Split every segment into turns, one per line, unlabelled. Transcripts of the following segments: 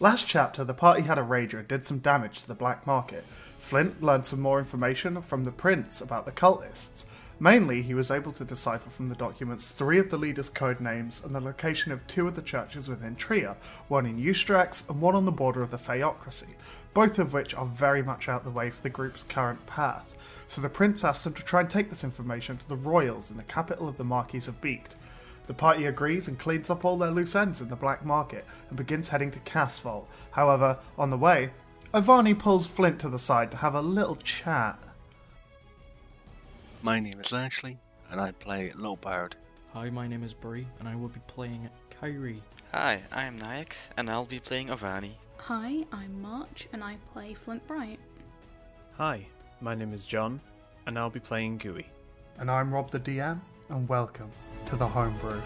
Last chapter, the party had a rager and did some damage to the black market. Flint learned some more information from the prince about the cultists. Mainly, he was able to decipher from the documents three of the leaders' code names and the location of two of the churches within Tria, one in Eustrax and one on the border of the Theocracy, both of which are very much out the way for the group's current path. So the prince asked them to try and take this information to the royals in the capital of the Marquis of Beaked. The party agrees and cleans up all their loose ends in the black market and begins heading to Casvol. However, on the way, Ivani pulls Flint to the side to have a little chat.
My name is Ashley, and I play Little Bird.
Hi, my name is Bree, and I will be playing Kyrie.
Hi, I'm Nyx, and I'll be playing Avani.
Hi, I'm March and I play Flint Bright.
Hi, my name is John, and I'll be playing Gooey.
And I'm Rob the DM, and welcome to the Homebrew.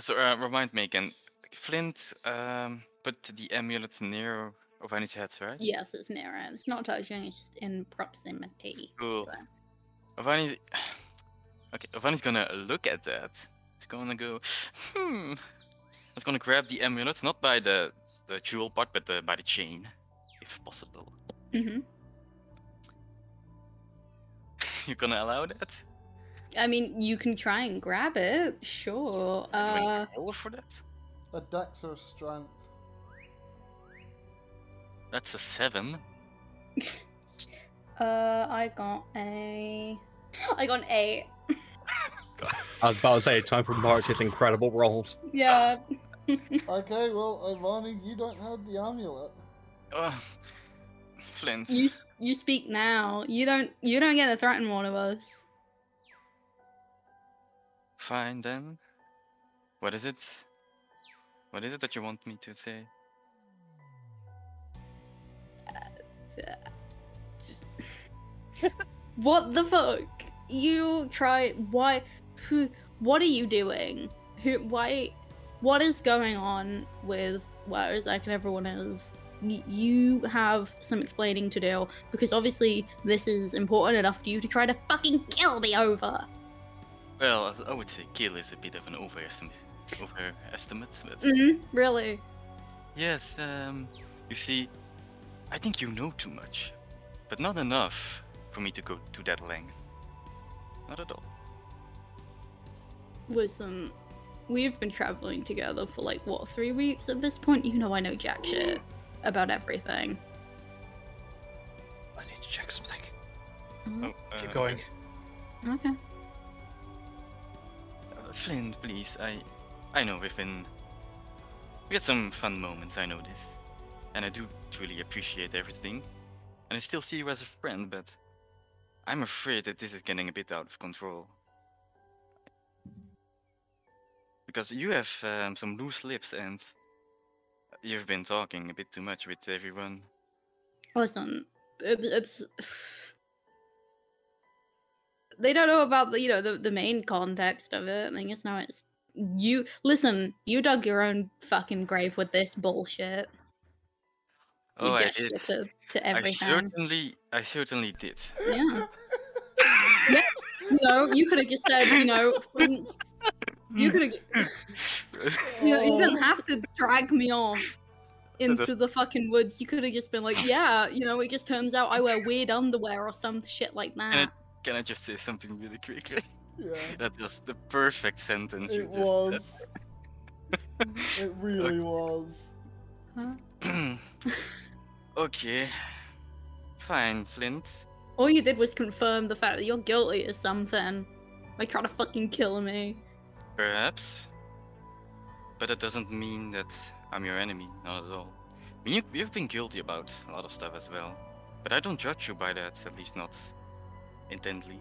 So uh, remind me again, Flint um, put the amulet near Avani's head, right?
Yes, it's near it. It's not touching, it's just in proximity.
Cool.
to it.
Avani, okay, Avani's gonna look at that. He's gonna go, hmm. He's gonna grab the amulet, not by the the jewel part, but uh by the chain, if possible.
Mhm.
you gonna allow that?
I mean, you can try and grab it, sure.
Do we need
Uh,
a roll for that?
A dex or strength?
That's a seven.
uh, I got a. I got an eight.
I was about to say, time for March's incredible rolls.
Yeah.
Okay, well, Ivani, you don't have the amulet.
Oh, Flint.
you s- you speak now. You don't you don't get to threaten one of us.
Fine then. What is it? What is it that you want me to say?
What the fuck? You try. Why? Who? What are you doing? Who? Why? What is going on with where Isaac and everyone is? Y- You have some explaining to do because obviously this is important enough to you to try to fucking kill me over.
Well, as- I would say kill is a bit of an overestimate. Overestimate, but
Mm, really?
yes. Um, you see, I think you know too much, but not enough for me to go to that length. Not at all.
Listen, we've been traveling together for like what three weeks at this point. You know I know jack shit about everything.
I need to check something.
Mhm.
Oh, uh,
Keep going.
Okay.
uh, Flint, please. I, I know we've been. We had some fun moments. I know this, and I do truly appreciate everything, and I still see you as a friend. But I'm afraid that this is getting a bit out of control. Because you have um, some loose lips, and you've been talking a bit too much with everyone.
Listen, it, it's they don't know about the you know the, the main context of it. They just know it's you. Listen, you dug your own fucking grave with this bullshit. You
Oh, I
gesture
did.
to to
I
everything.
certainly, I certainly did.
Yeah. yeah. You know, you could have just said, you know, for instance, you could have. You know,
Oh.
you didn't have to drag me off into the fucking woods. You could have just been like, yeah, you know, it just turns out I wear weird underwear or some shit like that.
Can I just say something really quickly?
Yeah,
That was the perfect sentence. you
it
just
was.
said.
it really was.
okay. Fine, Flint.
All you did was confirm the fact that you're guilty of something. Like trying to fucking kill me.
Perhaps. But that doesn't mean that I'm your enemy, not at all. I mean, you, you've been guilty about a lot of stuff as well. But I don't judge you by that, at least not intently.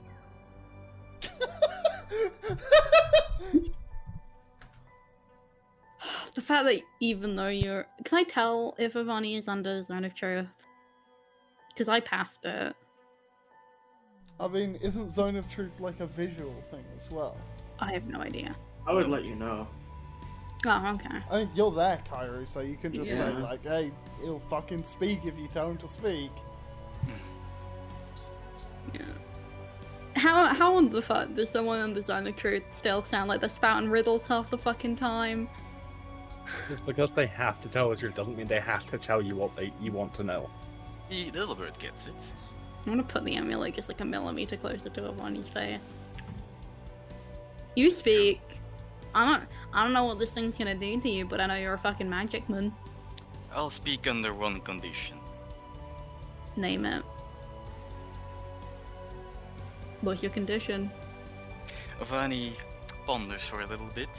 The fact that even though you're, can I tell if Ivani is under the zone of truth? Because I passed it.
I mean, isn't Zone of Truth like a visual thing as well?
I have no idea.
I would let you know.
Oh, okay.
I mean, you're there, Kyrie, so you can just say,
Yeah.
like, hey, he'll fucking speak if you tell him to speak.
Yeah. How how on the fuck does someone on the Zone of Truth still sound like they're spouting riddles half the fucking time?
Just because they have to tell the truth doesn't mean they have to tell you what they you want to know.
The little bird gets it.
I'm gonna put the amulet just like a millimeter closer to Avani's face. You speak. I don't. I don't know what this thing's gonna do to you, but I know you're a fucking magic man.
I'll speak under one condition.
Name it. What's your condition?
Avani ponders for a little bit.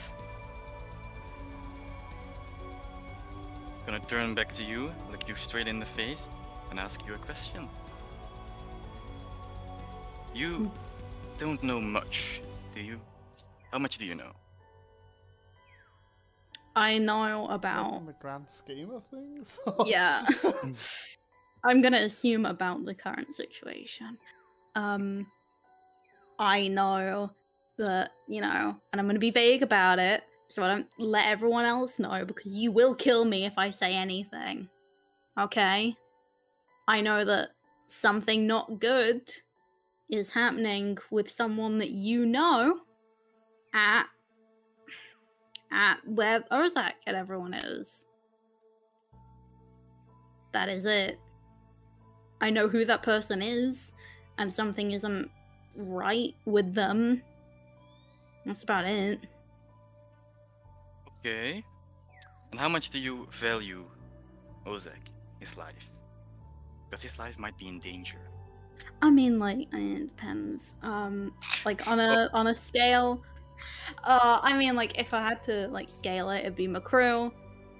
Gonna turn back to you, look you straight in the face, and ask you a question. You don't know much, do you? How much do you know?
I know about.
In the grand scheme of things.
Yeah. I'm gonna assume about the current situation. Um, I know that you know, and I'm gonna be vague about it, so I don't let everyone else know because you will kill me if I say anything. Okay. I know that something not good is happening with someone that you know at at where Ozak and everyone is. That is it. I know who that person is, and something isn't right with them. That's about it.
Okay. And how much do you value Ozek, his life? Because his life might be in danger.
I mean, like it depends. Um, like on a on a scale. Uh, I mean, like if I had to like scale it, it'd be McCrew,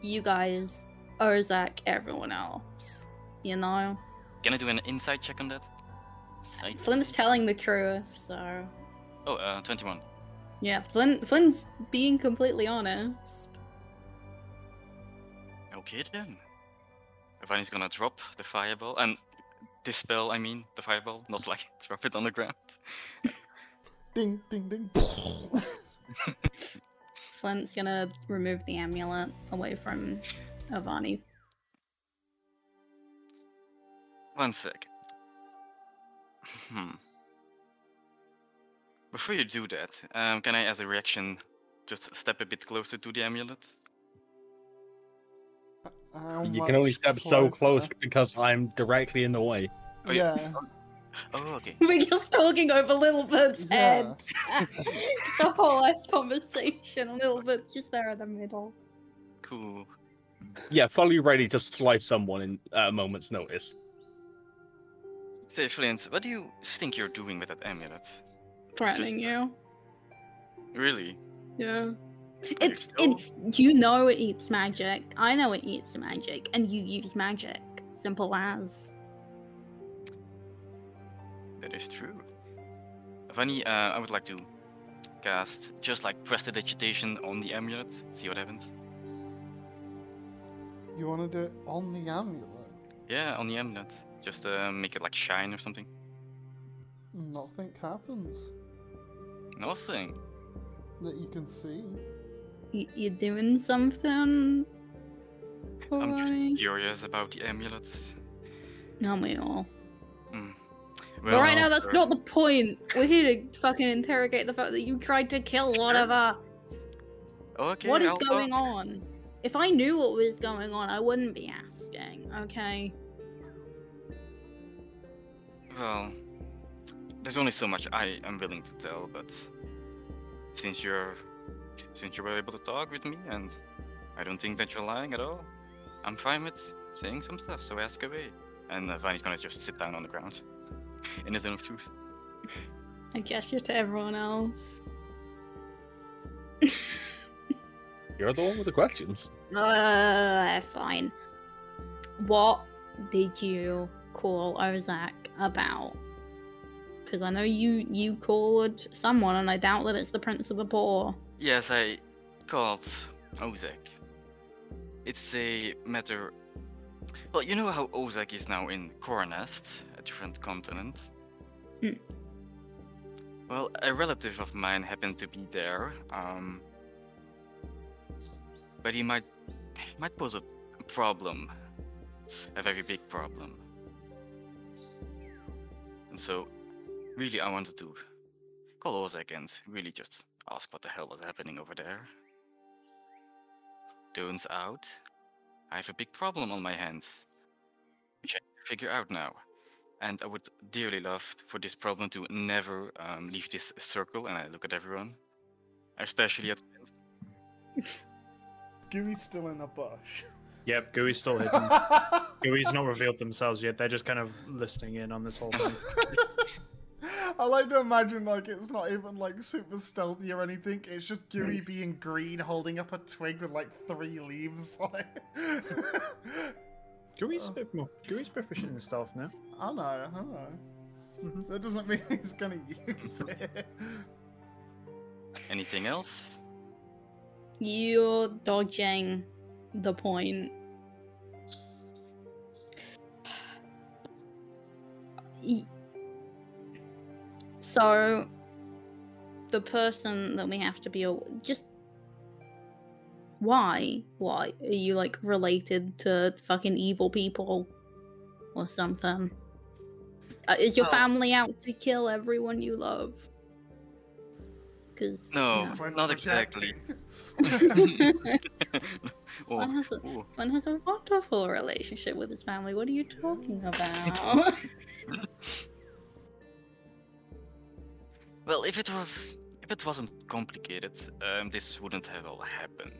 you guys, Ozak, everyone else. You know,
Can I do an insight check on that? Insight?
Flint's telling the truth, so
Oh, uh, 21.
yeah, Flint Flint's being completely honest.
Okay then. Avani's gonna drop the fireball and dispel, I mean, the fireball, not like drop it on the ground.
Ding, ding, ding.
Flint's gonna remove the amulet away from Avani.
One sec. Hmm. Before you do that, um, can I, as a reaction, just step a bit closer to the amulet?
How
you can only
much
step so close
closer?
because I'm directly in the way.
Oh, yeah.
Yeah.
Oh, okay.
We're just talking over Little Bird's
Yeah.
head. the whole ass conversation. Little Bird's just there in the middle.
Cool.
Yeah, fully ready to slice someone in a moment's notice.
Say, Flint, what do you think you're doing with that amulet?
Threatening you.
Really?
Yeah. It's it you know it eats magic. I know it eats magic, and you use magic. Simple as.
That is true. Vani, uh, I would like to cast just like prestidigitation on the amulet. See what happens.
You want to do it on the amulet?
Yeah, on the amulet. Just uh, make it like shine or something.
Nothing happens
Nothing.
that you can see.
You, you're doing something.
I'm just
Boy.
curious about the amulet.
Not me all.
Mm.
but right now, that's
uh,
not the point. We're here to fucking interrogate the fact that you tried to kill one of us.
uh, Okay,
what is
I'll-
going on? If I knew what was going on, I wouldn't be asking. Okay.
Well, there's only so much I am willing to tell, but since you're since you were able to talk with me and I don't think that you're lying at all, I'm fine with saying some stuff, so ask away. And uh, Vani's gonna just sit down on the ground in his own truth.
I gesture to everyone else.
You're the one with the questions.
Uh, fine. What did you call Ozak about? Because I know you you called someone, and I doubt that it's the Prince of the Poor.
Yes, I called Ozek. It's a matter. Well, you know how Ozek is now in Cornest, a different continent?
Hmm.
Well, a relative of mine happened to be there, um. But he might. might pose a problem. A very big problem. And so, really, I wanted to call Ozek and really just ask what the hell was happening over there. Turns out, I have a big problem on my hands, which I have to figure out now. And I would dearly love for this problem to never um, leave this circle. And I look at everyone, especially at
Gooey's still in a bush.
Yep, Gooey's still hidden. Gooey's not revealed themselves yet. They're just kind of listening in on this whole thing.
I like to imagine like it's not even like super stealthy or anything. It's just Gooey being green, holding up a twig with like three leaves on it.
Gooey's a bit more. Gooey's proficient in stealth now.
I know, I know. That doesn't mean he's gonna use it.
anything else.
You're dodging the point. Y- So, the person that we have to be aw- just why? Why are you like related to fucking evil people or something? Uh, is your
Oh.
family out to kill everyone you love? Because
No,
He's Flint
not exactly.
projecting.
Oh,
One has a-
oh,
Flynn has a wonderful relationship with his family. What are you talking about?
Well, if it was, if it wasn't complicated, um, this wouldn't have all happened.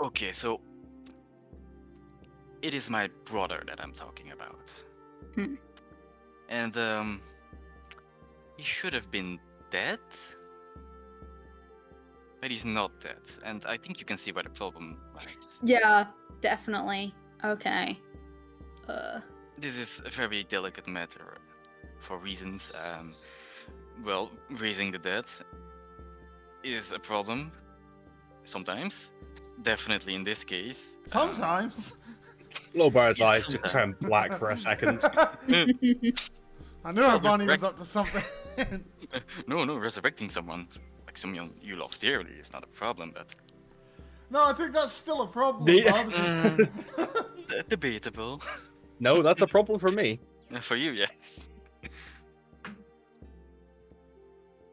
Okay, so it is my brother that I'm talking about,
Hmm.
and um, he should have been dead, but he's not dead, and I think you can see where the problem lies.
yeah, definitely. Okay. Uh,
This is a very delicate matter for reasons. Um, well, raising the dead is a problem sometimes. Definitely in this case. um,
Sometimes.
Lowbar's
Yes.
eyes just turned black for a second.
I knew Avani was up to something.
no, no, resurrecting someone, like someone you love dearly, is not a problem, but
no, I think that's still a problem.
The-
rather than-
d- debatable.
No, that's a problem for me.
for you, yeah.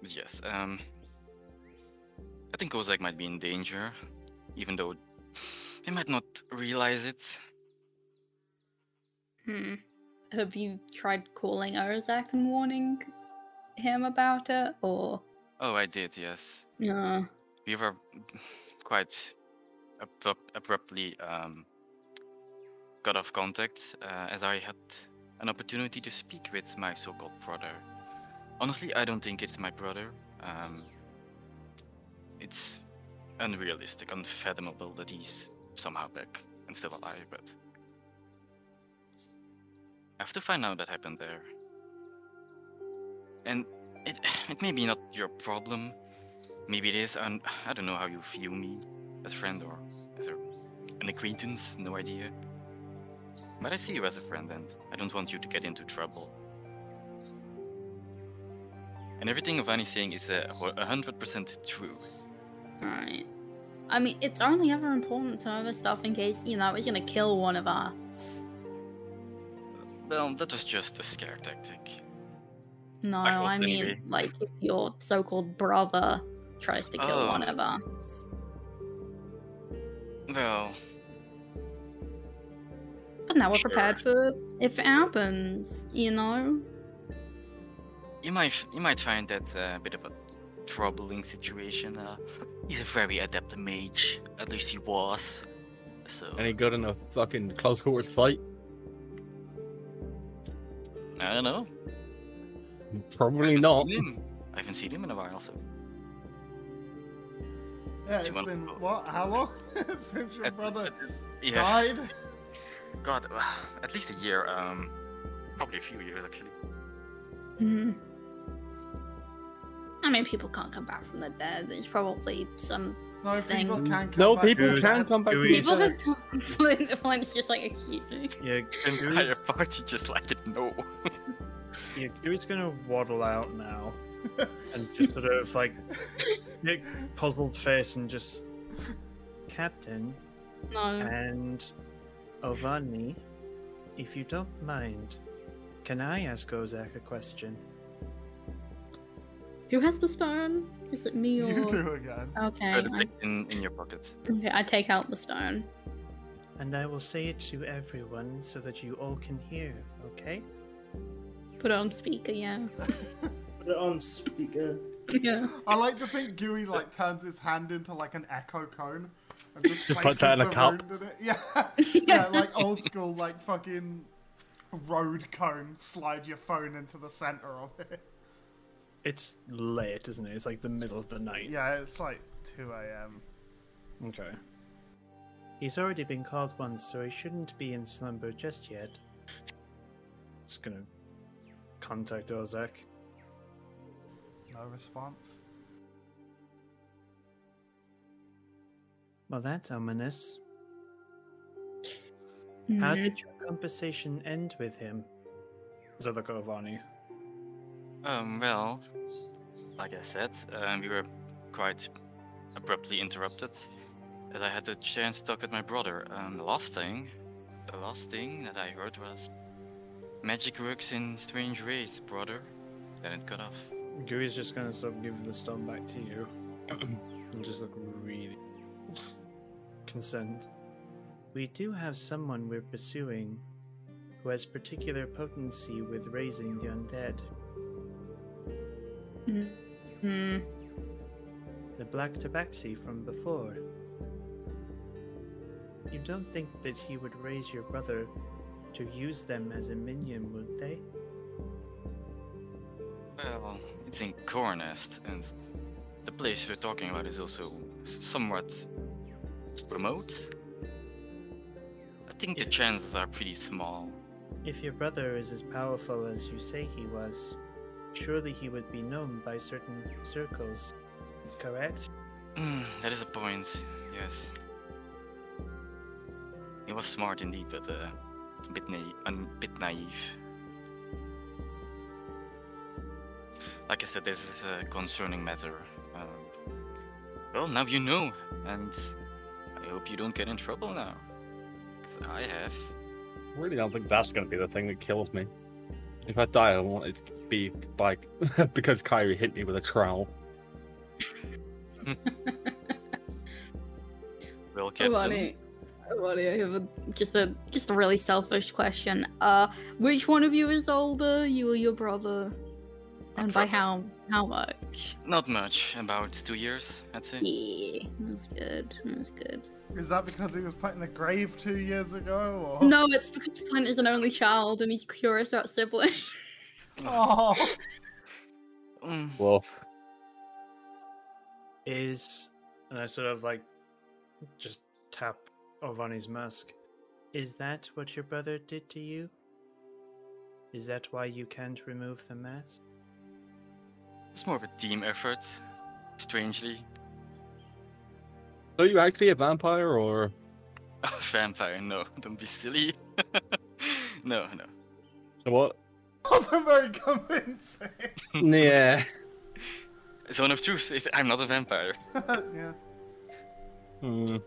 yes. Um. I think Ozak might be in danger, even though they might not realize it.
hmm. Have you tried calling Ozak and warning him about it, or
Oh, I did, yes.
no?
We were quite abrupt, abruptly um, got off contact uh, as I had an opportunity to speak with my so called brother. Honestly, I don't think it's my brother. Um, it's unrealistic, unfathomable that he's somehow back and still alive, but. I have to find out what happened there. And it, it may be not your problem, Maybe it is, and I don't know how you view me as friend or as a, an acquaintance, no idea. But I see you as a friend, and I don't want you to get into trouble. And everything Ivani's saying is uh, ho- a hundred percent true.
Right. I mean, it's only ever important to know this stuff in case you know it's gonna kill one of us.
Well, that was just a scare tactic.
No,
I hope
I, mean,
anyway.
like, if your so called brother tries to kill
Oh.
one of us.
Well,
But now we're
Sure.
prepared for if it happens, you know?
you might you might find that uh, a bit of a troubling situation. Uh, he's a very adept mage, at least he was. So
And he got in a fucking close quarters fight.
I don't know.
Probably not.
Him. I haven't seen him in a while, so
yeah,
Do
it's
you wanna-
been what? How long since your
At-
brother
yeah,
died?
God, uh, at least a year, um, probably a few years actually.
Mhm. I mean, people can't come back from the dead. There's probably some.
No, people
Thing.
can. Come
No,
back
people
from
can
dead.
come back.
Do
from
we-
the
People
dead.
can come. Flint- Flint's just like, excuse me.
Yeah, and Gooey,
Entire party just like it. No.
yeah, Gooey's gonna waddle out now and just sort of like big puzzled face and just Captain
No.
and Ovani, if you don't mind, can I ask Ozak a question?
Who has the stone? Is it me or?
You do again.
Okay.
Put
I,
it in, in your pocket.
okay. I take out the stone.
And I will say it to everyone so that you all can hear, okay?
Put it on speaker. Yeah.
Put it on speaker.
yeah.
I like to think Gooey like turns his hand into like an echo cone. And just
Just put
places
that in a
the
cup.
wound in it. Yeah. yeah, like old school, like fucking road cone. Slide your phone into the center of it.
It's late, isn't it? It's like the middle of the night.
Yeah, it's like 2 a.m.
Okay. He's already been called once, so he shouldn't be in slumber just yet. Just gonna contact Ozak.
No response.
Well, that's ominous. How
Mm.
did your conversation end with him? As I look over on you.
Um, well, like I said, um, we were quite abruptly interrupted, as I had the chance to talk with my brother. Um, the last thing, the last thing that I heard was, "Magic works in strange ways, brother." Then it cut off.
Gooey's just gonna sort of give the stone back to you. and just look really concerned. We do have someone we're pursuing who has particular potency with raising the undead.
Hmm.
The black tabaxi from before. You don't think that he would raise your brother to use them as a minion, would they?
Well, it's in Cornest, and the place we're talking about is also somewhat remote. I think the chances are pretty small.
If your brother is as powerful as you say he was, surely he would be known by certain circles, correct?
Mm, that is a point, yes. He was smart indeed, but uh, a bit, na- un- bit naive. Like I said, this is a concerning matter. Um, well, now you know, and I hope you don't get in trouble now. 'Cause I have.
really don't think that's going to be the thing that kills me. If I die, I want it to be by because Kyrie hit me with a trowel.
Will Captain.
Ronnie, Ronnie, I have a, just a just a really selfish question. Uh, which one of you is older, you or your brother? And by
brother.
how how much?
Not much, about two years, I'd say.
Yeah, that's good. That's good.
Is that because he was put in the grave two years ago? Or...
No, it's because Flint is an only child and he's curious about siblings.
Oh.
Mm,
Wolf.
Is, and I sort of like just tap over on his mask, is that what your brother did to you? Is that why you can't remove the mask?
it's more of a team effort, strangely.
Are you actually a vampire or?
Oh, vampire, no, don't be silly. no, no.
So what?
Wasn't very convincing.
yeah.
It's one of truth. It- I'm not a vampire.
yeah.
Hmm.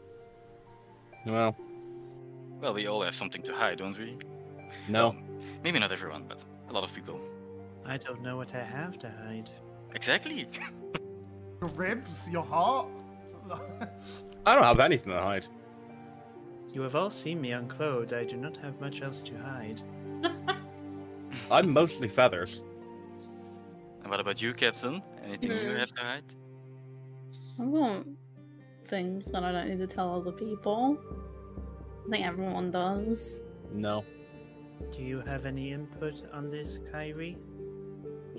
Well,
Well, we all have something to hide, don't we? Well,
no. Um,
maybe not everyone, but a lot of people.
I don't know what I have to hide.
Exactly.
Your ribs, your heart.
I don't have anything to hide.
You have all seen me unclothed, I do not have much else to hide.
I'm mostly feathers.
And what about you, Captain? Anything you
Hmm.
have to hide?
I want things that I don't need to tell other people. I think everyone does.
No.
Do you have any input on this, Kyrie?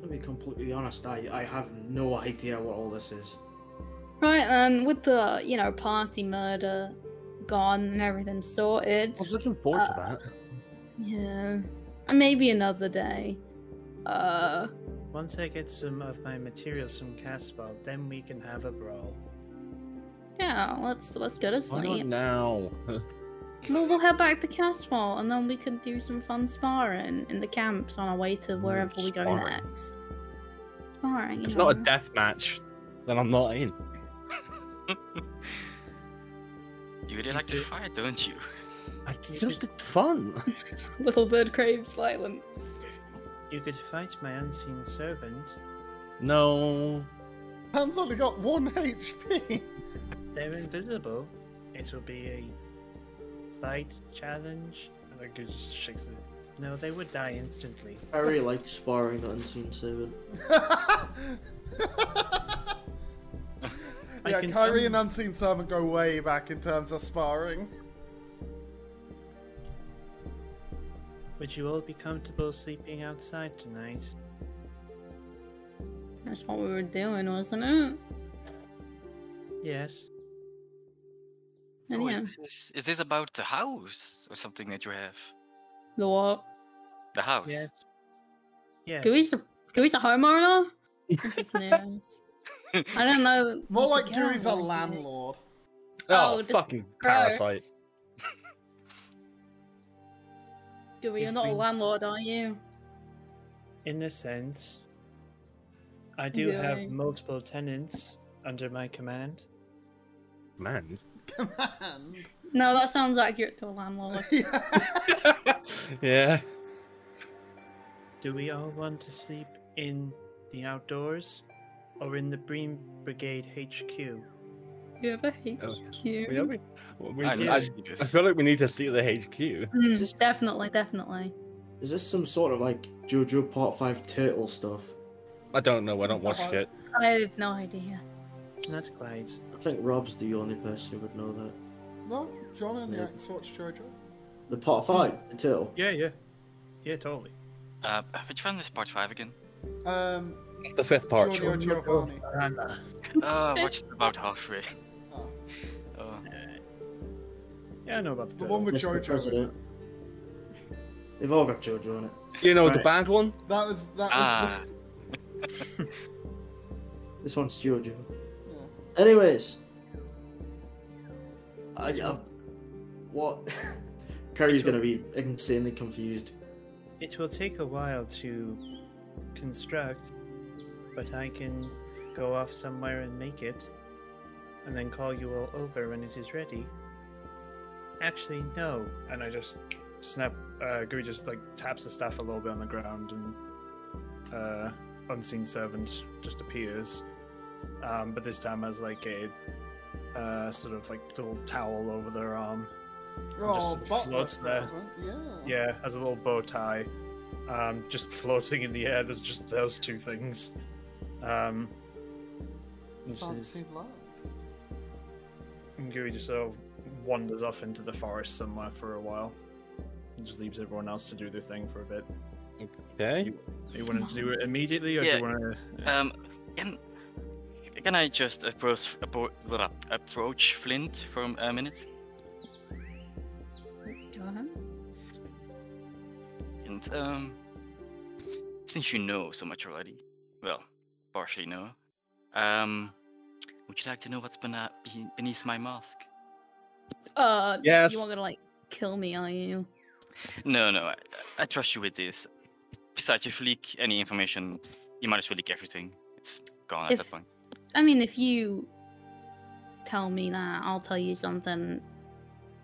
To be completely honest, I, I have no idea what all this is.
Right, and with the you know party murder gone and everything sorted,
I was looking forward to that.
Uh, yeah, and maybe another day. Uh,
Once I get some of my materials from Caspar, then we can have a brawl.
yeah, let's let's go to
Why not
sleep.
now?
Well, we'll head back to Castle, and then we can do some fun sparring in the camps on our way to wherever we go
sparring.
next. Sparring. you
it's not a
know.
death match. Then I'm not in.
You really like to fight, don't you?
It's just fun.
Little bird craves violence.
You could fight my unseen servant.
No.
Han's only got one HP.
They're invisible. It will be a slight challenge. And the goose just shakes it. No, they would die instantly.
I really like sparring the unseen servant.
I
yeah,
can
Kyrie
summon-
and Unseen Servant go way back in terms of sparring.
Would you all be comfortable sleeping outside tonight?
That's what we were doing, wasn't it?
Yes.
And
Oh,
yeah.
is, this, is this about the house or something that you have?
The what?
The house.
Yes. Yes.
Gooey's a, Gooey's a homeowner? this is news. I don't know.
More
what
like
the
Gooey's a
cow would be.
landlord.
Oh,
Oh,
this
fucking
Gross.
parasite.
Gooey, you're
If
not a
we-
landlord, are you?
In a sense, I do
Yeah.
have multiple tenants under my command.
Man.
Command.
No, that sounds accurate to a landlord.
yeah.
Do we all want to sleep in the outdoors or in the Bream Brigade HQ?
You ever hate
Oh,
cute?
We, we, we,
I,
I,
know,
I,
Steve is-
feel like we need to see the HQ.
Mm,
Is this-
definitely, definitely.
Is this some sort of like JoJo Part 5 turtle stuff?
I don't know. I don't watch
Uh-huh.
shit.
I have no idea.
Not quite.
I think Rob's the only person who would know that.
no, John and the
Yeah.
Axe watch JoJo.
The Part 5, the turtle.
Yeah, yeah. Yeah, totally.
uh, which one is part five again?
Um,
That's the fifth part.
Giorgio Giovanni.
Uh, what's about halfway?
Oh,
Uh,
Yeah, I know about the
the
turtle.
one with
Mr.
JoJo. in it.
President. They've all got JoJo in it.
You know, the
Right.
bad one?
That was that was.
ah,
This one's JoJo.
Yeah.
Anyways, I, I what? Carrie's gonna be insanely confused.
It will take a while to construct, but I can go off somewhere and make it, and then call you all over when it is ready. Actually, no. And I just snap. Uh, Gui just like taps the staff a little bit on the ground, and uh, unseen servant just appears. Um, but this time has like a uh, sort of like little towel over their arm.
Oh,
sort of
butler
floats there.
servant. Yeah.
Yeah, has a little bow tie, um, just floating in the air. There's just those two things. Um, which
Fancy
is,
life.
Ngui just sort of wanders off into the forest somewhere for a while. And just leaves everyone else to do their thing for a bit.
Okay.
You want to do it immediately, or do
Yeah.
you want to?
um, can can I just approach appro- blah, approach Flint for a minute?
Go ahead.
And um, since you know so much already, well, partially know, um, would you like to know what's bena- be- beneath my mask?
Uh,
Yes.
you weren't gonna like kill me, are you?
No, no, I, I trust you with this. Besides, if you leak any information, you might as well leak everything. It's gone at
If-
that point.
I mean, if you tell me that, I'll tell you something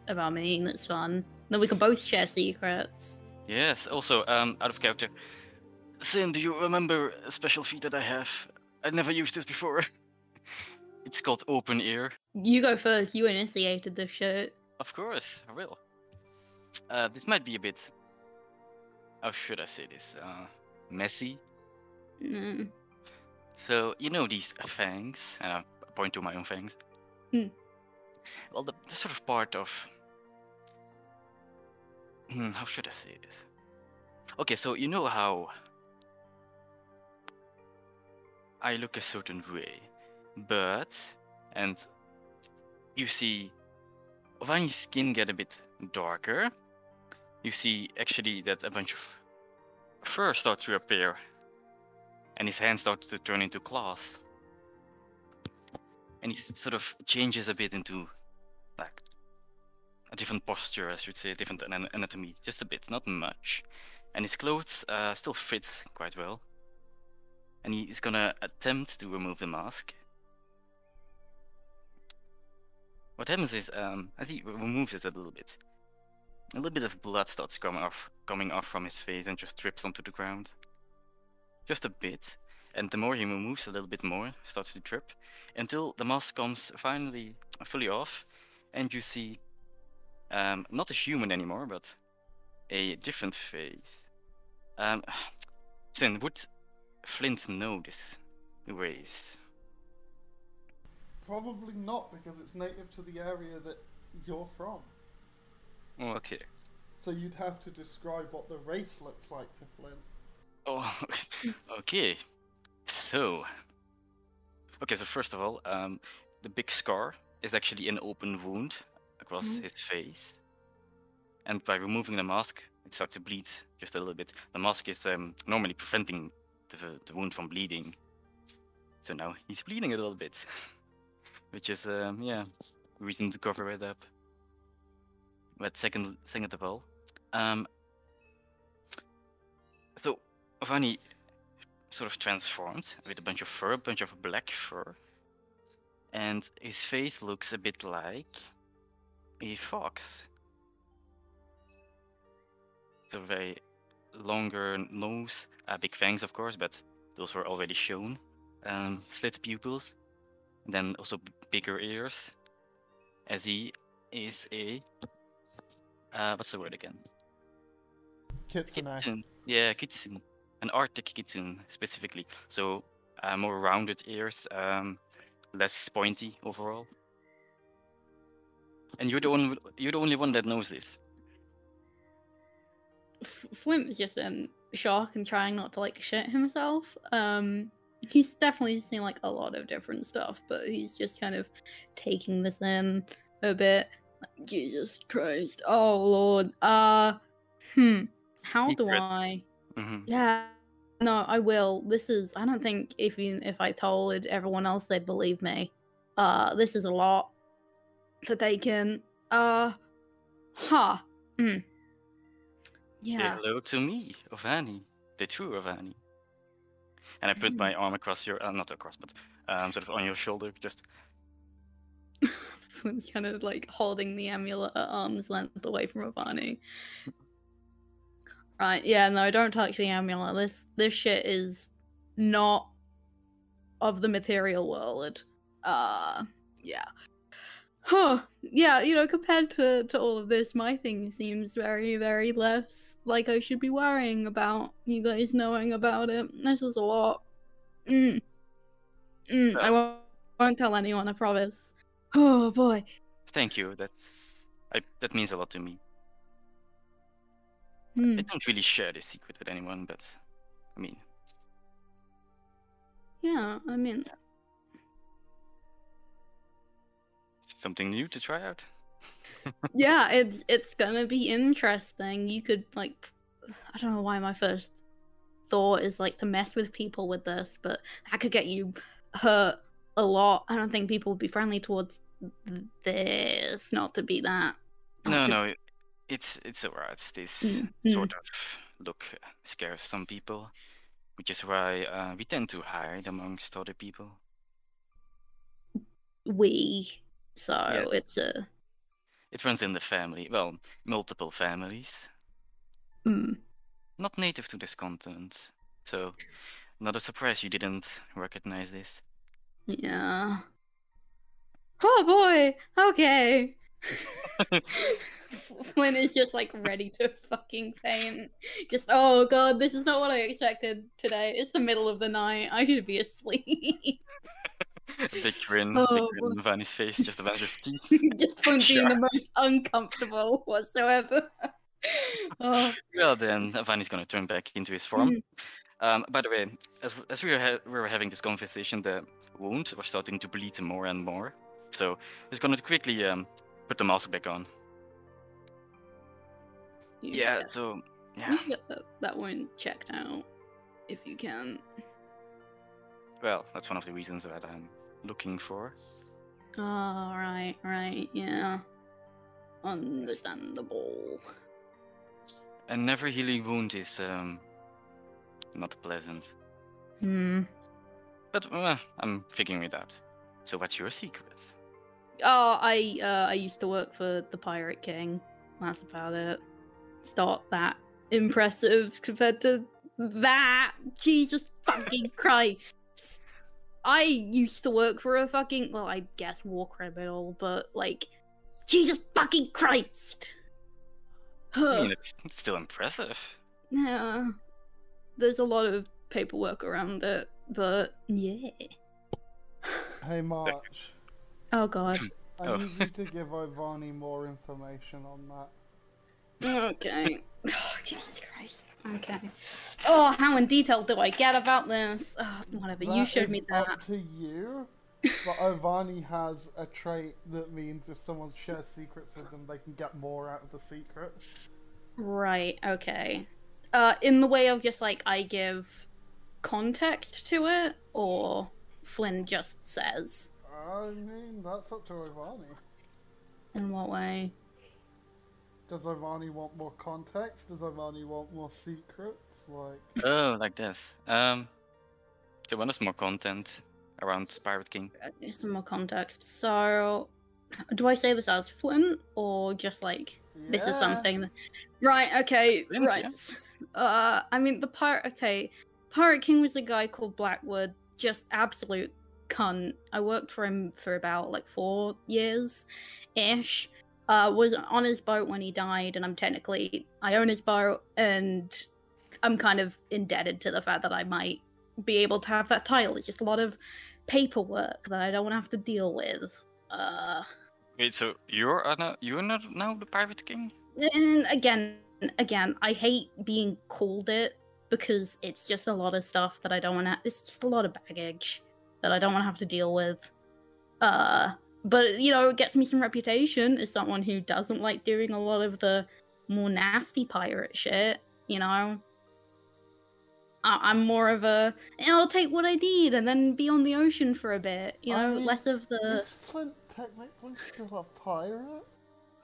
about me that's fun. Then we can both share secrets.
Yes. Also, um, out of character, Sin, do you remember a special feat that I have? I never used this before. it's called open ear.
You go first. You initiated this shit.
Of course, I will. Uh, this might be a bit. How should I say this? Uh, messy.
Mm.
So you know these fangs, and I point to my own fangs.
Mm.
Well, the, the sort of part of. Hmm, how should I say this? Okay, so you know how I look a certain way, but and you see Vani's skin get a bit darker. You see actually that a bunch of fur starts to appear and his hand starts to turn into claws. And he s- sort of changes a bit into like a different posture, I should say, different ana- anatomy, just a bit, not much. And his clothes uh, still fit quite well. And he is gonna attempt to remove the mask. What happens is, um, as he re- removes it a little bit, a little bit of blood starts coming off, coming off from his face and just drips onto the ground just a bit, And the more he moves a little bit more, starts to drip, until the mask comes finally fully off, and you see um, not a human anymore, but a different face. Um, then would Flint know this race?
Probably not because it's native to the area that you're from.
Okay.
So you'd have to describe what the race looks like to Flint.
Oh, okay. So, okay. So first of all, um, the big scar is actually an open wound across
Mhm.
his face, and by removing the mask, it starts to bleed just a little bit. The mask is um, normally preventing the, the wound from bleeding, so now he's bleeding a little bit, which is um, yeah, reason to cover it up. But second, second of all, um, so Vani sort of transformed with a bunch of fur, a bunch of black fur, and his face looks a bit like a fox. It's a very longer nose, uh, big fangs, of course, but those were already shown. Um, slit pupils, and then also b- bigger ears, as he is a uh, what's the word again?
Kitsune.
Kitsune. Yeah, kitsune. An Arctic kitsune specifically. So uh, more rounded ears, um, less pointy overall. And you're the one. You're the only one that knows this.
F- Flint was just in shock and trying not to like shit himself. Um, he's definitely seen like a lot of different stuff, but he's just kind of taking this in a bit. Like, Jesus Christ! Oh Lord! Uh, hmm. How do
Secrets.
I?
hmm
Yeah. No, I will. This is I don't think if you, if I told everyone else they'd believe me. Uh this is a lot that they can uh huh. Mm. Yeah.
Hello to me, Ovani, the true Ovani. And I put
Mm.
my arm across your, uh, not across, but um, sort of on your shoulder, just
Flim's kind of like holding the amulet at arm's length away from Avani. Right, yeah, no, don't touch the amulet. This this shit is not of the material world. Uh yeah. Huh. Yeah, you know, compared to, to all of this, my thing seems very, very less like I should be worrying about you guys knowing about it. This is a lot. Mm. Mm, I won't, won't tell anyone, I promise. Oh boy.
thank you. That, I, that means a lot to me.
Hmm.
I don't really share this secret with anyone, but I mean,
Yeah, I mean,
it's something new to try out.
yeah, it's it's gonna be interesting. You could like, I don't know why my first thought is like to mess with people with this, but that could get you hurt a lot. I don't think people would be friendly towards th- this. Not to be that.
No,
not to-
no, it- it's it's alright. This
Mm,
sort of look scares some people, which is why uh, we tend to hide amongst other people.
We. So
Yes.
it's a.
It runs in the family, well, multiple families,
Mm.
not native to this continent. So, not a surprise you didn't recognize this.
Yeah. Oh boy. Okay. Flynn is just like ready to fucking faint. Just oh god, this is not what I expected today. It's the middle of the night. I should be asleep.
A big grin, big
Oh,
grin on Vanny's face, just a bunch of teeth.
just Flynn being the most uncomfortable whatsoever. oh,
Well, then Vanny's gonna turn back into his form. Um, by the way, as as we were ha- we were having this conversation, the wound was starting to bleed more and more. So he's gonna quickly um put the mask back on.
you should
Yeah.
get-
So
you
yeah.
should get that- that one checked out if you can.
Well, that's one of the reasons that I'm looking for.
Oh, right, right, yeah. Understandable.
A never healing wound is um not pleasant.
Hmm.
But uh, I'm figuring it out. So what's your secret?
Oh, I uh, I used to work for the Pirate King. That's about it. It's not that impressive compared to that. Jesus fucking Christ. I used to work for a fucking, well, I guess war criminal, but like, Jesus fucking Christ.
I
Oh.
mean, it's it's still impressive.
Yeah. There's a lot of paperwork around it, but yeah.
Hey, March.
Oh god.
I
Oh.
need you to give Ivani more information on that.
Okay. Oh, Jesus Christ. Okay. Oh, how in detail do I get about this? Oh, whatever. you
That
showed
is
me that.
Up to you. But Ivani has a trait that means if someone shares secrets with them, they can get more out of the secret.
Right. Okay. Uh, in the way of just like I give context to it, or Flynn just says.
I mean, that's up to Ivani.
In what way?
Does Ivani want more context? Does Ivani want more secrets? Like,
Oh, like this. Um, to be honest, more content around Pirate King.
Uh, Some more context. So, do I say this as Flynn or just like this is
yeah.
something that- right okay
Friends,
right uh i mean the pirate okay pirate king was a guy called blackwood just absolute cunt i worked for him for about like four years ish uh was on his boat when he died and i'm technically i own his boat and i'm kind of indebted to the fact that i might be able to have that title it's just a lot of paperwork that i don't want to have to deal with uh
Wait, so you're uh, no- you're not now the Pirate King?
and again again i hate being called it because it's just a lot of stuff that i don't want to it's just a lot of baggage that i don't want to have to deal with uh but you know it gets me some reputation as someone who doesn't like doing a lot of the more nasty pirate shit you know I- i'm more of a "Eh, i'll take what i need and then be on the ocean for a bit you
I
know
mean,
less of the
Is Flint technically still a pirate?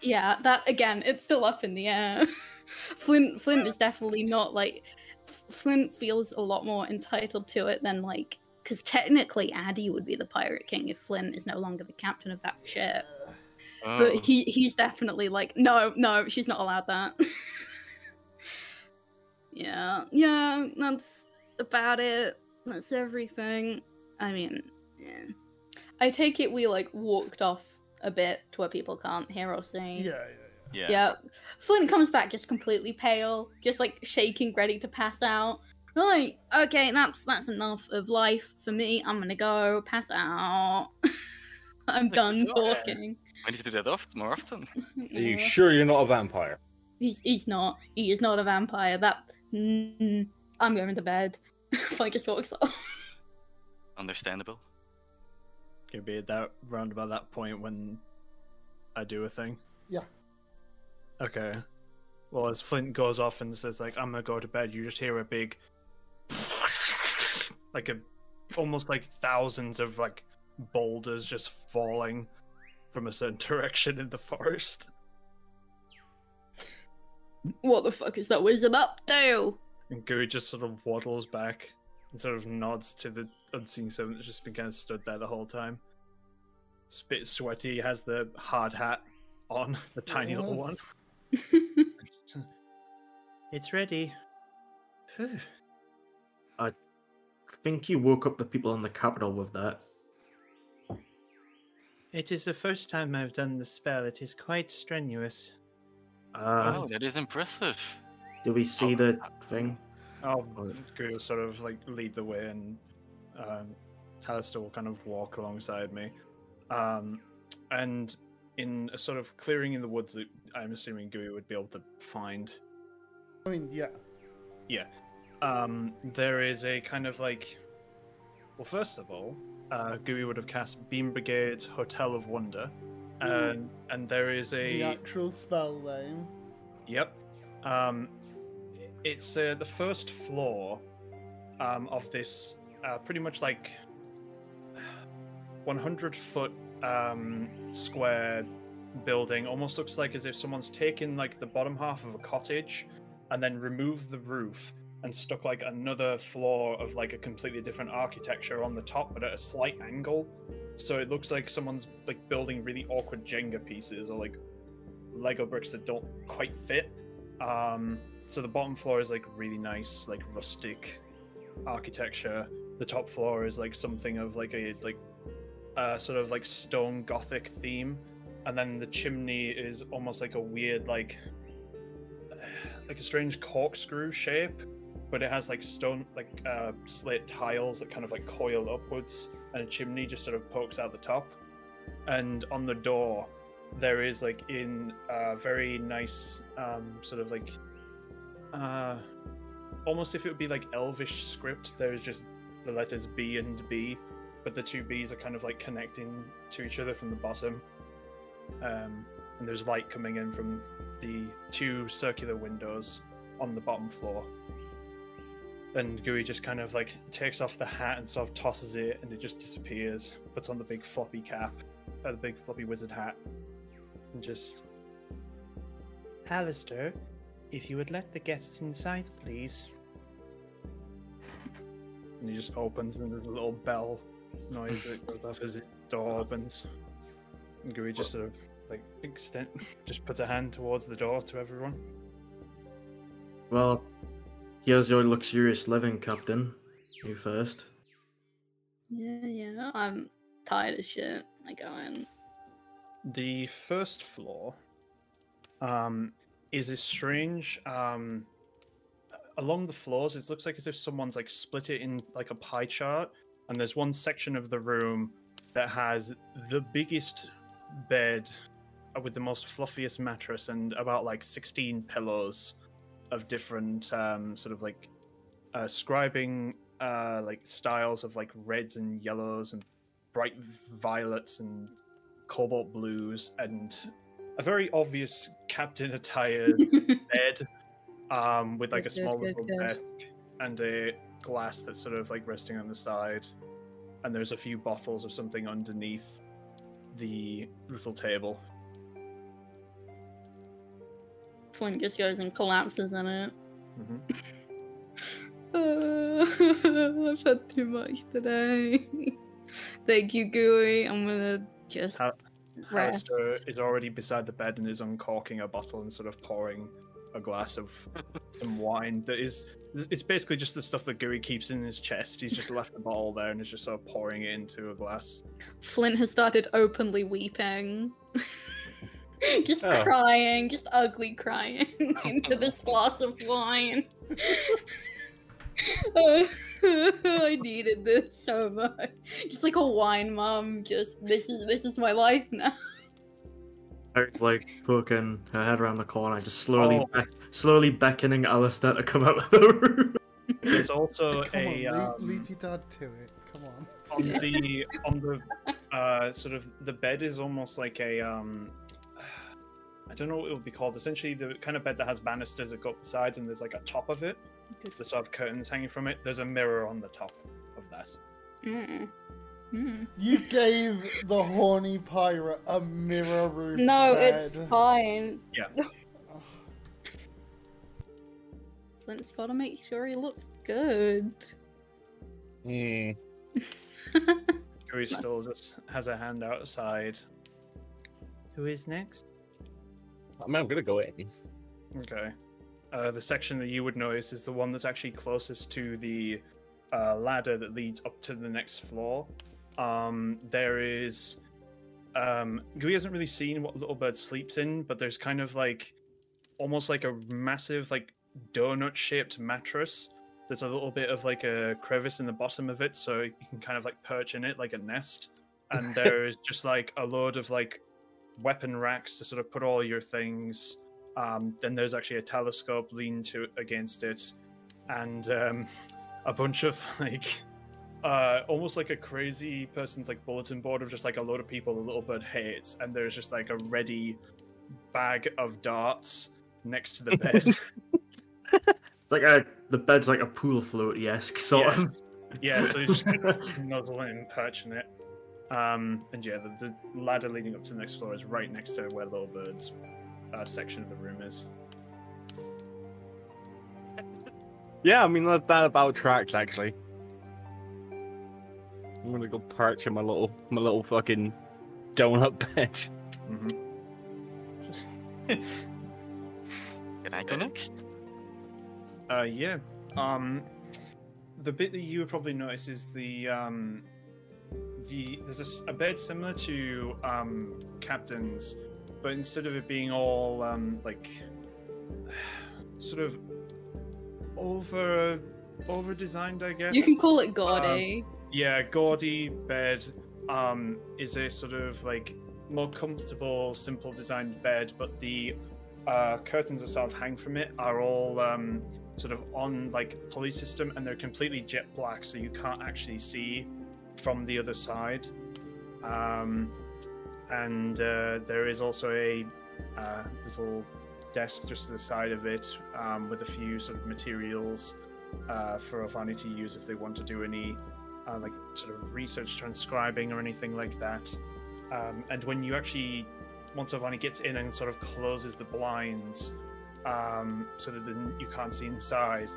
yeah, that again, it's still up in the air. Flint Flint is definitely not like F- Flint feels a lot more entitled to it than like because technically Addy would be the pirate king if Flint is no longer the captain of that ship.
Oh,
But he he's definitely like no no she's not allowed that. yeah yeah that's about it. That's everything. I mean, yeah. I take it we like walked off a bit to where people can't hear or see.
Yeah, yeah,
yeah.
Yeah. Flint comes back just completely pale, just like shaking, ready to pass out. Right, okay, that's that's enough of life for me. I'm gonna go pass out. I'm
Like,
done
yeah.
talking.
I need to do that oft- more often.
Are you sure you're not a vampire?
he's he's not. He is not a vampire. That mm, I'm going to bed. Flint just walks off.
Understandable.
Gonna be at that round about that point when I do a thing.
Yeah.
Okay. Well, as Flint goes off and says like, "I'm gonna go to bed," you just hear a big, like a, almost like thousands of like boulders just falling from a certain direction in the forest.
What the fuck is that wizard up to?
And Gui just sort of waddles back and sort of nods to the unseen servant that's just been kind of stood there the whole time. It's a bit sweaty, has the hard hat on, the tiny little one.
Yes.
It's ready.
I think you woke up the people in the capital with that.
It is the first time I've done the spell. It is quite strenuous.
Uh,
oh, that is impressive.
Do we see the thing?
I'll
Oh.
go sort of like lead the way, and um, Alistair will kind of walk alongside me. Um, and in a sort of clearing in the woods that I'm assuming Gui would be able to find,
I mean, yeah.
um, there is a kind of like. Well, first of all, uh, Gui would have cast Beam Brigade's Hotel of Wonder, and and there is a
The uh, actual spell name.
Yep. Um, it's uh, the first floor um, of this uh, pretty much like 100 foot um, square building. Almost looks like as if someone's taken like the bottom half of a cottage and then removed the roof and stuck like another floor of like a completely different architecture on the top but at a slight angle so it looks like someone's like building really awkward jenga pieces or like Lego bricks that don't quite fit. Um, So the bottom floor is like really nice, like rustic architecture. The top floor is like something of like a like uh, sort of like stone gothic theme, and then the chimney is almost like a weird like like a strange corkscrew shape, but it has like stone like uh, slate tiles that kind of like coil upwards, and a chimney just sort of pokes out the top. And on the door, there is like in a very nice um, sort of like uh, almost if it would be like elvish script. There is just the letters B and B, but the two B's are kind of like connecting to each other from the bottom. Um, and there's light coming in from the two circular windows on the bottom floor. And Gui just kind of like takes off the hat and sort of tosses it, and it just disappears. Puts on the big floppy cap, uh, the big floppy wizard hat, and just. Alistair, if you would let the guests inside, please. And he just opens, and there's a little bell noise that goes off as the door opens. And Gui just sort of like extend, just puts a hand towards the door to everyone.
Well, here's your luxurious living, Captain. You first.
Yeah, yeah. I'm tired as shit. I go in.
The first floor um, is a strange. Um, along the floors, it looks like as if someone's like split it in like a pie chart, and there's one section of the room that has the biggest bed uh, with the most fluffiest mattress and about like 16 pillows of different um, sort of like uh, scribing uh, like styles of like reds and yellows and bright violets and cobalt blues and a very obvious captain attired bed um, with like a
Good,
small
good,
little
good.
desk and a glass that's sort of like resting on the side and there's a few bottles of something underneath the little table
Flynn just goes and collapses in it.
mm-hmm.
Uh, I've had too much today. Thank you, Gooey. I'm gonna just
How-
rest.
Alistair is already beside the bed and is uncorking a bottle and sort of pouring a glass of some wine that is it's basically just the stuff that Guri keeps in his chest. He's just left the bottle there and is just sort of pouring it into a glass.
Flint has started openly weeping. just
Oh.
crying, just ugly crying into this glass of wine. Uh, I needed this so much. Just like a wine mum, just this is this is my life now.
It's like poking her head around the corner, just slowly,
Oh.
bec- slowly beckoning Alistair to come out of the room.
There's also
Come
a
on,
um,
leave, leave your dad to it. Come on.
on the on the uh, sort of the bed is almost like a um I don't know what it would be called. Essentially, the kind of bed that has banisters that go up the sides, and there's like a top of it.
Good.
The sort of curtains hanging from it. There's a mirror on the top of that.
Mm-mm. Mm.
You gave the horny pirate a mirror room.
No,
bed.
it's fine.
Ugh.
Flint's gotta make sure he looks good.
Mm.
Who is still just has a hand outside. Who is next?
I mean, I'm gonna go in.
Okay. Uh, the section that you would notice is the one that's actually closest to the uh, ladder that leads up to the next floor. Um, there is. Um, Gui hasn't really seen what Little Bird sleeps in, but there's kind of like almost like a massive, like donut shaped mattress. There's a little bit of like a crevice in the bottom of it, so you can kind of like perch in it like a nest. And there is just like a load of like weapon racks to sort of put all your things um, then there's actually a telescope leaned to against it, and um, a bunch of like, uh, almost like a crazy person's like bulletin board of just like a load of people the little bird hates, and there's just like a ready bag of darts next to the bed.
It's like a, the bed's like a pool floaty esque sort of.
yeah, so he's just kind of nuzzling and perching it. Um, and yeah, the, the ladder leading up to the next floor is right next to where little bird's uh, section of the room is.
Yeah, I mean that, that about tracks actually. I'm gonna go perch in my little my little fucking donut bed.
Can I go next?
Uh, yeah. Um, the bit that you would probably notice is the um, the there's a s- a, bed similar to um, captain's, but instead of it being all um, like sort of over over designed, I guess.
You can call it
Um,
eh? gaudy.
Yeah, gaudy bed um, is a sort of like more comfortable, simple designed bed, but the uh, curtains that sort of hang from it are all um, sort of on like pulley system, and they're completely jet black, so you can't actually see from the other side. Um, and uh, there is also a uh, little desk just to the side of it um, with a few sort of materials uh, for Avani to use if they want to do any uh, like sort of research transcribing or anything like that. Um, and when you actually, once Avani gets in and sort of closes the blinds um, so that then you can't see inside,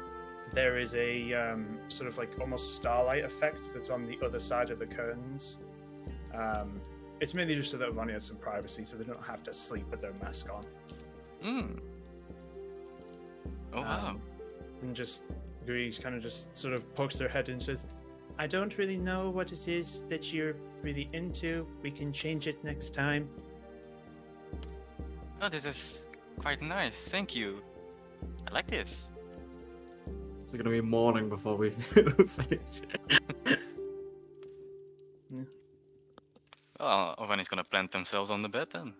there is a um, sort of like almost starlight effect that's on the other side of the curtains. Um, it's mainly just so that Avani has some privacy, so they don't have to sleep with their mask on.
Hmm. Oh wow.
Um, and just Grease kind of just sort of pokes their head and says, I don't really know what it is that you're really into. We can change it next time.
Oh, this is quite nice. Thank you. I like this.
It's gonna be morning before we finish.
Well, Ovani's gonna plant themselves on the bed then.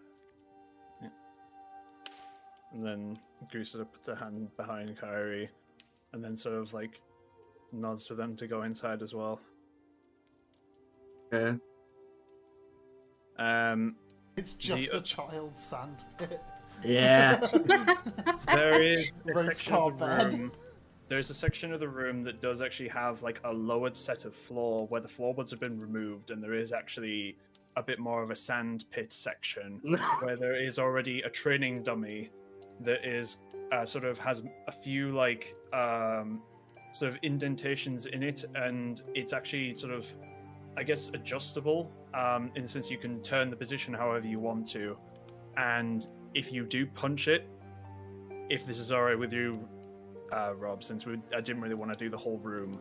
And then Grease sort of puts a hand behind Kyrie and then sort of like nods to them to go inside as well.
Okay.
Um,
It's just
uh,
The-
a child's sand pit.
Yeah.
there is a
Race
section of the
car bed.
room. There's a section of the room that does actually have like a lowered set of floor where the floorboards have been removed, and there is actually a bit more of a sand pit section where there is already a training dummy that is uh, sort of has a few like um, sort of indentations in it, and it's actually sort of, I guess, adjustable. Um, in the sense you can turn the position however you want to, and if you do punch it, if this is alright with you, uh, Rob, since we, I didn't really want to do the whole room,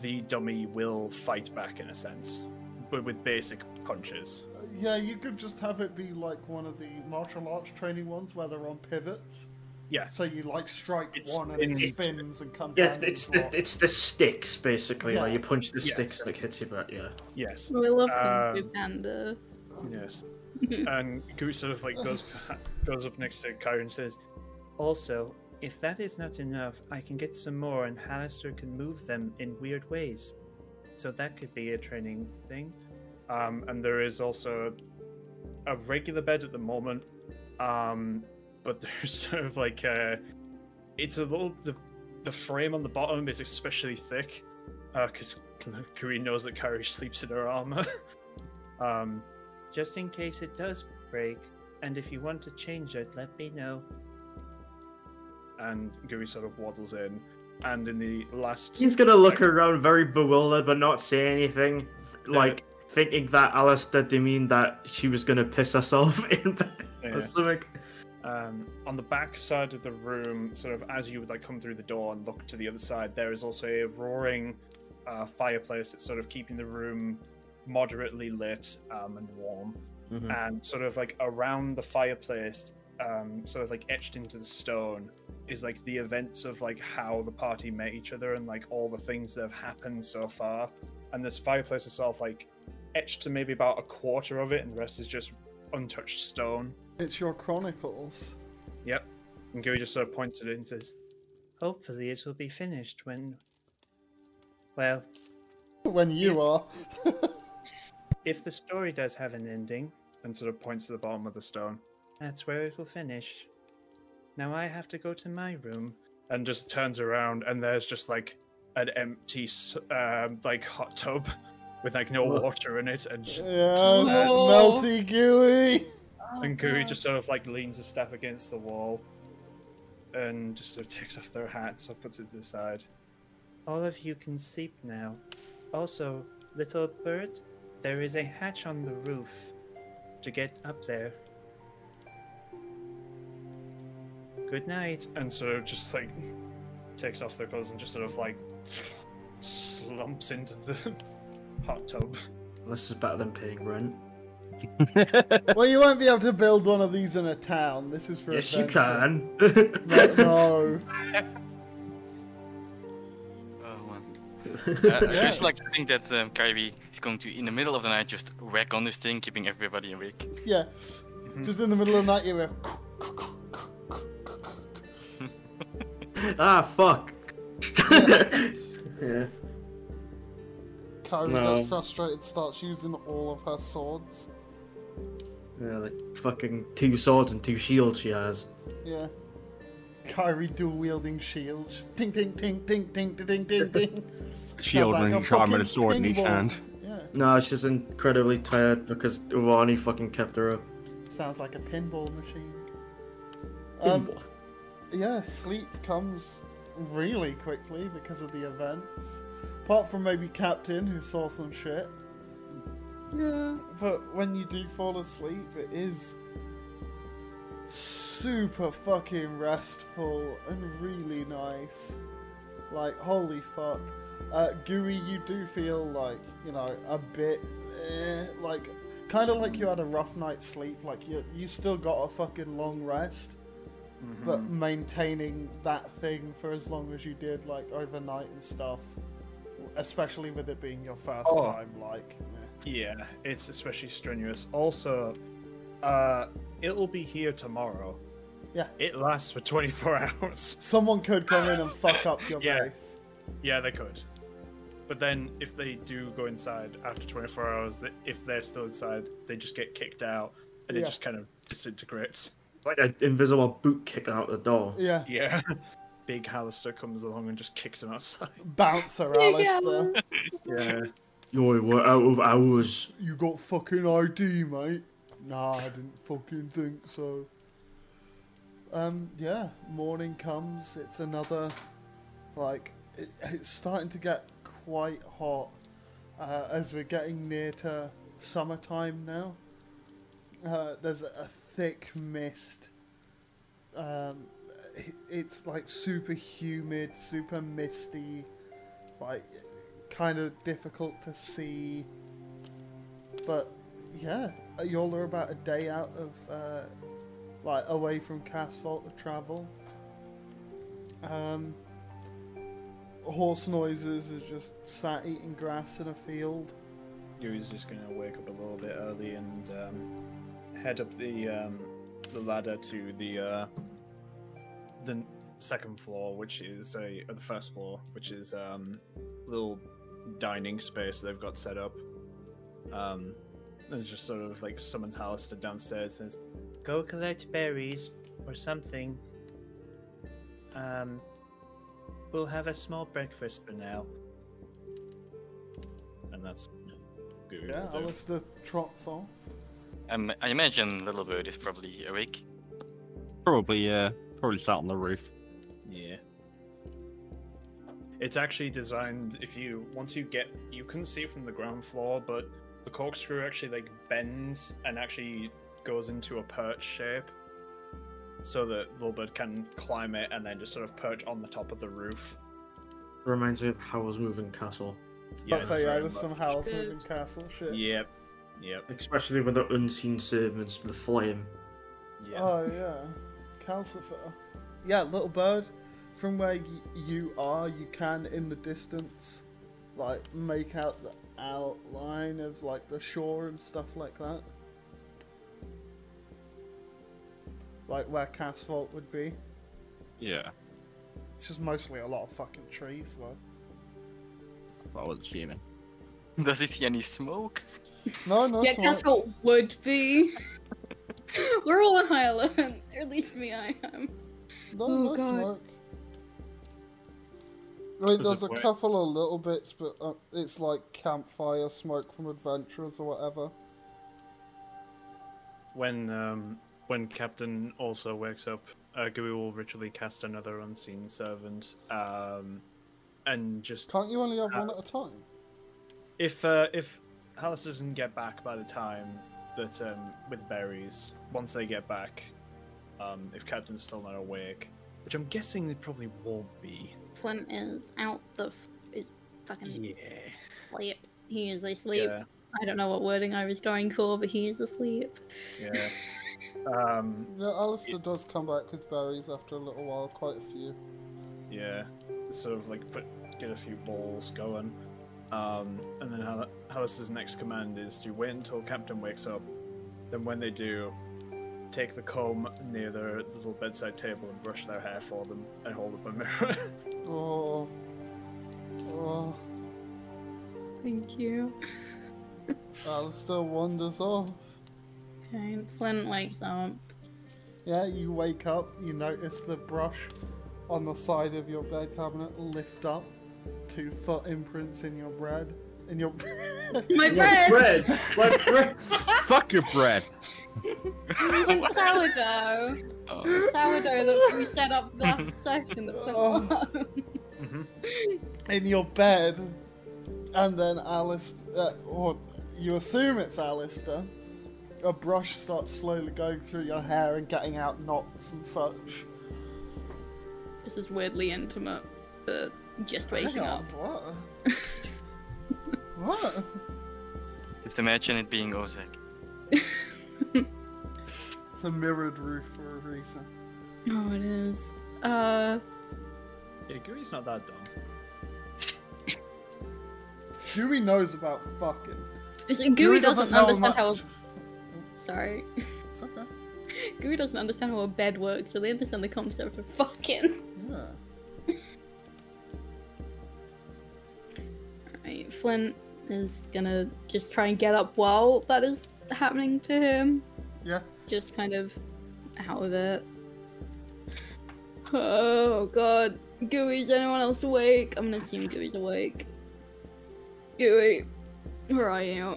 the dummy will fight back in a sense, but with basic punches.
Yeah, you could just have it be like one of the martial arts training ones where they're on pivots.
Yes.
So you like strike
It
one and it
spins.
spins and comes
yeah,
down. to
it's
the
the,
floor.
it's the sticks basically. Like you punch the
Yeah.
sticks and it hits you back. Yeah.
Yes.
we love Kung
Um,
Fu Panda.
Yes. and Goose sort of like goes goes up next to Kyra and says, "Also, if that is not enough, I can get some more, and Hallister can move them in weird ways. So that could be a training thing." Um, and there is also a regular bed at the moment, um, but there's sort of like uh it's a little the the frame on the bottom is especially thick because Kuri knows that Kyrie sleeps in her armor. um, just in case it does break. And if you want to change it, let me know. And Guri sort of waddles in, and in the last
He's gonna look around very bewildered but not say anything, like thinking that Alistair demeaned that she was gonna piss herself in bed
Yeah.
or something.
um, on the back side of the room, sort of as you would like come through the door and look to the other side, there is also a roaring uh, fireplace that's sort of keeping the room moderately lit um, and warm. and sort of like around the fireplace um sort of like etched into the stone is like the events of like how the party met each other and like all the things that have happened so far and this fireplace is sort of like etched to maybe about a quarter of it and the rest is just untouched stone
It's your chronicles.
yep and Gary just sort of points at it and says hopefully it will be finished when well
When you are.
If the story does have an ending, and sort of points to the bottom of the stone, that's where it will finish. Now I have to go to my room, and just turns around, and there's just like an empty, s- um, like hot tub with like no
Whoa.
water in it, and
yeah,
just,
Oh.
melty gooey.
and Guri just sort of like leans his staff against the wall, and just sort of takes off their hat, so puts it to the side. All of you can sleep now. Also, little bird, there is a hatch on the roof to get up there. Good night. And so just like takes off their clothes and just sort of like slumps into the hot tub.
This is better than paying rent.
well, you won't be able to build one of these in a town. This is for
yes, you
adventure.
can.
No, no.
Oh, man. Uh, I just like to think that um, Kyrie is going to, in the middle of the night, just wreck on this thing, keeping everybody awake.
Yeah.
Mm-hmm.
Just in the middle of the night, you were.
ah, fuck. yeah.
Kyrie
No.
gets frustrated, starts using all of her swords.
Yeah, like fucking two swords and two shields she has.
Yeah. Kyrie dual wielding shields. Ting, ting, ting, ting, ting, ting, ting, ting.
Shield
Sounds like
and
a
each arm and
fucking
a sword in each
pinball.
hand.
Yeah.
No, she's incredibly tired because Ivani fucking kept her up.
Sounds like a pinball machine. Um,
Pinball.
yeah, sleep comes really quickly because of the events. Apart from maybe Captain, who saw some shit.
Yeah.
But when you do fall asleep, it is super fucking restful and really nice. Like, holy fuck. Uh, Gooey, you do feel like, you know, a bit, eh, like, kind of like you had a rough night's sleep. Like, you, you still got a fucking long rest. But maintaining that thing for as long as you did, like, overnight and stuff. Especially with it being your first
Oh.
time, like, meh.
Yeah, it's especially strenuous. Also, uh, it'll be here tomorrow.
Yeah.
It lasts for 24 hours.
Someone could come in and fuck up your
Yeah.
base.
Yeah, they could. But then, if they do go inside after 24 hours, th- if they're still inside, they just get kicked out and
Yeah.
it just kind of disintegrates.
Like an invisible boot kicking out the door.
Yeah.
Yeah. Big Hallister comes along and just kicks him outside.
Bouncer,
Yeah.
Alistair.
Yeah.
Yo, we're out of hours.
You got fucking ID, mate. Nah, I didn't fucking think so. Um, yeah, morning comes. It's another, like, it, it's starting to get quite hot uh, as we're getting near to summertime now. Uh, there's a, a thick mist. Um, it- it's like super humid, super misty, like kind of difficult to see. But yeah, y'all are about a day out of uh, like away from Castvault to travel. Um, horse noises is just sat eating grass in a field.
Yuri's just going to wake up a little bit early and um, head up the um, the ladder to the uh, the second floor, which is a or the first floor, which is um, little dining space they've got set up. Um, and it's just sort of like summons Hallister downstairs and says,
Go collect berries or something. Um, we'll have a small breakfast for now.
and that's good.
Yeah, Alistair trots off.
Um, I imagine Little Bird is probably awake.
Probably, yeah. Probably sat on the roof.
Yeah. It's actually designed if you once you get you can see from the ground floor, but the corkscrew actually like bends and actually goes into a perch shape. So that Lulbird can climb it and then just sort of perch on the top of the roof.
Reminds me of Howl's Moving Castle.
Yeah, That's
it's
how yeah,
very
there's some
much-
house
Good.
moving castle shit.
Yep. Yep.
Especially with the unseen servants, the flame.
Yeah.
Oh yeah, Calcifer. Yeah, little bird. From where y- you are, you can in the distance, like make out the outline of like the shore and stuff like that. Like where Casvault would be,
Yeah.
which is mostly a lot of fucking trees though.
I was assuming.
Does it see any smoke?
No, no.
yeah,
it's all right.
Castle would be. We're all on high alert. or At least me, I am.
No,
Oh,
no
God.
smoke. I mean,
Does
there's
it
a
work?
couple of little bits, but uh, it's like campfire smoke from adventurers or whatever.
When um when Captain also wakes up, uh, Gui will ritually cast another unseen servant, um, and just
Can't you only have one at a time?
If uh, if Hallis doesn't get back by the time that um, with berries, once they get back, um, if Captain's still not awake, which I'm guessing it probably won't be.
Flint is out the f- is fucking
Yeah.
asleep. He is asleep.
Yeah.
I don't know what wording I was going for, but he is asleep.
Yeah. um.
Yeah, Alistair does come back with berries after a little while, quite a few.
Yeah. Sort of like put get a few balls going. Um. And then Hal- Hallister's next command is to wait until Captain wakes up. Then when they do, take the comb near their little bedside table and brush their hair for them and hold up a mirror.
Oh, oh,
Thank you.
Alistair wanders off.
Okay, Flint wakes up.
Yeah, you wake up, you notice the brush on the side of your bed cabinet lift up, two foot imprints in your bread, in your
My bread!
Bread! Like bread!
Fuck your bread.
Flint's sourdough!
Oh,
Sourdough that we set up last session that Flint
Oh.
loves.
in your bed, and then Alistair, uh, or you assume it's Alistair, a brush starts slowly going through your hair and getting out knots and such.
This is weirdly intimate. The just waking
Hang
up.
on, Oh, What? what?
just imagine it being Ozek.
It's a mirrored roof for a reason.
No, it is. Uh,
yeah, Gooey's not that dumb.
Huey knows about fucking.
this- Gooey, doesn't,
doesn't know
understand how.
much.
Sorry,
It's okay.
Gooey doesn't understand how a bed works, so they understand the concept of fucking.
Yeah.
Right, Flint is gonna just try and get up while that is happening to him.
Yeah.
Just kind of out of it. Oh god. Gooey's anyone else awake? I'm gonna assume Gooey's awake. Gooey, where are you?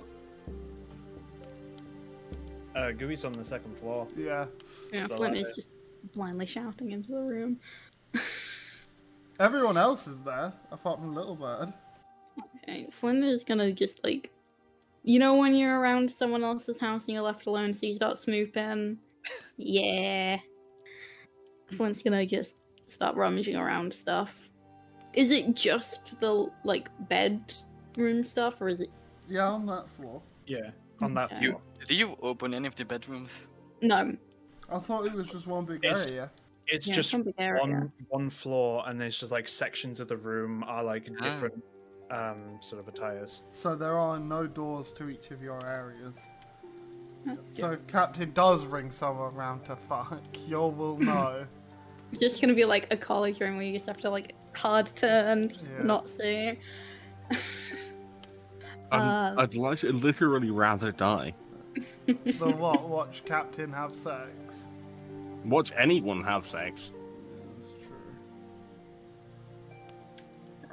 Uh, Gooey's on the second floor.
Yeah.
Yeah,
It's all
Flint
right.
is just blindly shouting into the room.
Everyone else is there, apart from Little Bird.
Okay, Flint is gonna just like, you know, when you're around someone else's house and you're left alone, so you start snooping. Yeah. Flint's gonna just start rummaging around stuff. Is it just the like bed room stuff, or is it
Yeah, on that floor.
Yeah, on that
Okay.
floor.
Do you open any of the bedrooms?
no?
I thought it was just one big
It's-
area.
It's
Yeah,
just
some big area.
one one floor, and there's just like sections of the room are like different um sort of attires.
So there are no doors to each of your areas.
Yeah.
So if Captain does bring someone round to fuck, you will know.
It's just gonna be like a college room where you just have to like hard turn, just
Yeah.
not see.
I'm-
Uh.
I'd like to literally rather die.
the what? Watch Captain have sex.
Watch anyone have sex.
That's true.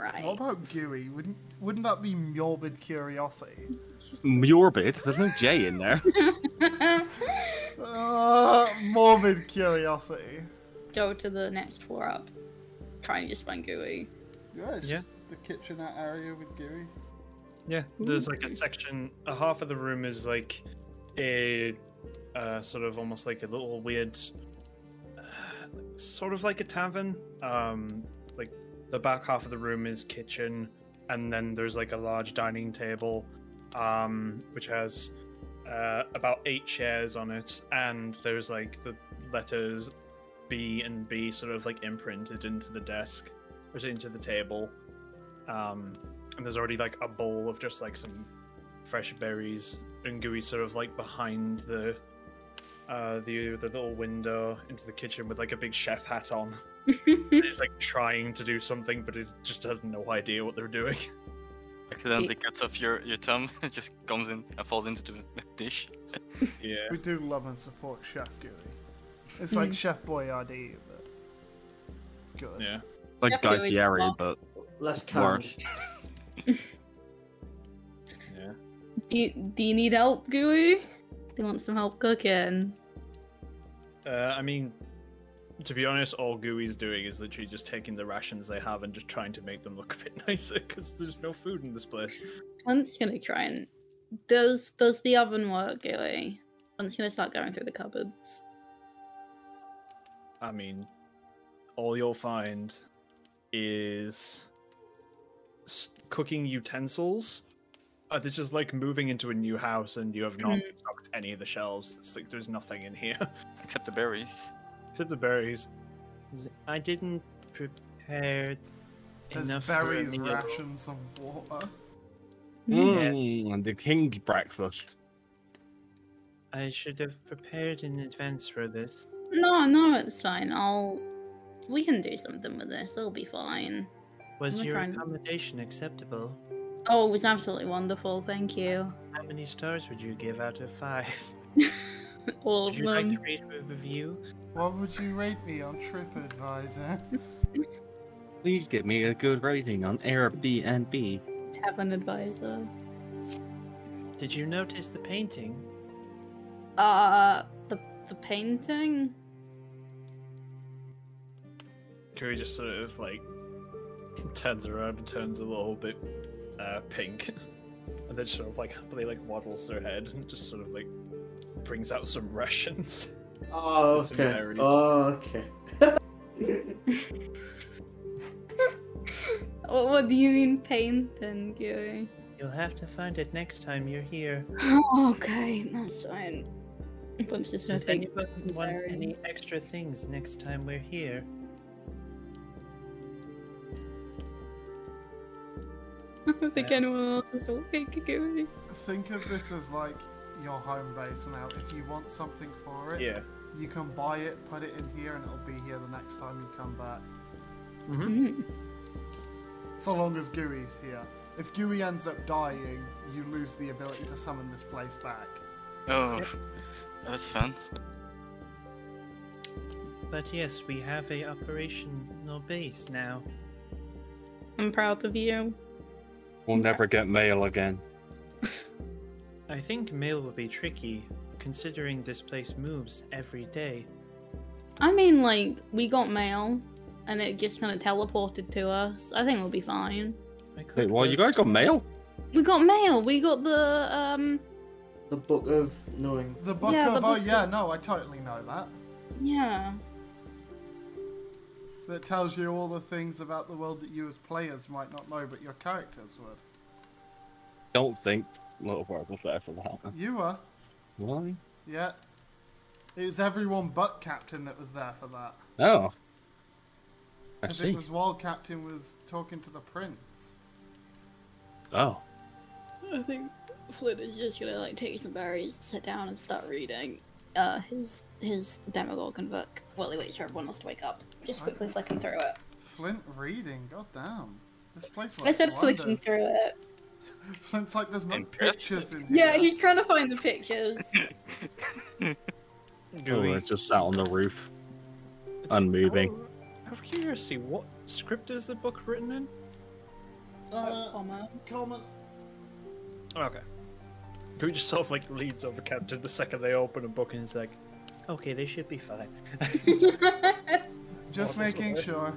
Right.
What about Gooey? Wouldn't wouldn't that be morbid curiosity?
Morbid. There's no J in there.
Uh, morbid curiosity.
Go to the next floor up. Try and just find Gooey.
Yeah, it's
Yeah.
just the kitchenette area with Gooey.
Yeah, there's like a section. A half of the room is like a uh, sort of almost like a little weird, uh, sort of like a tavern. Um, like the back half of the room is kitchen, and then there's like a large dining table, um, which has uh, about eight chairs on it, and there's like the letters B and B sort of like imprinted into the desk, or into the table. Um, and there's already like a bowl of just like some fresh berries and gooey sort of like behind the uh the the little window into the kitchen with like a big chef hat on and he's like trying to do something but he just has no idea what they're doing
Accidentally cuts off your, your thumb, it just comes in and falls into the dish.
yeah
We do love and support Chef Gooey. It's like Chef Boyardee, but good.
yeah
Like Guy
Definitely
Fieri,
not.
but
Less calm.
Worse.
yeah
Do you, do you need help, Gooey? Do you want some help cooking?
uh i mean to be honest all gooey's doing is literally just taking the rations they have and just trying to make them look a bit nicer because there's no food in this place
I'm just gonna try and does does the oven work, Gooey? I'm just gonna start going through the cupboards.
I mean, all you'll find is s- cooking utensils. Uh, this is like moving into a new house, and you have not stocked any of the shelves. It's like there's nothing in here
Except the berries.
except the berries.
I didn't prepare
There's
enough
berries,
for a meal.
rations, and water.
Mm, and the king's breakfast.
I should have prepared in advance for this.
No, no, it's fine. I'll. We can do something with this. It'll be fine.
Was
I'm
your
trying-
accommodation acceptable?
Oh, it was absolutely wonderful. Thank you.
How many stars would you give out of five?
All
Would
of
you like to
them.
read a review?
What would you rate me on TripAdvisor?
Please give me a good rating on Airbnb.
Have an advisor.
Did you notice the painting?
Uh, the the painting.
Curry just sort of like turns around and turns a little bit uh, pink, and then sort of like happily like waddles her head and just sort of like brings out some rations.
Oh,
Some
okay.
berries.
Oh, okay.
What, what do you mean painting, Gary?
You'll have to find it next time you're here.
okay, that's fine. I'm just gonna
Does
take
anyone
some
want
berries.
any extra things next time we're here?
I don't think anyone else is awake, Gary.
Think of this as like your home base now. If you want something for it,
Yeah.
you can buy it, put it in here, and it'll be here the next time you come back.
Mm.
So long as Gooey's here. If Gooey ends up dying, you lose the ability to summon this place back.
Oh, that's fun.
But yes, we have a operational base now.
I'm proud of you.
We'll never get mail again.
I think mail will be tricky, considering this place moves every day.
I mean, like, we got mail, and it just kind of teleported to us. I think we'll be fine.
I could
Wait, what? You
work-
guys got mail?
We got mail. We got the um.
The book of knowing.
The book
Yeah,
of
the
oh
book
yeah, no, I totally know that.
Yeah.
That tells you all the things about the world that you as players might not know, but your characters would.
Don't think Little Bird was there for that.
You were,
Why?
yeah. It was everyone but Captain that was there for that.
Oh. I
Because
see.
it was while Captain was talking to the prince.
Oh.
I think Flint is just gonna like take some berries, sit down, and start reading uh his his Demogorgon book while he waits for everyone else to wake up. Just quickly flicking through it.
Flint reading, goddamn. This place works
I said flicking
wonders.
through it.
Flint's like, there's no
Impressive.
pictures in here.
Yeah, he's trying to find the pictures.
Oh,
Gooey.
it just sat on the roof, unmoving.
Out of curiosity, what script is the book written in?
Uh,
Comma.
comment.
Okay. Gooey just sort of like leads over Captain the second they open a book and is like,
Okay, they should be fine.
Just
Oh, that's
making
alright.
sure.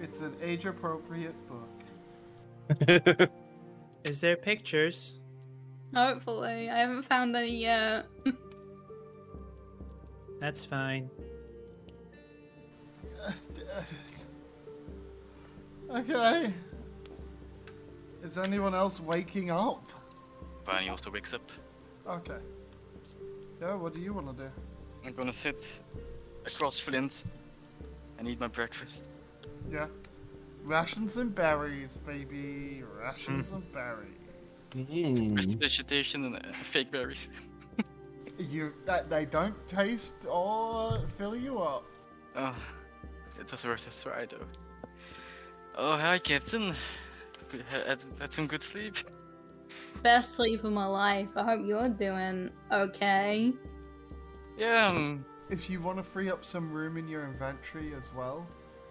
It's an age-appropriate book.
Is there pictures?
Hopefully, I haven't found any uh, yet.
That's fine.
Okay. Is anyone else waking up?
Barney also wakes up.
Okay. Yeah, what do you want to do?
I'm gonna sit across Flint and eat my breakfast.
Yeah. Rations and berries, baby. Rations
Hmm.
and berries.
Rest
Mm.
vegetation and uh, fake berries.
You, uh, they don't taste or fill you up.
Oh, it does work that's right though. Oh, hi, Captain. We ha- Had, had some good sleep.
Best sleep of my life. I hope you're doing okay.
Yeah, um,
If you want to free up some room in your inventory as well,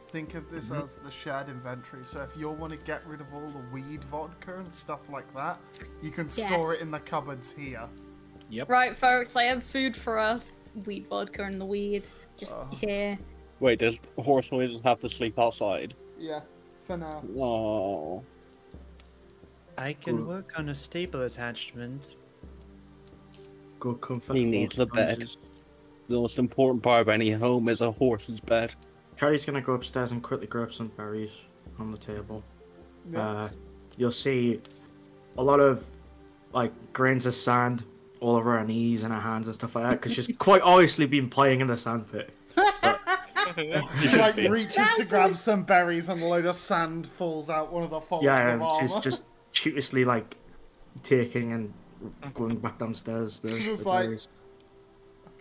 think of this as the shared inventory. So if you want to get rid of all the weed vodka and stuff like that, you can store it in the cupboards here.
Right, folks, I have food for us. Weed vodka and the weed. Just
Oh.
here.
Wait, does horse noises have to sleep outside?
Yeah, for now.
Oh.
I can
Cool.
work on a stable attachment.
Go comfort.
He needs
horse
a bed.
noises.
The most important part of any home is a horse's bed.
Kyrie's gonna go upstairs and quickly grab some berries on the table. Uh, you'll see a lot of like grains of sand all over her knees and her hands and stuff like that because she's quite obviously been playing in the sandpit.
She like reaches to grab some berries and a load of sand falls out one of the folds
Yeah,
of
and
armor.
she's just sheepishly like taking and going back downstairs. The,
Just
the
like-
berries.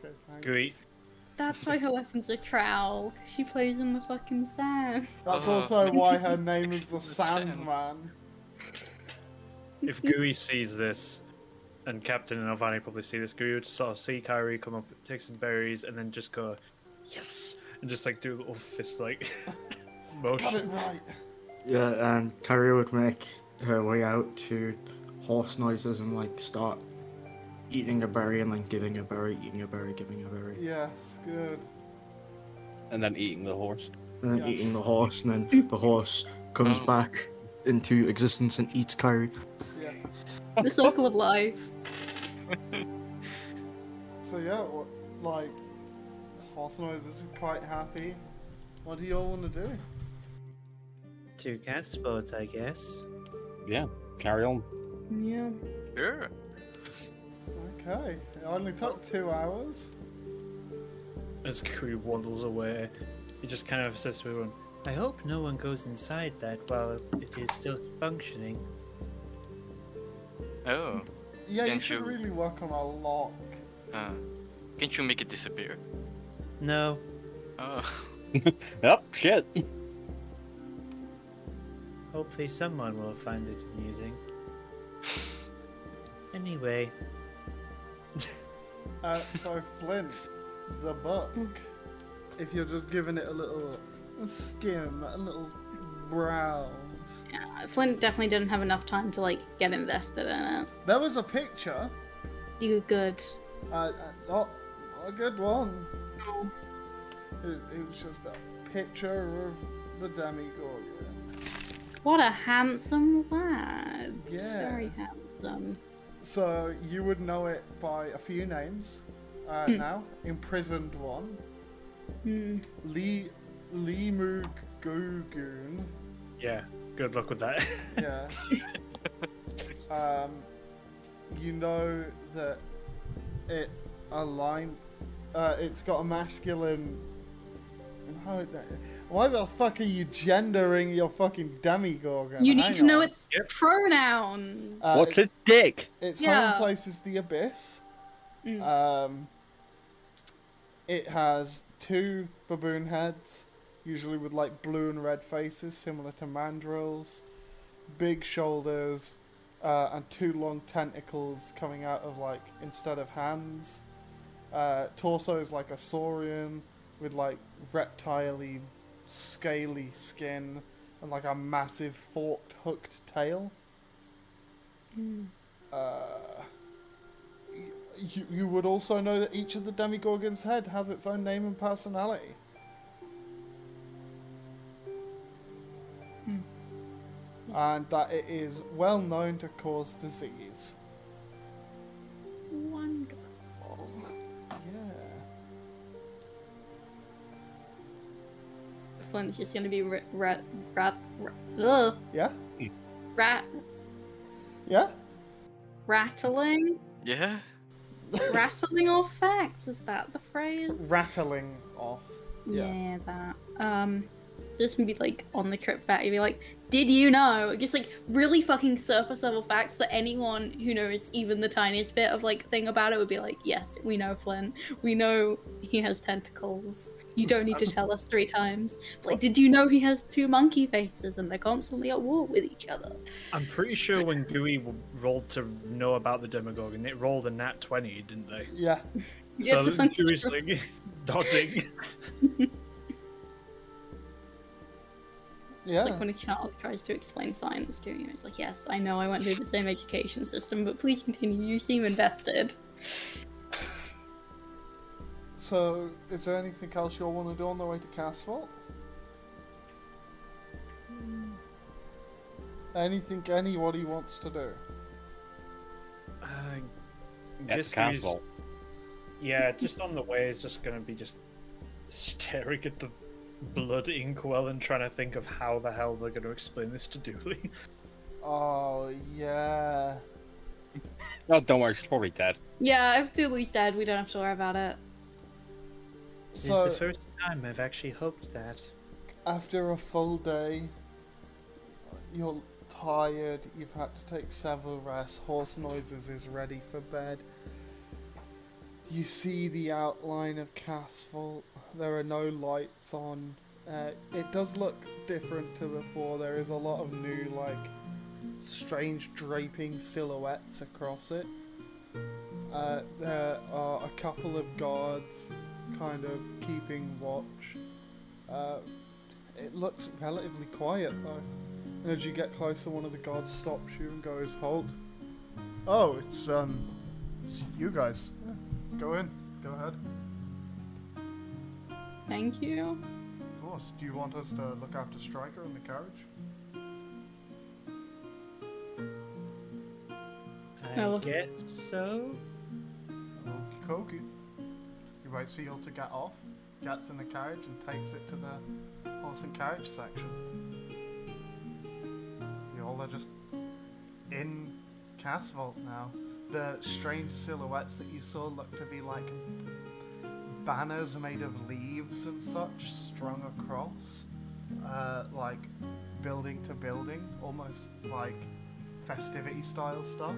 Okay, thanks.
Great.
That's why her weapon's a trowel. 'cause She plays in the fucking sand.
That's
Uh,
also why her name is the
Excellent.
Sandman.
If Gui sees this, and Captain and Alvani probably see this, Gui would sort of see Kyrie come up, take some berries, and then just go, yes, and just like do a little fist like
Got it
motion.
right.
Yeah, and Kyrie would make her way out to horse noises and like start eating a berry and then giving a berry, eating a berry, giving a berry,
Yes, good.
and then eating the horse.
and then
Yeah.
eating the horse, and then the horse comes
Mm.
Oh.
back into existence and eats Kyrie.
Yeah.
The circle of life.
So yeah, what, like horse noise is quite happy. What do you all want to do?
Two cat sports, I guess.
Yeah, carry on.
Yeah.
Sure.
Okay, it only took two hours.
As Gui waddles away, he just kind of says to everyone,
I hope no one goes inside that while it is still functioning.
Oh.
Yeah, you
Can't
should
you-
really work on a lock.
Uh, can't you make it disappear?
No,
Oh.
Yep, shit.
hopefully someone will find it amusing. Anyway,
Uh, so Flint, the book. If you're just giving it a little skim, a little browse.
Flint definitely didn't have enough time to like get invested in it.
There was a picture.
You good?
Uh, uh, not not a good one.
No.
It, it was just a picture of the Demigorgon.
What a handsome lad.
Yeah.
Very handsome.
So you would know it by a few names uh, now. Imprisoned one.
Hmm.
Lee Limug Gogun.
yeah, good luck with that.
Yeah. um, you know that it align. Uh, it's got a masculine. How, the- why the fuck are you gendering your fucking demigorgon?
You
Hang
need to know
on.
its pronoun.
Uh,
What's
it?
a dick?
Its
Yeah.
home place is the abyss.
Mm.
Um, it has two baboon heads, usually with like blue and red faces, similar to mandrills, big shoulders, uh, and two long tentacles coming out of like instead of hands. Uh, torso is like a saurian with like reptile-y, scaly skin and like a massive forked hooked tail uh, y- you, you would also know that each of the demigorgon's head has its own name and personality. And that it is well known to cause disease.
Wonderful.
Yeah.
Flint's just gonna be rat, rat, rat, rat,
Yeah?
rat
Yeah?
rattling,
Yeah.
rattling off facts. Is that the phrase?
Rattling off.
Yeah. that. Um, just be like on the trip back, you'd be like, "Did you know?" Just like really fucking surface level facts that anyone who knows even the tiniest bit of like thing about it would be like, "Yes, we know Flynn. We know he has tentacles. You don't need to tell us three times." But, like, did you know he has two monkey faces and they're constantly at war with each other?
I'm pretty sure when Gui rolled to know about the Demogorgon, it rolled a nat 20, didn't they?
Yeah.
Yeah, it's a fun-
Gui's like dodging.
Yeah.
It's like when a child tries to explain science to you. It's like, yes, I know I went through the same education system, but please continue. You seem invested.
So, is there anything else you'll want to do on the way to Castle?
Hmm.
Anything anybody wants to do?
Uh, guess
At the
Gui's-
castle.
Yeah, just on the way is just gonna be just staring at the blood inkwell and trying to think of how the hell they're going to explain this to Dooley.
Oh yeah.
No, Oh, don't worry, she's probably dead.
Yeah, if Dooley's dead, we don't have to worry about it.
it's
So
the first time I've actually hoped that.
after a full day, you're tired. You've had to take several rests. Horse noises is ready for bed. You see the outline of Castle. There are no lights on. Uh, it does look different to before. There is a lot of new, like, strange draping silhouettes across it. Uh, there are a couple of guards kind of keeping watch. Uh, it looks relatively quiet though. And as you get closer, one of the guards stops you and goes, "Hold." Oh, it's um, it's you guys. Yeah, go in. Go ahead.
Thank you.
Of course. Do you want us to look after Stryker in the carriage?
I
Oh.
guess so.
Okie dokie. You wait for you to get off. Gets in the carriage and takes it to the horse and carriage section. You all are just in Casvolt now. The strange silhouettes that you saw look to be like banners made of leaves and such strung across, uh, like building to building, almost like festivity style stuff.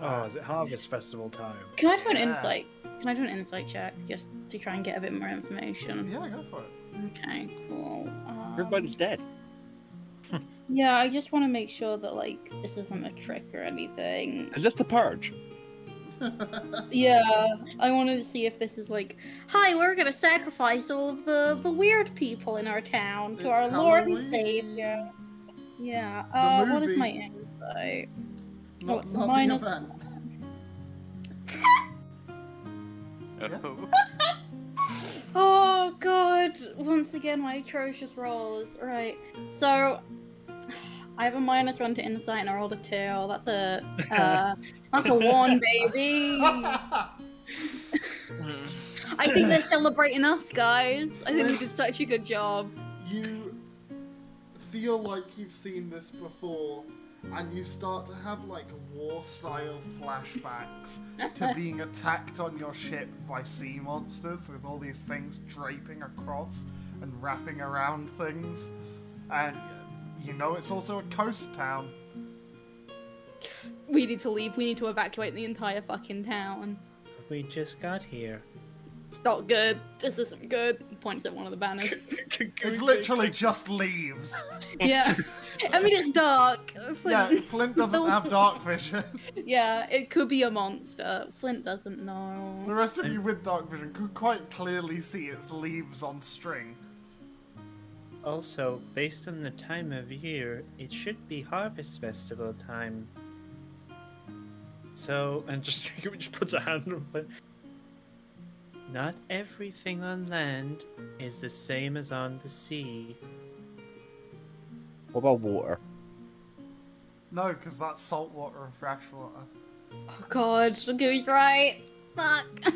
Oh, is it Harvest Festival time?
Can I do an
Yeah.
insight? Can I do an insight check just to try and get a bit more information?
Yeah, go for it.
Okay, cool. Um,
Everybody's dead.
Yeah, I just want to make sure that like this isn't a trick or anything.
Is this the purge?
Yeah, I wanted to see if this is like, hi, we're gonna sacrifice all of the the weird people in our town to
It's
our Lord and
Halloween.
Savior. Yeah.
The
Uh, what is
movie.
my insight?
Not,
it's
not
minus-
the event. Yeah.
Oh.
Oh god! Once again, my atrocious rolls. Right. So, I have a minus one to insight and I rolled a two. That's a uh, that's a one, baby. I think they're celebrating us, guys. I think we did such a good job.
you feel like you've seen this before and you start to have like war style flashbacks to being attacked on your ship by sea monsters with all these things draping across and wrapping around things and you know it's also a coast town
We need to leave. We need to evacuate the entire fucking town.
We just got here.
It's not good. This isn't good. Points at one of the banners.
it's literally just leaves
yeah. I mean, it's dark.
yeah
Flint,
flint doesn't have dark vision
yeah. it could be a monster. Flint doesn't know.
the rest of you with dark vision could quite clearly see it's leaves on string
Also, based on the time of year, it should be Harvest Festival time. So, and just just puts a hand on Flint. Not everything on land is the same as on the sea.
What about water?
No, because that's salt water and fresh water.
Oh god, the goose right. Fuck.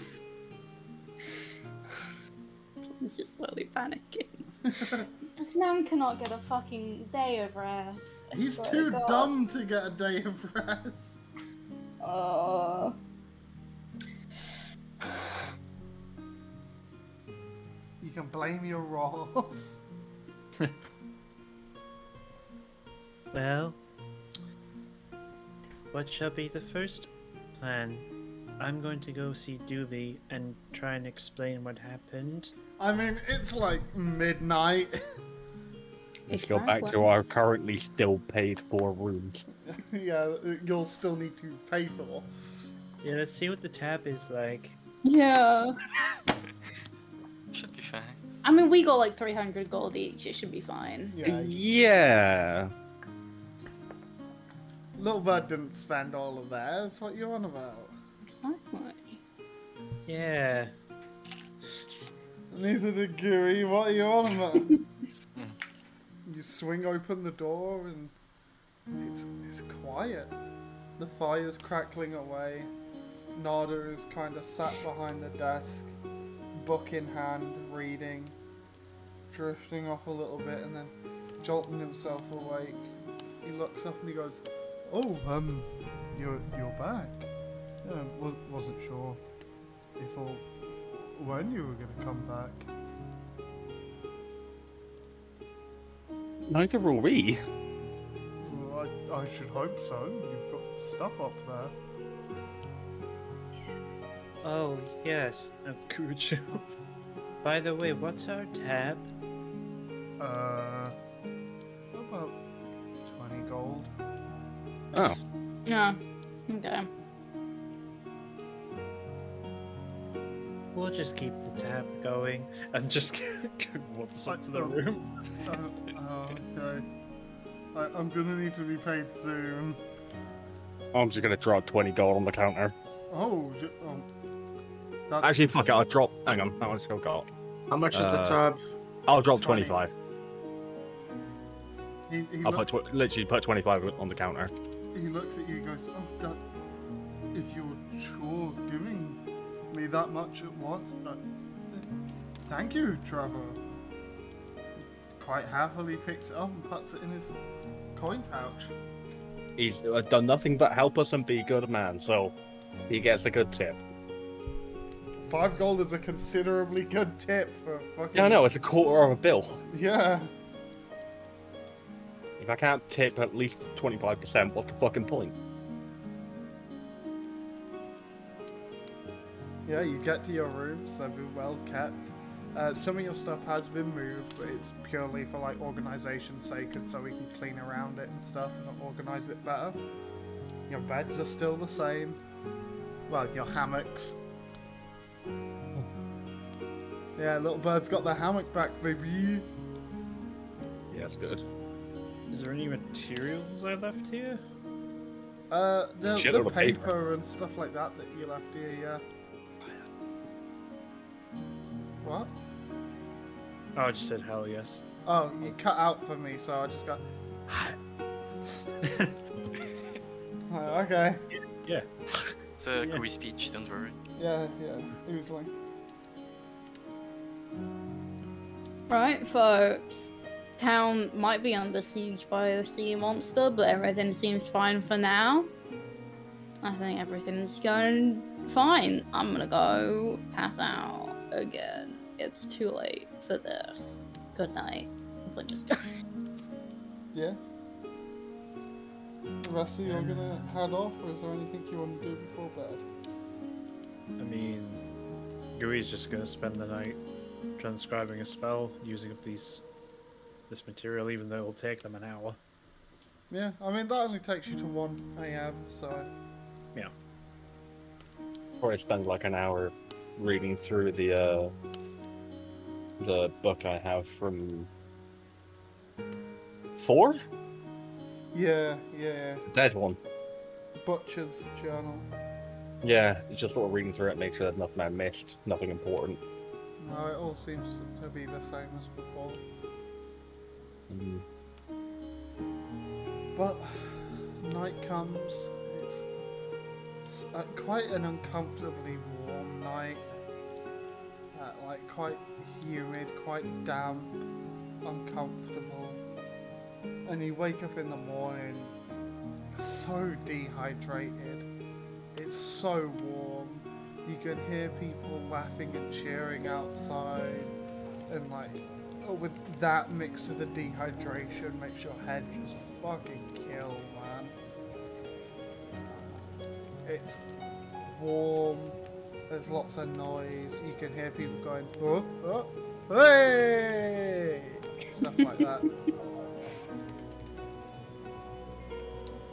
He's just slowly panicking. this man cannot get a fucking day of rest. I
He's
swear to
too
God.
dumb to get a day of rest.
Oh.
You can blame your rolls.
Well, what shall be the first plan? I'm going to go see Dooley and try and explain what happened.
I mean, it's like midnight.
Let's go back to our currently still paid for rooms.
yeah, you'll still need to pay for.
Yeah, let's see what the tab is like.
Yeah.
Should be fine.
I mean, we got like 300 gold each. It should be fine.
Yeah.
Yeah.
Little Bird didn't spend all of theirs. What you on about?
Exactly.
Yeah.
Neither did Gooey. What are you on about? you swing open the door and it's it's quiet. The fire's crackling away. Nada is kind of sat behind the desk, book in hand, reading. drifting off a little bit and then jolting himself awake. He looks up and he goes, "Oh, um, you're you're back. Yeah, wa- wasn't sure if or when you were gonna come back."
Neither were we.
Well, I, I should hope so. You've got stuff up there.
Oh, yes, a Cujo. By the way, what's our tab?
Uh, about twenty gold.
Oh.
No. Okay.
We'll just keep the tab going and just waltz
I-
into the
oh.
room.
Uh, oh, okay. I, I'm gonna need to be paid soon.
I'm just gonna drop 20 gold on the counter.
Oh, j- um, that's
Actually, fuck it. I'll drop. Hang on. How much have I got?
How much is the
Uh,
tab?
I'll drop
20.
25.
He, he,
I'll put
looks,
tw- literally put 25 on the counter.
he looks at you and goes, Oh, that, if you're sure giving me that much at once, uh, thank you, Trevor. Quite happily picks it up and puts it in his coin pouch.
He's uh, done nothing but help us and be a good man, so he gets a good tip.
Five gold is a considerably good tip for fucking.
Yeah, I know. It's a quarter of a bill.
Yeah.
If I can't tip at least 25%, what's the fucking point?
Yeah, you get to your room, so be well kept. Uh, some of your stuff has been moved, but it's purely for like organization's sake and so we can clean around it and stuff and organize it better. Your beds are still the same. Well, your hammocks. Yeah, little bird's got the hammock back, baby.
Yeah, it's good.
Is there any materials I left here?
Uh, the,
Shit
the
on
paper,
the paper.
and stuff like that that you left here, yeah. What?
Oh, I just said hell yes.
Oh, you cut out for me, so I just got. Oh, okay.
It's a yeah. speech, don't worry.
Yeah, yeah. He was like,
Right, folks. Town might be under siege by a sea monster, but everything seems fine for now. I think everything's going fine. I'm gonna go pass out again. It's too late for this. Good night. Like, just-
yeah. Rusty, you're gonna head off, or is there anything you want to do before bed?
I mean, Gui's just gonna spend the night transcribing a spell, using up these this material, even though it'll take them an hour.
Yeah, I mean, that only takes you to 1 a.m., so.
Probably spend like an hour reading through the uh, the book I have from four,
Yeah, yeah.
dead one.
Butcher's journal.
Yeah, it's just sort of reading through it, make sure there's nothing I missed, nothing important.
No, it all seems to be the same as before.
Mm.
But night comes. It's, it's uh, quite an uncomfortably warm night. Uh, like quite humid, quite damp, uncomfortable. And you wake up in the morning so dehydrated. It's so warm. You can hear people laughing and cheering outside. And like Oh, with that mixed with the dehydration makes your head just fucking kill, man. It's warm. There's lots of noise. You can hear people going, oh, oh, hey, stuff like that.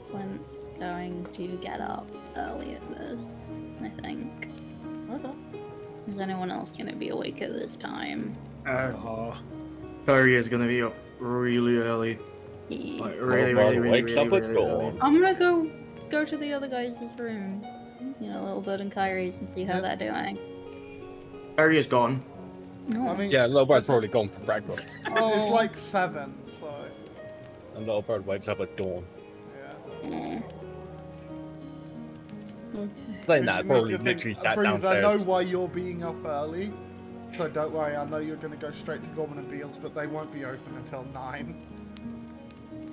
Clint's going to get up early at this, I think.
Okay.
Is anyone else gonna be awake at this time?
Uh,
Oh,
Barry is gonna be up really early.
He-
Like really,
Well,
really, really,
Oh, wakes
really,
up at
really
dawn.
I'm gonna go go to the other guys' room. You know, little bird and Kyrie's and see how
Yeah.
they're doing.
early. Barry is gone.
No.
I mean,
Yeah, Little Bird's
Listen-
probably gone for breakfast,
it's like seven, so
and Little Bird wakes up at dawn.
yeah.
Eh.
Saying
Which
that,
make
probably
you think,
literally sat
Breeze, I know
downstairs.
why you're being up early. So don't worry, I know you're going to go straight to Gorman and Beals, but they won't be open until 9.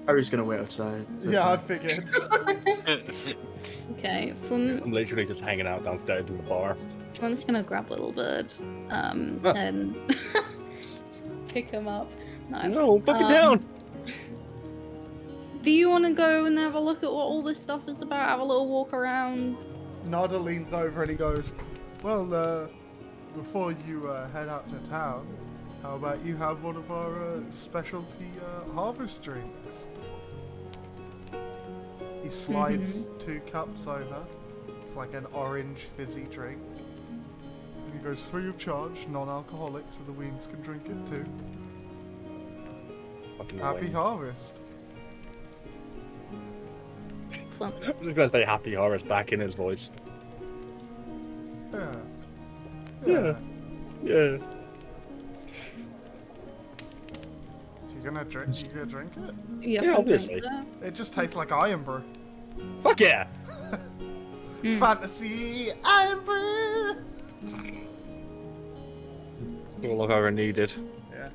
Harry's gonna wait outside.
Yeah, I figured.
Okay, Flynn,
I'm literally just hanging out downstairs in the bar.
Flynn's gonna grab Little Bird um,
Ah.
and pick him up. No.
No, put me
Um,
down.
Do you want to go and have a look at what all this stuff is about? Have a little walk around?
Nada leans over and he goes, Well, uh, before you uh, head out to town, how about you have one of our uh, specialty uh, harvest drinks? He slides two cups over. It's like an orange fizzy drink. And he goes, Free of charge, non alcoholic, so the weens can drink it too.
Fucking
Happy
lame.
harvest.
Flynn.
I was gonna say happy harvest back in his voice.
Yeah.
Yeah. Yeah.
You gonna drink? You gonna drink it?
Yeah,
Yeah,
Flynn drinks
obviously.
it.
It just tastes like iron brew.
Fuck yeah.
Mm.
Fantasy iron brew.
All I've ever needed.
Yeah.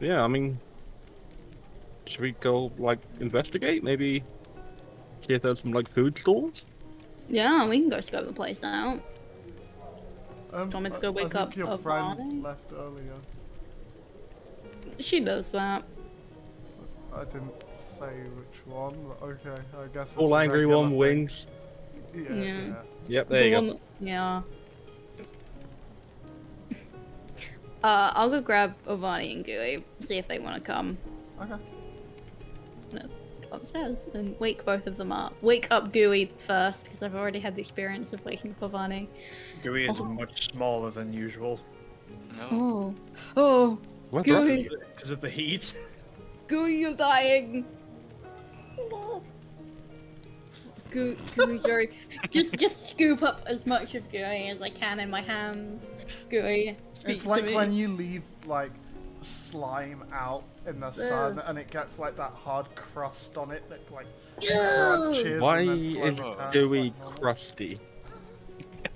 Yeah, I mean, should we go like investigate? Maybe see if there's some like food stalls.
Yeah, we can go scope the place out.
Um,
Do you want me to
I-
go
I
wake
think
up
Your
a
friend
Barney?
left earlier.
She does that.
I didn't say which one. but Okay, I guess. it's
All
a
angry
regular
one
thing.
wings.
Yeah,
Yeah.
yeah.
Yep, there
The
you go.
one- Yeah. Uh, I'll go grab Ovani and Gui, see if they want to come.
Okay.
Go upstairs and wake both of them up. Wake up Gui first, because I've already had the experience of waking up Ovani.
Gooey is
Oh.
much smaller than usual
No.
Oh. Oh.
What's that?
Gui.
because of the heat.
Gui, you're dying. Goo, gooey, sorry. just, just scoop up as much of gooey as I can in my hands. Gooey, speak
It's
to
like
me.
when you leave like slime out in the sun and it gets like that hard crust on it that like crunches.
Why
and then slowly
is
turns
Dewey
like normal.
crusty?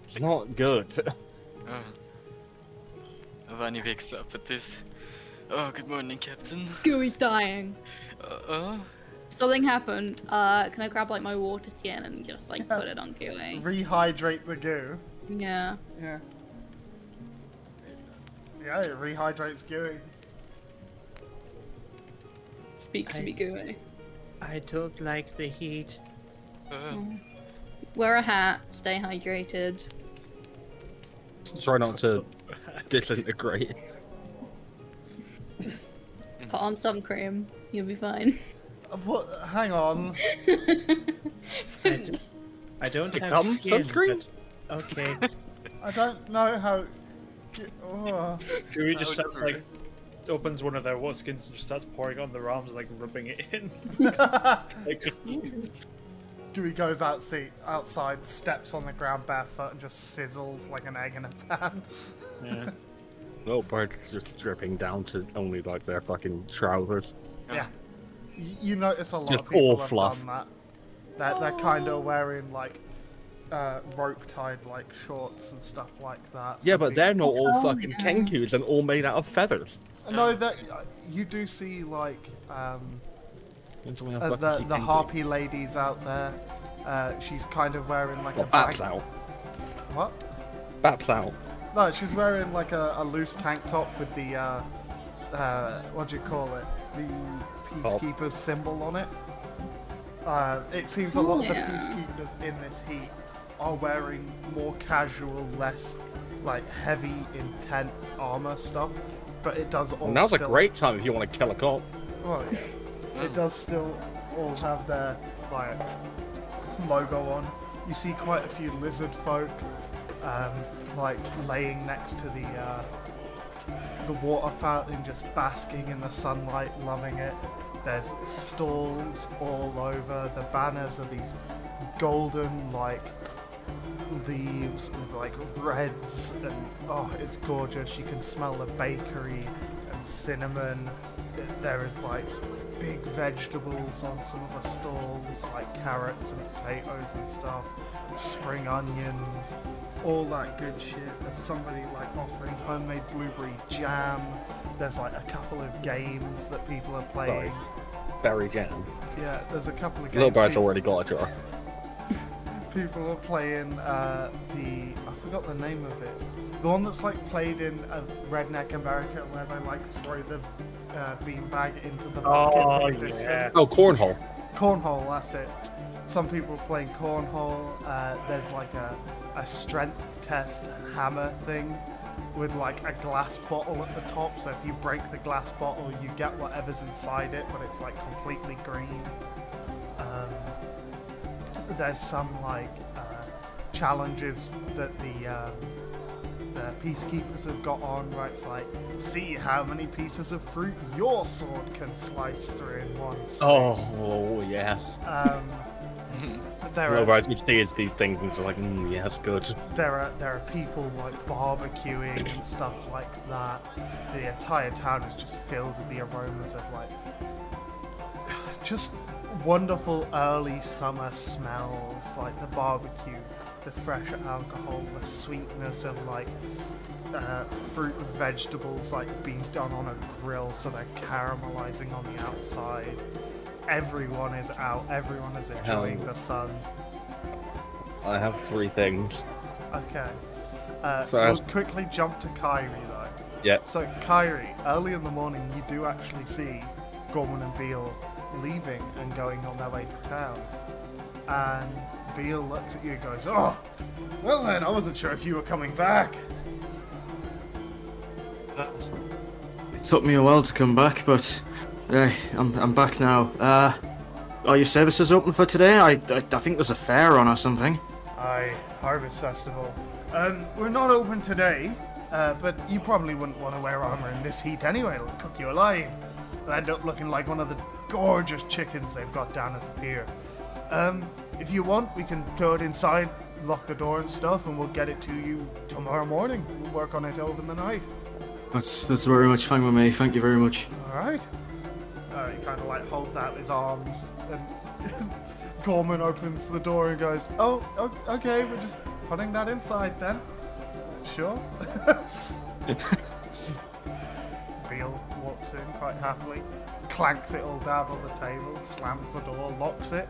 It's not good.
Oh. Vani wakes up at this. Oh, good morning, Captain.
Gooey's dying.
Uh, uh,
Something happened. Uh, can I grab like my water skin and just like put it on Gooey?
Rehydrate the goo.
Yeah.
Yeah. Yeah, it rehydrates gooey.
Speak to
I-
me, Gooey.
I don't like the heat.
uh.
Mm. Wear a hat. Stay hydrated.
Try not to disintegrate.
Put on sun cream. You'll be fine.
Uh, What? Hang on.
I d- I don't have
Become
skin,
sunscreen?
but- Okay.
I don't know how. ge- Oh.
Gooey just
How
starts like opens one of their what skins and just starts pouring on their arms, like rubbing it in. Like,
Dewey goes out see, outside, steps on the ground barefoot, and just sizzles like an egg in a pan.
yeah.
No, Bart's just dripping down to only like their fucking trousers.
yeah. You, you notice a lot
Just
of people
all
have
fluff.
done that. They're, they're kind of wearing like uh, rope tied like shorts and stuff like that.
Yeah,
Some
but
people-
they're not all
Oh,
fucking
yeah.
kenkus and all made out of feathers.
no, that you do see like um,
It's only a
uh,
fucking
the the
kenku.
harpy ladies out there. Uh, she's kind of wearing like
Well,
a
Baps
bag.
out.
What?
Baps out.
No, she's wearing like a, a loose tank top with the uh, uh, what do you call it? The
Bob.
peacekeeper's symbol on it. Uh, it seems a lot of the
Yeah.
peacekeepers in this heat are wearing more casual, less like heavy, intense armor stuff. But it does all.
Well, now's a
still-
great time if you want to kill a cop.
Well, yeah. It does still all have their like logo on. You see quite a few lizard folk, um, like laying next to the uh, the water fountain, just basking in the sunlight, loving it. There's stalls all over. The banners are these golden like leaves with like reds and oh it's gorgeous you can smell the bakery and cinnamon there is like big vegetables on some of the stalls, like carrots and potatoes and stuff, spring onions, all that good shit. There's somebody like offering homemade blueberry jam. There's like a couple of games that people are playing.
Sorry. Berry jam.
Yeah, there's a couple of games.
Little Bart's
people-
already got a jar.
people are playing uh, the I forgot the name of it. The one that's like played in uh, Redneck America, where they like throw the uh, beanbag into the bucket.
Oh,
from distance.
yeah.
Oh, cornhole.
cornhole. That's it. Some people are playing cornhole. Uh, there's like a a strength test hammer thing with like a glass bottle at the top. So if you break the glass bottle, you get whatever's inside it, but it's like completely green. Um, there's some like uh, challenges that the um, the peacekeepers have got on where it's like see how many pieces of fruit your sword can slice through in one swing.
Oh yes.
Um, there
Little
are
Bart just sees these things and is like, mm, yes, good.
there are there are people like barbecuing and stuff like that. The entire town is just filled with the aromas of like just wonderful early summer smells, like the barbecue, the fresh alcohol, the sweetness of like uh, fruit and vegetables like being done on a grill, so they're caramelizing on the outside. Everyone is out. Everyone is
Hell
enjoying
yeah.
the sun.
I have three things.
Okay. Uh,
First-
We'll quickly jump to Kyrie though.
Yep.
So Kyrie, early in the morning, you do actually see Gorman and Beale leaving and going on their way to town. And Beale looks at you and goes, "Oh, well then, I wasn't sure if you were coming back."
It took me a while to come back, but eh, I'm, I'm back now. Uh, are your services open for today? I, I, I think there's a fair on or something.
Aye, Harvest Festival. Um, we're not open today, uh, but you probably wouldn't want to wear armor in this heat anyway. It'll cook you alive. You'll end up looking like one of the gorgeous chickens they've got down at the pier. Um, if you want, we can tow it inside, lock the door and stuff, and we'll get it to you tomorrow morning. We'll work on it over the night.
That's that's very much fine with me. Thank you very much.
All right. Uh, he kind of like holds out his arms, and Gorman opens the door and goes, "Oh, o- okay, we're just putting that inside then." Sure. Beale walks in quite happily, clanks it all down on the table, slams the door, locks it,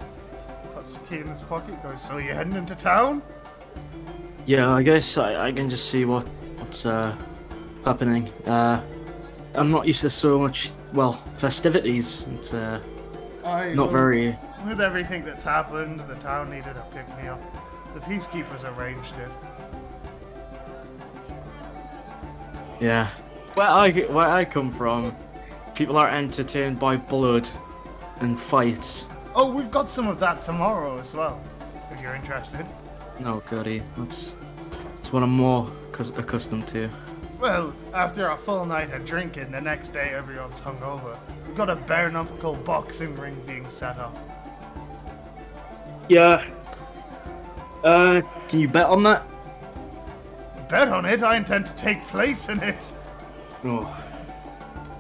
puts the key in his pocket, goes, "So you're heading into town?"
Yeah, I guess I, I can just see what what's uh, happening. Uh, I'm not used to so much well festivities. It's uh,
I
not very.
With everything that's happened, the town needed a pick me up. The peacekeepers arranged it.
Yeah. Where I where I come from, people are entertained by blood and fights.
Oh, we've got some of that tomorrow as well, if you're interested.
No, goody. That's that's what I'm more cus- accustomed to.
Well, after a full night of drinking, the next day everyone's hungover. We've got a bare knuckle boxing ring being set up.
Yeah. Uh, can you bet on that?
Bet on it, I intend to take place in it.
Oh.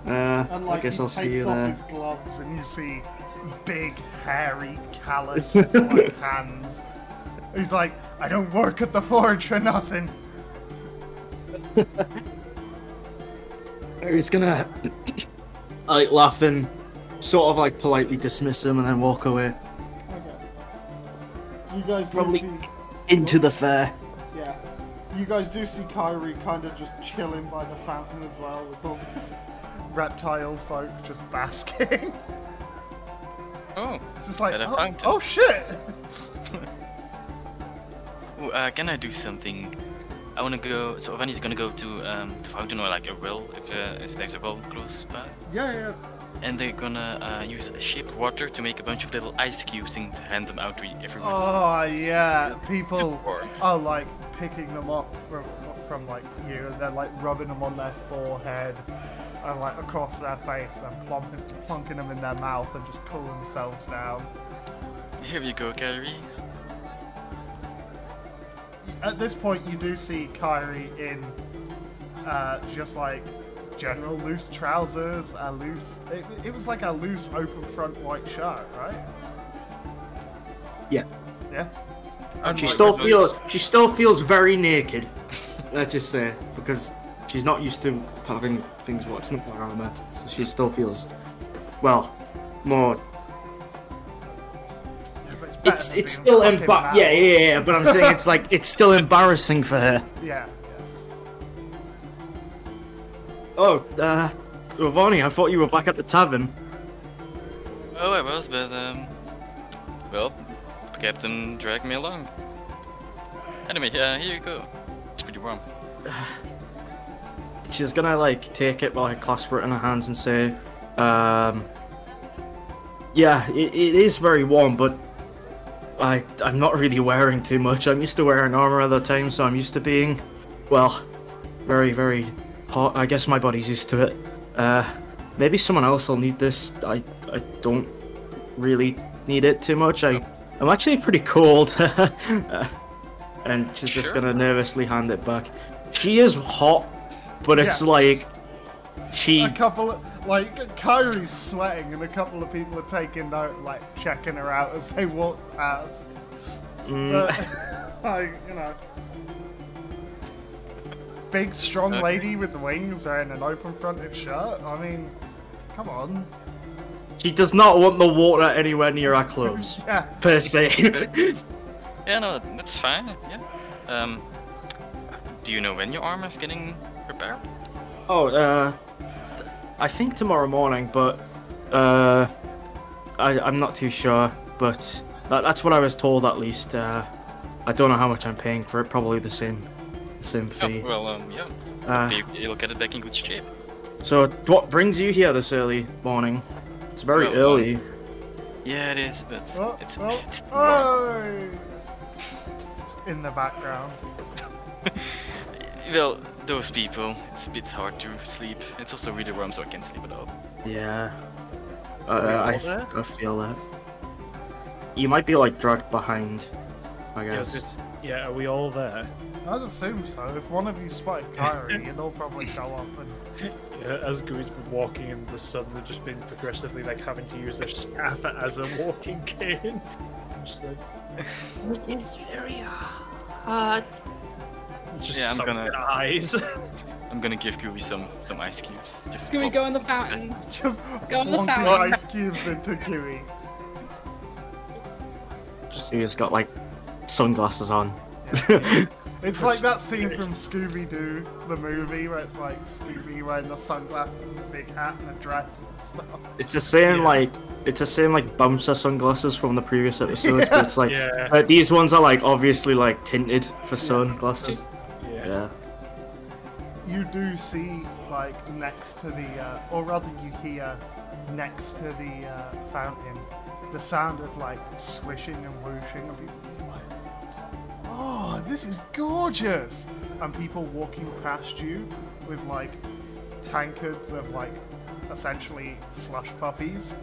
Uh,
And
I guess I'll see you there.
his gloves and you see big, hairy, calloused like, hands. He's like, I don't work at the forge for nothing.
He's gonna like laugh and sort of like politely dismiss him and then walk away.
You guys do
Probably-
see-
Into the fair.
Yeah. You guys do see Kyrie kind of just chilling by the fountain as well with all these
Reptile folk just basking.
Oh,
just like,
At a
oh,
fountain."
oh shit!
Ooh, uh, can I do something? I want to go. So Vanny's gonna go to um, the fountain or like a well, if uh, if there's a well close by,
Yeah, yeah,
and they're gonna uh, use ship water to make a bunch of little ice cubes and hand them out to everyone.
Oh yeah, people
Superborn.
are like picking them up from from like you, and they're like rubbing them on their forehead and like across their face, and then plumping, plunking them in their mouth and just cooling themselves down.
Here you go, Kyrie.
At this point, you do see Kyrie in uh, just like general loose trousers, a loose. It, it was like a loose open front white shirt, right?
Yeah.
Yeah.
And she
like,
still
with
feels she still feels very naked. Let's just say because she's not used to having things watching up around her, so she still feels well more. It's it's still embar- yeah, yeah yeah yeah. But I'm saying it's like it's still embarrassing for her.
Yeah.
Oh, uh, Ravani, I thought you were back at the tavern.
Oh, I was, but um, well, the captain dragged me along. Anyway, yeah, here you go. It's pretty warm.
She's gonna like take it while I clasp it in her hands and say, um, "Yeah, it, it is very warm, but I I'm not really wearing too much. I'm used to wearing armor other times, so I'm used to being, well, very very hot. I guess my body's used to it. Uh, maybe someone else will need this. I I don't really need it too much. I I'm actually pretty cold." Uh, and she's just gonna nervously hand it back. She is hot, but it's
Yeah.
like she
A couple of, like Kyrie's sweating, and a couple of people are taking note, like checking her out as they walk past.
Mm.
But, like you know, big strong
Okay.
lady with wings and an open-fronted shirt. I mean, come on.
she does not want the water anywhere near our clothes.
Yeah.
Per se.
Yeah, no, that's fine. Yeah. Um, do you know when your armor's getting prepared?
oh, uh I think tomorrow morning, but uh I, I'm not too sure, but that, that's what I was told at least. Uh I don't know how much I'm paying for it, probably the same the same fee.
Oh, well, um, yeah.
Uh,
You- You'll get it back in good shape.
So what brings you here this early morning? It's very
Well,
early.
Yeah, it is, but
Oh,
it's
oh,
it's warm.
oh. Just in the background.
well, those people. It's a bit hard to sleep. It's also really warm, so I can't sleep at all.
Yeah. Uh, I, f- I feel that. You might be like dragged behind, I
Yeah, I was
guess.
just- yeah, are we all there?
I'd assume so. If one of you spotted Kyrie, you'd all probably go up and
Yeah, as Gooey's been walking in the sun, they've just been progressively like having to use their staff as a walking cane. I'm just like, it's very hard. Uh, Just
Yeah, I'm
sunk
gonna-
their eyes.
I'm gonna give Gooey some some ice cubes. Just
Can we
pop-
go in the fountain?
just
Go in the
plonking
fountain.
ice cubes into Kiwi.
He has got like sunglasses on.
It's like that scene from Scooby Doo, the movie, where it's like Scooby wearing the sunglasses and the big hat and the dress and stuff.
it's the same like it's the same like bouncer sunglasses from the previous episodes, but it's like
Yeah.
but these ones are like obviously like tinted for sunglasses.
yeah.
Yeah.
You do see, like, next to the, uh, or rather, you hear next to the uh, fountain the sound of, like, swishing and whooshing of people. being Like, oh, this is gorgeous! And people walking past you with, like, tankards of, like, essentially slush puppies.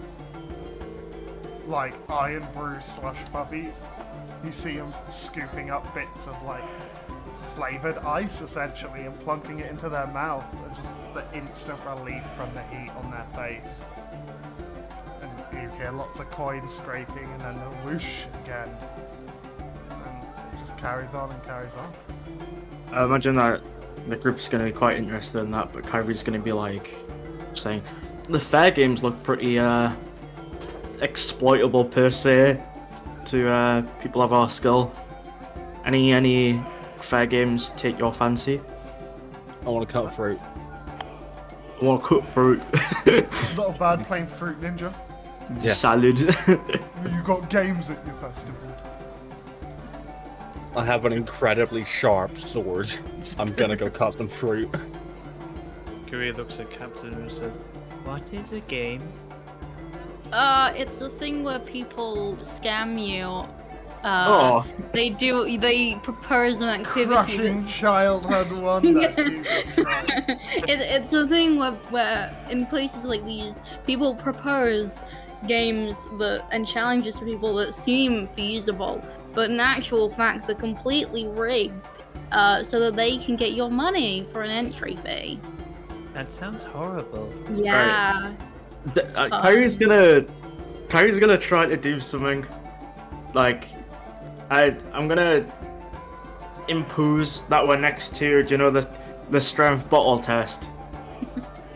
like iron brew slush puppies. You see them scooping up bits of like flavored ice essentially and plunking it into their mouth, and just the instant relief from the heat on their face. And you hear lots of coin scraping and then the whoosh again. And it just carries on and carries on.
I imagine that the group's going to be quite interested in that, but Kyrie's going to be like saying, the fair games look pretty uh, exploitable per se to uh, people of our skill. Any any fair games take your fancy?
I want to cut through.
I want to cut fruit,
Little bird playing Fruit Ninja.
Yeah.
salad.
You got games at your festival.
I have an incredibly sharp sword. I'm gonna go cut some fruit.
Gooey looks at Captain and says, What is a game?
Uh, it's a thing where people scam you. Uh,
oh,
They do. They propose an activity.
Crushing
that's-
childhood wonder. Jesus Christ.
it, it's a thing where, where in places like these, people propose games that and challenges to people that seem feasible, but in actual fact, they're completely rigged. Uh, so that they can get your money for an entry fee.
That sounds horrible.
Yeah.
Th- uh, Kyrie's gonna, Kyrie's gonna try to do something. Like, I, I'm gonna impose that we're next to, you know, the, the strength bottle test,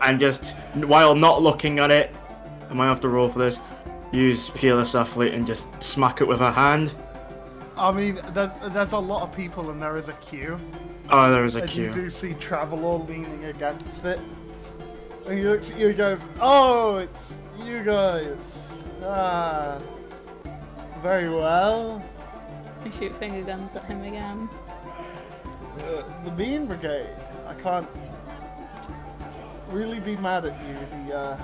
and just while not looking at it, I might have to roll for this. Use peerless athlete and just smack it with her hand.
I mean, there's there's a lot of people and there is a queue.
Oh, there is a
and
queue.
you do see Travelor leaning against it. And he looks at you and goes, Oh, it's you guys. Ah. Very well.
I shoot finger guns at him again.
Uh, the Bean Brigade. I can't really be mad at you. The, uh,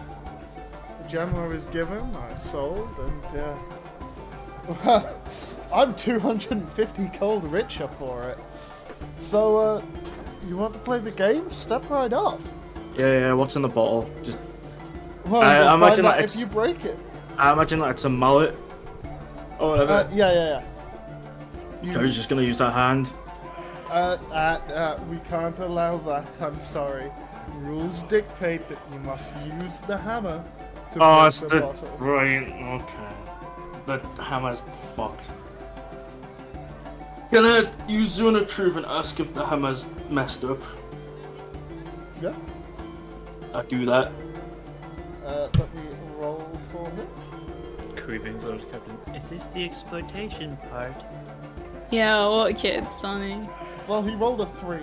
the gem I was given, I sold, and uh, well, I'm 250 gold richer for it. So, uh, you want to play the game? Step right up.
Yeah, yeah. What's in the bottle? Just.
Well,
I- I
you'll
imagine
find out
that
if
it's-
you break it.
I imagine that it's a mallet. Or whatever.
Uh, yeah, yeah, yeah. You-
Kyrie's just gonna use her hand.
Uh, uh, uh, we can't allow that. I'm sorry. Rules dictate that you must use the hammer to
Oh,
break
it's
the
the
bottle.
right. Okay. The hammer's fucked. Gonna use Zona Truth and ask if the hammer's messed up.
Yeah.
I do that.
Uh, let me roll for him.
Cravings old captain.
Is this the exploitation part?
Yeah, what kid's funny.
Well, he rolled a three.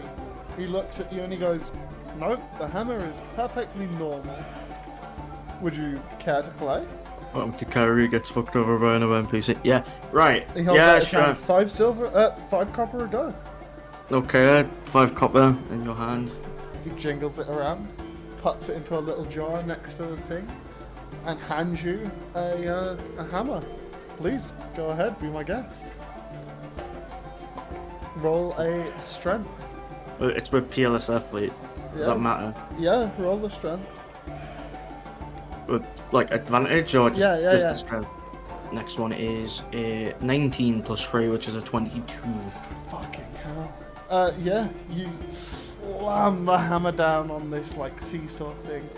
He looks at you and he goes, "Nope, the hammer is perfectly normal." Would you care to play?
Welcome to Kyrie gets fucked over by another NPC. Yeah, right.
He holds
Yeah,
out his
sure.
hand. Five silver, uh, five copper a go.
Okay, five copper in your hand.
He jingles it around, puts it into a little jar next to the thing, and hands you a, uh, a hammer. Please go ahead, be my guest. Roll a strength.
Uh, It's with peerless athlete. Does
Yeah.
that matter?
Yeah, roll the strength.
With uh, like advantage or just
Yeah, yeah,
just
yeah.
the strength? Next one is a 19 plus three, which is a 22.
Fucking hell. Uh, yeah, you slam the hammer down on this like seesaw thing,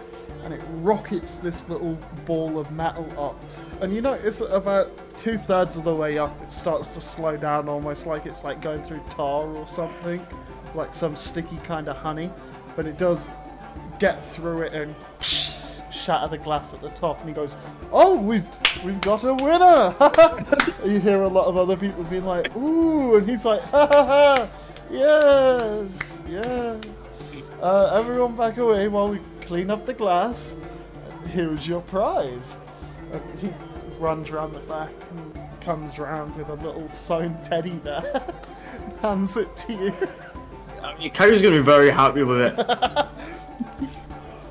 and it rockets this little ball of metal up. And you notice that about two thirds of the way up, it starts to slow down, almost like it's like going through tar or something, like some sticky kind of honey. But it does get through it and shatter the glass at the top. And he goes, "Oh, we've we've got a winner!" you hear a lot of other people being like, "Ooh," and he's like, "Ha ha ha! Yes, yes." Uh, everyone back away while we clean up the glass. Here's your prize. And he runs round the back and comes round with a little sewn teddy bear. Hands it to you.
I mean, Um, Kyrie's gonna be very happy with it.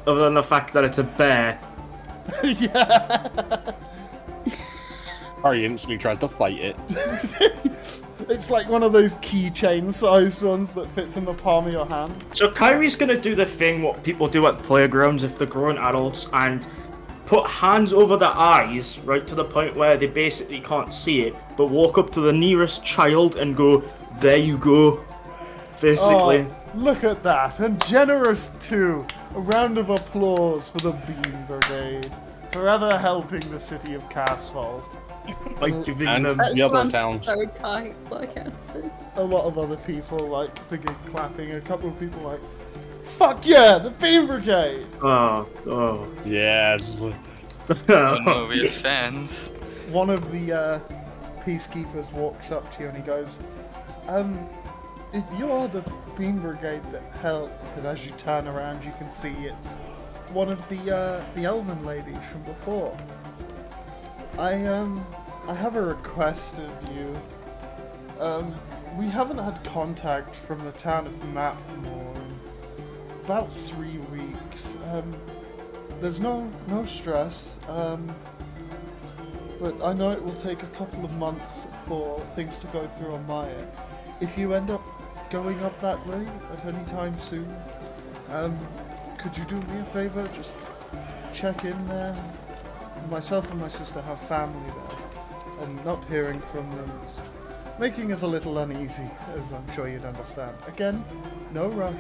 Other than the fact that it's a bear.
Harry instantly tries to fight it.
It's like one of those keychain sized ones that fits in the palm of your hand.
So Kyrie's gonna do the thing what people do at playgrounds if they're grown adults and put hands over their eyes, right to the point where they basically can't see it, but walk up to the nearest child and go, "There you go." Basically,
Oh, look at that, and generous too. A round of applause for the Bean Brigade, forever helping the city of Castfold.
by giving
And-
them.
That
The other towns.
sounds So tight, sarcastic.
A lot of other people like begin clapping. A couple of people like, "Fuck yeah, the Bean Brigade!"
Oh, oh.
Yeah. it's like-
Oh no, we're fans.
One of the uh, peacekeepers walks up to you and he goes, "Um, if you're the Bean Brigade that helped," and as you turn around, you can see it's one of the uh, the Elven ladies from before. I um, I have a request of you. Um, we haven't had contact from the town of Mapmore in about three weeks. Um, there's no no stress. Um, but I know it will take a couple of months for things to go through on my end. If you end up going up that way at any time soon, um, could you do me a favor? Just check in there. Myself and my sister have family there, and not hearing from them is making us a little uneasy, as I'm sure you'd understand. Again, no rush.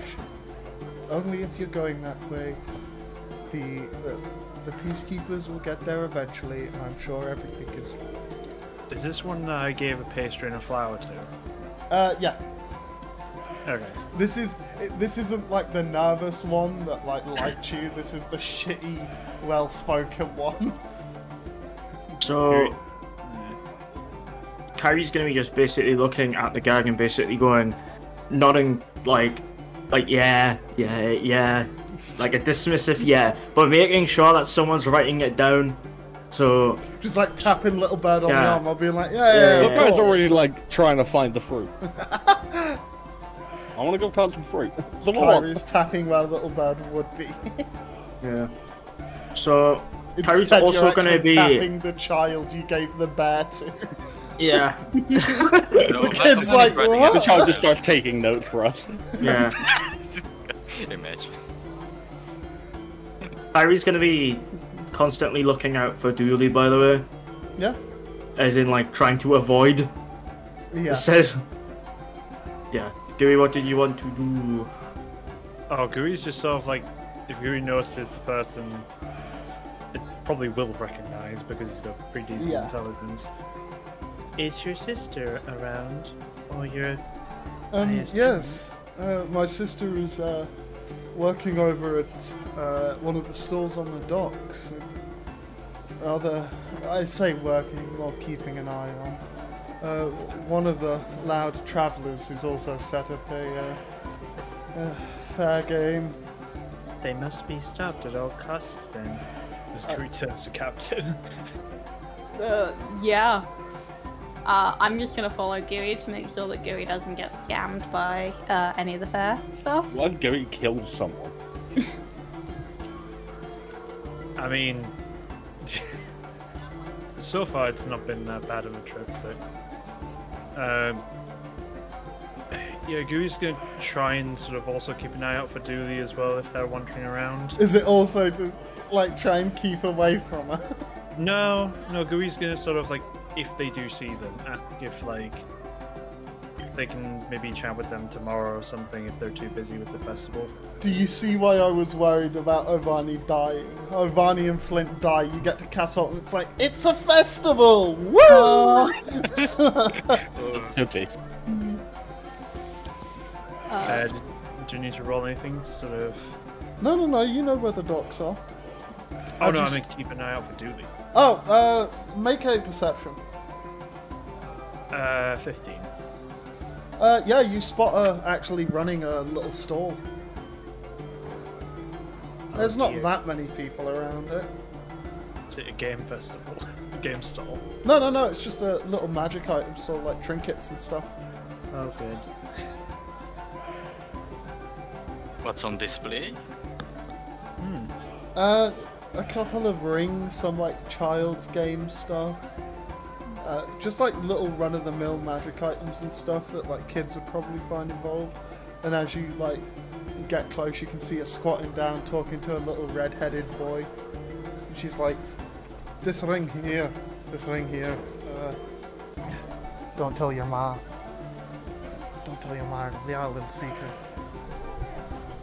only if you're going that way. The, the the peacekeepers will get there eventually, and I'm sure everything is.
Is this one that I gave a pastry and a flower to?
Uh, yeah.
Okay.
This is it, this isn't like the nervous one that like liked you. This is the shitty, well-spoken one.
So, Kyrie's gonna be just basically looking at the gag and basically going, nodding like, like yeah, yeah, yeah, like a dismissive yeah, but making sure that someone's writing it down. So
Just like tapping little bird on the
Yeah.
arm. I'll be like, yeah,
Yeah,
yeah,
yeah,
of
yeah.
Guys,
course."
already like trying to find the fruit. I want to go plant some fruit. The
Kyrie's tapping where little bird would be.
yeah. So Kyrie's
Instead,
also
you're
gonna
actually
be
tapping the child you gave the bear to.
yeah,
the kid's like, what?
The child just starts taking notes for us.
yeah.
Imagine.
Kyrie's gonna be constantly looking out for Dooley, by the way,
Yeah,
as in like trying to avoid
yeah.
It says, yeah, Dewey, what did you want to do?
Oh, Gooey's just sort of like, if Gooey notices the person, it probably will recognize because he's got pretty decent
Yeah.
intelligence. Is your sister around?
Oh,
Or your.
Um,
Highest
yes, uh, my sister is uh, working over at uh, one of the stores on the docks. And rather, I say working or keeping an eye on. Uh, one of the loud travellers who's also set up a, uh, a fair game.
They must be stopped at all costs then. As Gooey turns to Captain.
Uh, yeah. Uh, I'm just gonna follow Gooey to make sure that Gooey doesn't get scammed by uh, any of the fair stuff.
What? Gary kills someone.
I mean. so far, it's not been that bad of a trip, but. Um, yeah, Gooey's gonna try and sort of also keep an eye out for Dooley as well if they're wandering around.
Is it also to like try and keep away from her?
No, no, Gooey's gonna sort of like, if they do see them, ask if like they can maybe chat with them tomorrow or something if they're too busy with the festival.
Do you see why I was worried about Ovani dying? Ovani and Flint die, you get to Castle, and it's like, it's a festival! Woo!
Should be.
Uh, d- do you need to roll anything to sort of?
no, no, no, you know where the docks are.
Oh no,
just-
I'm gonna keep an eye out for Dooley.
Oh, uh, make a perception.
Uh, fifteen.
Uh, yeah, you spot her actually running a little stall. There's not
dear.
that many people around it.
It's a game festival, game stall.
No, no, no, it's just a little magic item store, like trinkets and stuff.
Oh good.
What's on display?
Uh, a couple of rings, some like child's game stuff. Uh, just like little run-of-the-mill magic items and stuff that like kids would probably find involved. And as you like get close, you can see her squatting down, talking to a little red-headed boy. And she's like, "This ring here, this ring here. Uh, don't tell your ma. Don't tell your ma. It'll be our little secret."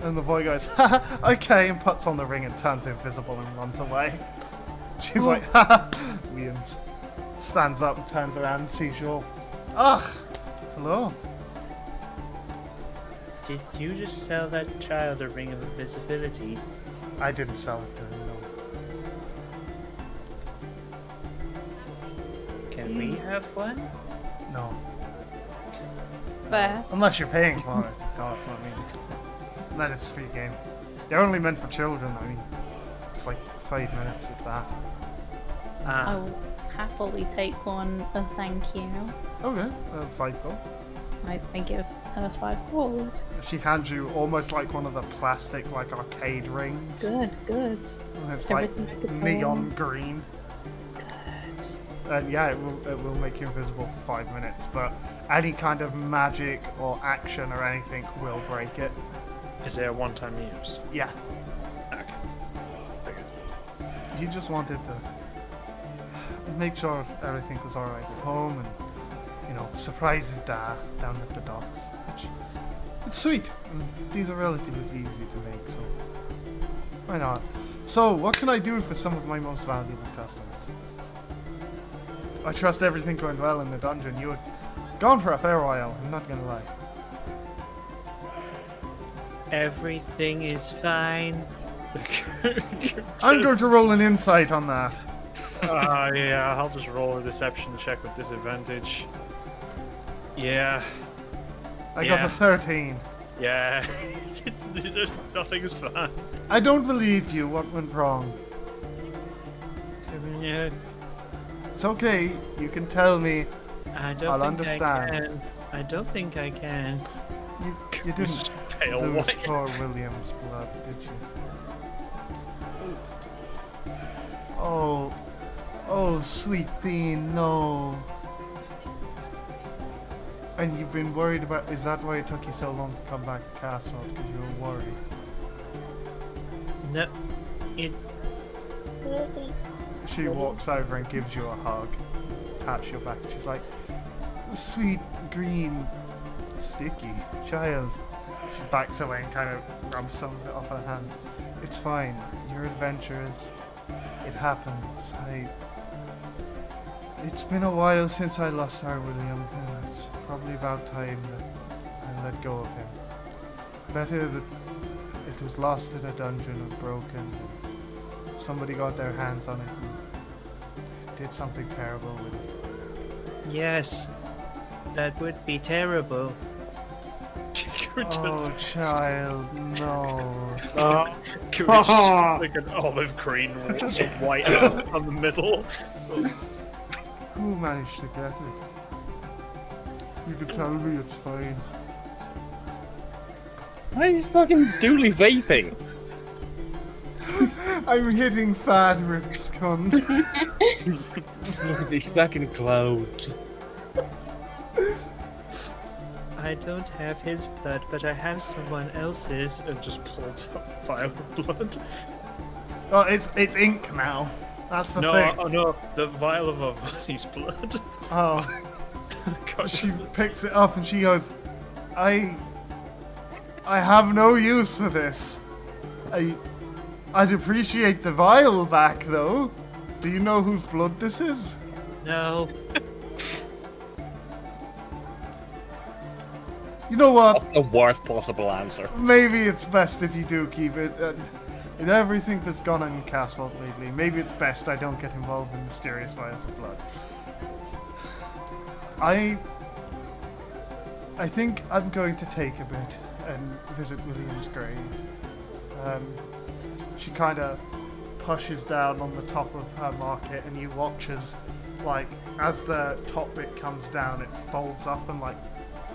And the boy goes, "Ha, ha, okay, and puts on the ring and turns invisible and runs away. She's like, "Ha, ha, wins. Stands up and turns around and sees you all. Ugh, hello.
Did you just sell that child a ring of invisibility?
I didn't sell it to him, no.
Can we have one?
No.
Fair.
Unless you're paying for it, of course, I mean. That is free game. They're only meant for children, I mean. It's like five minutes of that.
I
Ah,
will happily take one. A thank you.
Okay, uh, five gold.
I, I give her five gold.
She hands you almost like one of the plastic, like arcade rings.
Good, good.
And It's like
Everything I could
neon
want.
green. And yeah, it will, it will make you invisible for five minutes, but any kind of magic or action or anything will break it.
is there a one-time use?
Yeah,
Okay. Figured.
you just wanted to make sure everything was alright at home and, you know, surprises da down at the docks, which It's sweet. and These are relatively easy to make, so why not? So, what can I do for some of my most valuable customers? I trust everything going well in the dungeon. You were gone for a fair while. I'm not gonna lie.
Everything is fine.
I'm going to roll an insight on that.
Ah, yeah, I'll just roll a deception check with disadvantage. Yeah.
I
yeah.
got a 13.
Yeah. it's, it's, nothing's fine.
I don't believe you. What went wrong?
Yeah.
It's okay. You can tell me.
I don't
I'll
think
understand.
I can. I don't think I can.
You, you didn't
pale
lose
white.
poor William's blood, did you? Oh, oh, sweet bean, no. And you've been worried about. Is that why it took you so long to come back to Castle? Because you were worried.
No. It.
She walks over and gives you a hug, pats your back. She's like, sweet green sticky child. She backs away and kind of rubs some of it off her hands. It's fine. Your adventures, it happens. I. It's been a while since I lost our William, and it's probably about time that I let go of him. Better that it was lost in a dungeon and broken. Somebody got their hands on it and did something terrible with it.
Yes. That would be terrible.
Oh, child, no.
Uh, Can we just like an olive green wall, just white out on the middle?
Who managed to get it? You can tell me it's fine.
Why is fucking Dooley vaping?
I'm hitting fat rips, cunt.
Look at these fucking clothes.
I don't have his blood, but I have someone else's.
And just pulls out a vial of blood.
oh, it's it's ink now. That's the
no,
thing.
oh no, the vial of Avani's blood.
Oh.
God.
She picks it up and she goes, I. I have no use for this. I. I'd appreciate the vial back, though. Do you know whose blood this is?
No.
You know what?
The worst possible answer.
Maybe it's best if you do keep it. Uh, with everything that's gone on in Castle lately, maybe it's best I don't get involved in mysterious vials of blood. I. I think I'm going to take a bit and visit William's grave. Um, she kind of pushes down on the top of her market, and you watch as, like, as the top bit comes down, it folds up and like,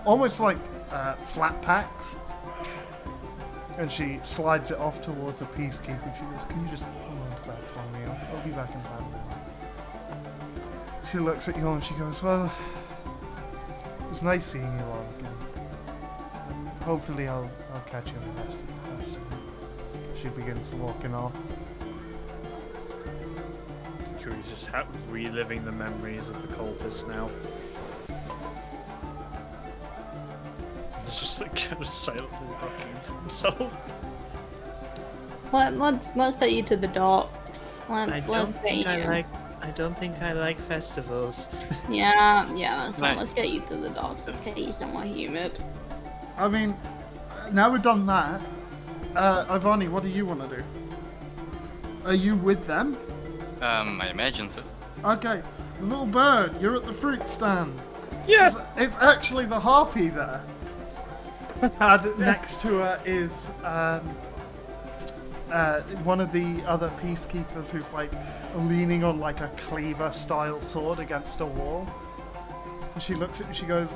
almost like uh, flat packs and she slides it off towards a peacekeeper and she goes, Can you just hold on to that for me? I'll, I'll be back in about an hour. She looks at you and she goes, Well, it was nice seeing you all again. Um, hopefully, I'll, I'll catch you in the rest of the festival. She begins walking off.
Curie's just ha- reliving the memories of the cultists now. He's just like kind of silently rocking to himself.
Let, let's let's take you to the docks. Let's
I don't
let's get you.
think I like. I don't think I like festivals.
Yeah, yeah, that's right.
Right.
Let's get you to the docks. Let's get you somewhere humid.
I mean, uh, now we've done that, uh, Ivani, what do you want to do? Are you with them?
Um, I imagine so.
Okay, little bird, you're at the fruit stand. Yes, it's, it's actually the harpy there. Uh, th- next to her is um, uh, one of the other peacekeepers who's like leaning on like a cleaver-style sword against a wall. And she looks at you. She goes,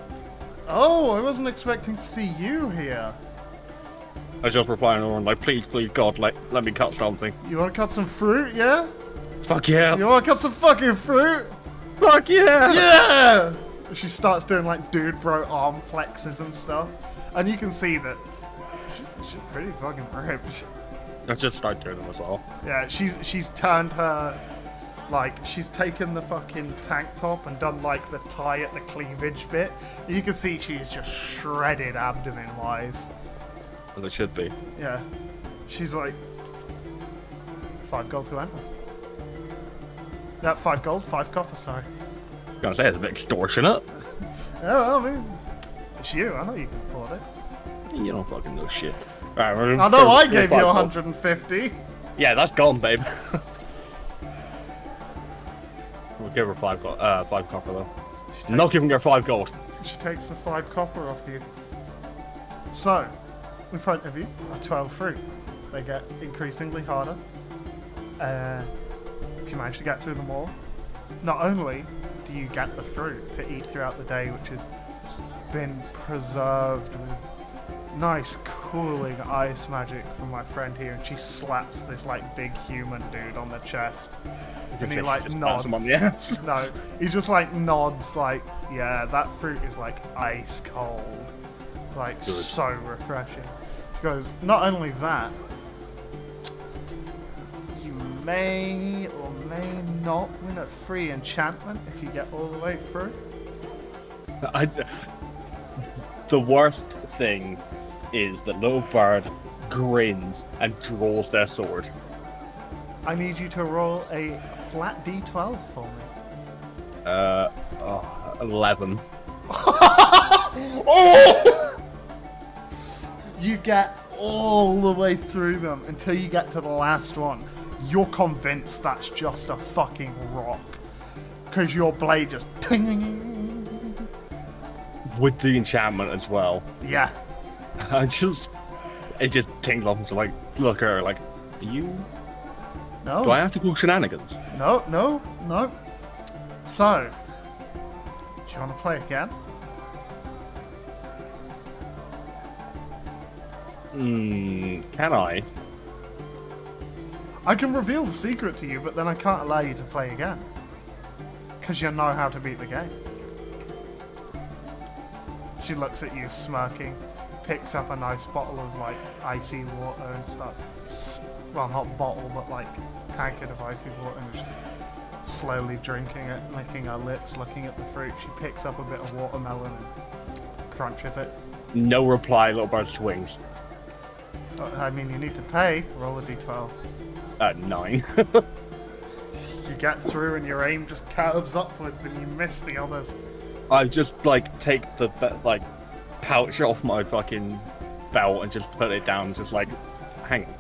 "Oh, I wasn't expecting to see you here.
I just reply to everyone like, please, please, God, like, let me cut something.
You want to cut some fruit, yeah?
Fuck yeah.
You want to cut some fucking fruit?
Fuck yeah.
Yeah! She starts doing like dude bro arm flexes and stuff. And you can see that she, she's pretty fucking ripped.
I just start doing them as well.
Yeah, she's she's turned her Like she's taken the fucking tank top and done like the tie at the cleavage bit. You can see she's just shredded abdomen wise.
As it should be.
Yeah. She's like five gold to enter. That five gold, five copper, sorry.
I was gonna say it's a bit extortionate.
Yeah, I mean it's you, I know you can afford it.
You don't fucking know shit. Alright, we're
I know I
we're
gave
five
you
gold.
150.
Yeah, that's gone, babe. we'll give her five gold uh five copper though. Not giving her five gold.
She takes the five copper off you. So, in front of you are 12 fruit. They get increasingly harder. Uh, if you manage to get through them all, not only do you get the fruit to eat throughout the day, which has been preserved with nice cooling ice magic from my friend here, and she slaps this like big human dude on the chest. And he
Just-
like
just
nods.
slaps him on the ass.
No, he just like nods, like, yeah, that fruit is like ice cold. Like,
Good.
so refreshing. She goes, not only that, you may or may not win a free enchantment if you get all the way through.
I, the worst thing is that little bird grins and draws their sword.
I need you to roll a flat d12 for me.
Uh, oh, 11.
You get all the way through them until you get to the last one. You're convinced that's just a fucking rock. Because your blade just ting.
With the enchantment as well.
Yeah.
I just. It just tingles off and just like, look at her, like, are you.
No.
Do I have to call shenanigans?
No, no, no. So, do you want to play again?
Hmm, can I?
I can reveal the secret to you, but then I can't allow you to play again. Because you know how to beat the game. She looks at you smirking, picks up a nice bottle of like icy water and starts. Well, not bottle, but like tankard of icy water and is just slowly drinking it, licking her lips, looking at the fruit. She picks up a bit of watermelon and crunches it.
No reply, little bird swings.
Uh, I mean, you need to pay. Roll a d12.
At 9.
You get through and your aim just curves upwards and you miss the others.
I just like take the be- like pouch off my fucking belt and just put it down. Just like, hang. on.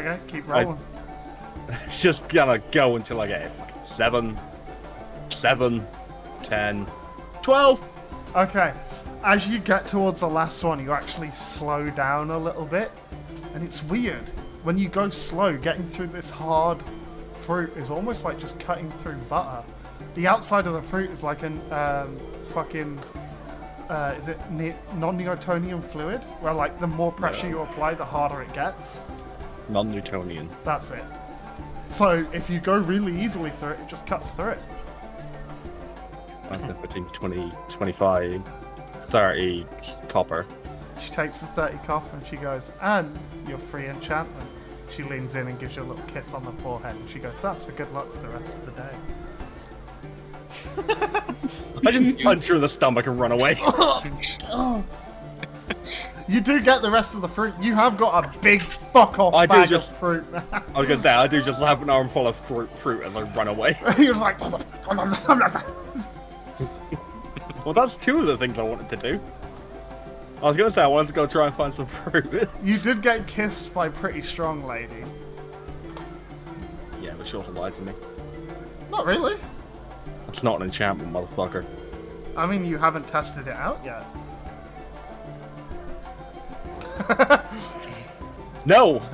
Okay, keep
I-
rolling.
It's just gonna go until I get it. Seven, seven, ten, twelve.
Okay, as you get towards the last one, you actually slow down a little bit, and it's weird. When you go slow, getting through this hard fruit is almost like just cutting through butter. The outside of the fruit is like an um, fucking. Uh, is it ne- non-Newtonian fluid? Where like the more pressure you apply, the harder it gets.
Non-Newtonian.
That's it. So if you go really easily through it, it just cuts through it.
15, 20, 25, 30 copper.
She takes the 30 copper and she goes, and your free enchantment. She leans in and gives you a little kiss on the forehead and she goes, that's for good luck for the rest of the day.
I just punch her in the stomach and run away.
You do get the rest of the fruit. You have got a big fuck off
I do
bag
just-
of fruit now.
I was gonna say I do just have an armful of fruit, fruit as I run away.
He was
"Oh,
like,
Well, that's two of the things I wanted to do. I was gonna say I wanted to go try and find some fruit.
you did get kissed by a pretty strong lady.
yeah, but she also lied to me.
Not really.
It's not an enchantment, motherfucker.
I mean, you haven't tested it out yet.
No,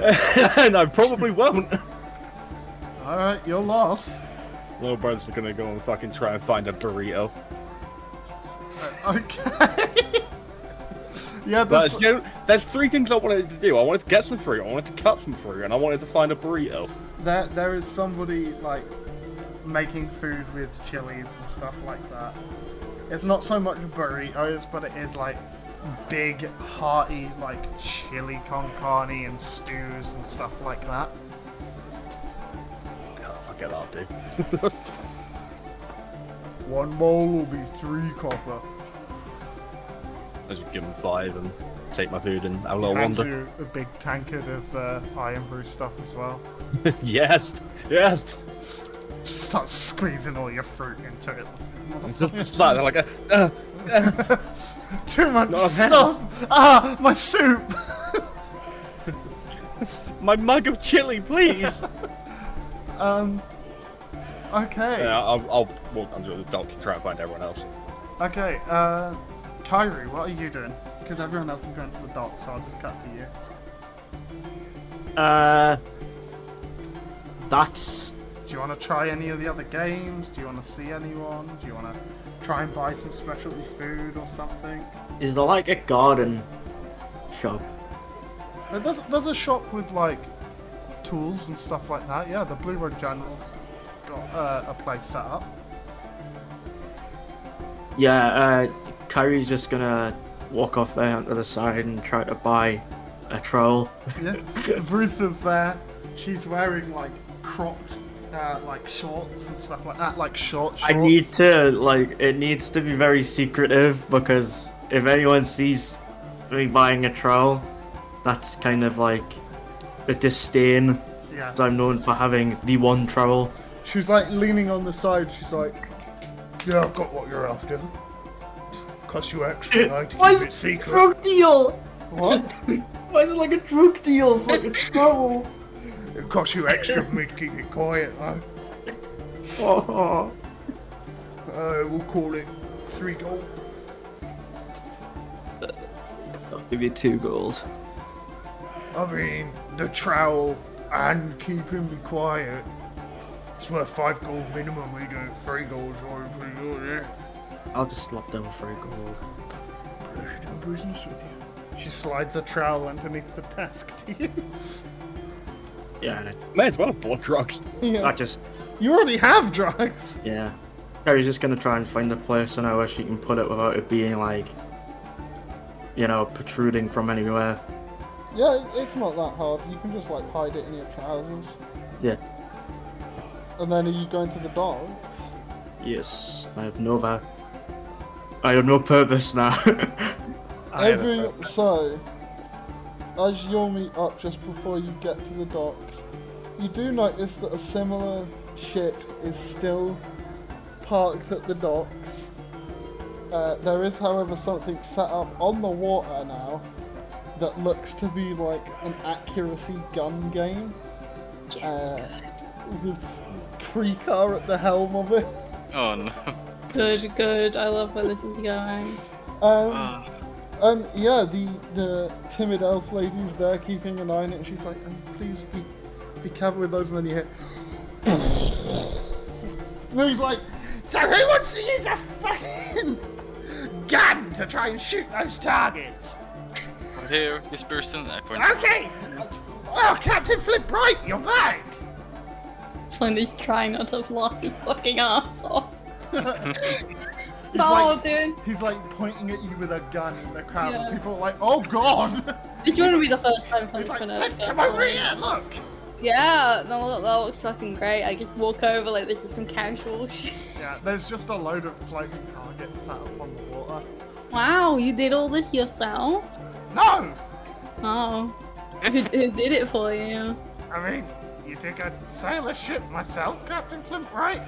and I probably won't.
Alright, your loss.
Little bird's gonna go and fucking try and find a burrito.
Okay. yeah,
But
this,
you know, there's three things I wanted to do. I wanted to get some fruit, I wanted to cut some fruit, and I wanted to find a burrito.
there, there is somebody like making food with chilies and stuff like that. It's not so much burritos, but it is like big, hearty, like chili con carne and stews and stuff like that.
Yeah, fucking
get up, dude.
One mole will be three copper.
I should give him five and take my food and have a little
Hand
wander.
you a big tankard of uh, iron brew stuff as well.
yes, yes.
Just start squeezing all your fruit into it.
It's just like they're like, uh, uh, uh.
Too much
Not a
stuff. Ah, my soup.
my mug of chili, please.
um. Okay.
yeah, I'll, I'll walk under the dock to try and find everyone else.
Okay. Uh, Kyrie, what are you doing? Because everyone else is going to the dock, so I'll just cut to you.
Uh, that's
Do you want to try any of the other games? Do you want to see anyone? Do you want to try and buy some specialty food or something?
is there like a garden shop?
Uh, There's, there's a shop with like tools and stuff like that. Yeah, the Blue Road General's got uh, a place set up.
Yeah, uh, Kyrie's just gonna walk off there onto the side and try to buy a troll.
Yeah, Ruth is there. She's wearing like cropped uh, like shorts and stuff like that, like short shorts.
I need to like it needs to be very secretive because if anyone sees me buying a trowel, that's kind of like the disdain
Yeah.
that I'm known for having the one trowel.
She's like leaning on the side. She's like, "Yeah, I've got what you're after. Cost you extra though to keep it secret."
deal?
What?
Why is it like a drug deal? Fucking trowel.
It costs you extra for me to keep it quiet though.
Oh,
Uh, we'll call it three gold.
I'll give you two gold.
I mean, the trowel and keeping me quiet. It's worth five gold minimum. We do it three gold, or pretty good, yeah.
I'll just slap down three gold.
I should do business with you.
She slides a trowel underneath the desk to you.
Yeah, and I,
May as well have bought drugs.
yeah.
I just
You already have drugs.
yeah. Carrie's just gonna try and find a place on where she can put it without it being like, you know, protruding from anywhere.
Yeah, it's not that hard. You can just like hide it in your trousers.
Yeah.
And then are you going to the dogs?
Yes, I have no va- I have no purpose now.
I have a
Every
purpose.
so, as you'll meet up just before you get to the docks, you do notice that a similar ship is still parked at the docks. Uh, there is, however, something set up on the water now that looks to be like an accuracy gun game. uh, with Krikar at the helm of it.
Oh no.
Good, good. I love where this is going.
Um,
Ah.
Um, yeah, the the timid elf lady's there keeping an eye on it. and She's like, um, please be be careful with those. And then you hear. and he's like, so who wants to use a fucking gun to try and shoot those targets?
Over here, this person. I point.
Okay. Oh, Captain Flip Bright, you're back.
Flynn is trying not to laugh his fucking ass off.
He's
No,
like,
dude.
he's like pointing at you with a gun in the crowd,
Yeah.
and people are like, oh god.
This wouldn't be the first time Flynn's
He's like,
gonna.
Flip,
go
come
for
over
it.
here, look.
Yeah, no, that, that looks fucking great. I just walk over like this is some casual shit.
Yeah, there's just a load of floating targets set up on the water.
Wow, you did all this yourself?
No!
Oh. who, who did it for you?
I mean, you think I'd sail a ship myself, Captain Flint, right?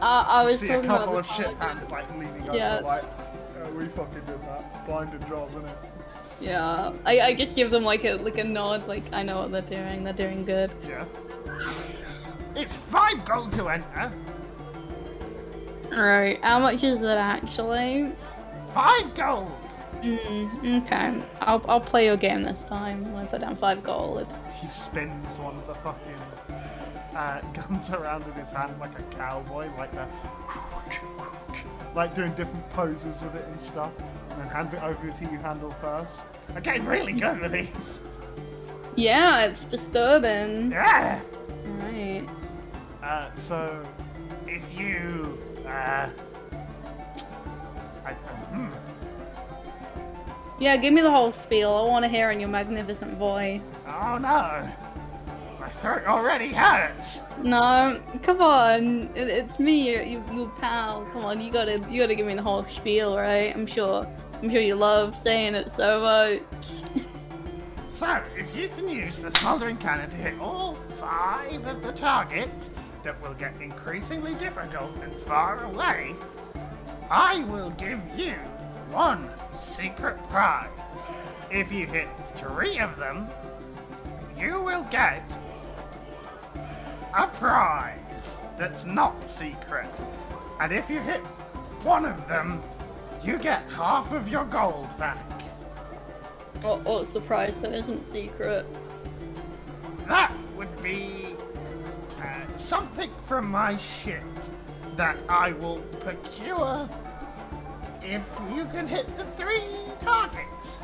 Uh, I was
See a
talking about
couple
the
of ship
target.
hands like leaning
Yeah.
over, like, "Yeah, we fucking did that. Blinded job, innit?
Yeah, I, I just give them like a like a nod, like I know what they're doing. They're doing good.
Yeah. It's five gold to enter.
Right, how much is it actually?
Five gold!
Mm, okay, I'll I'll play your game this time. I put down five gold.
He spins one of the fucking uh, guns around in his hand like a cowboy, like the like doing different poses with it and stuff, and then hands it over to you handle first. I'm getting really good with these.
Yeah, it's disturbing.
Yeah.
Right.
Uh, so, if you, uh, I,
um,
hmm.
Yeah, give me the whole spiel. I want to hear in your magnificent voice.
oh no, my throat already hurts.
No, come on. It, it's me, your, your, your pal. Come on, you gotta, you gotta give me the whole spiel, right? I'm sure, I'm sure you love saying it so much.
So, if you can use the smoldering cannon to hit all five of the targets that will get increasingly difficult and far away, I will give you one secret prize. If you hit three of them, you will get a prize that's not secret. And if you hit one of them, you get half of your gold back.
What, what's the prize that isn't secret?
That would be uh, something from my ship that I will procure if you can hit the three targets.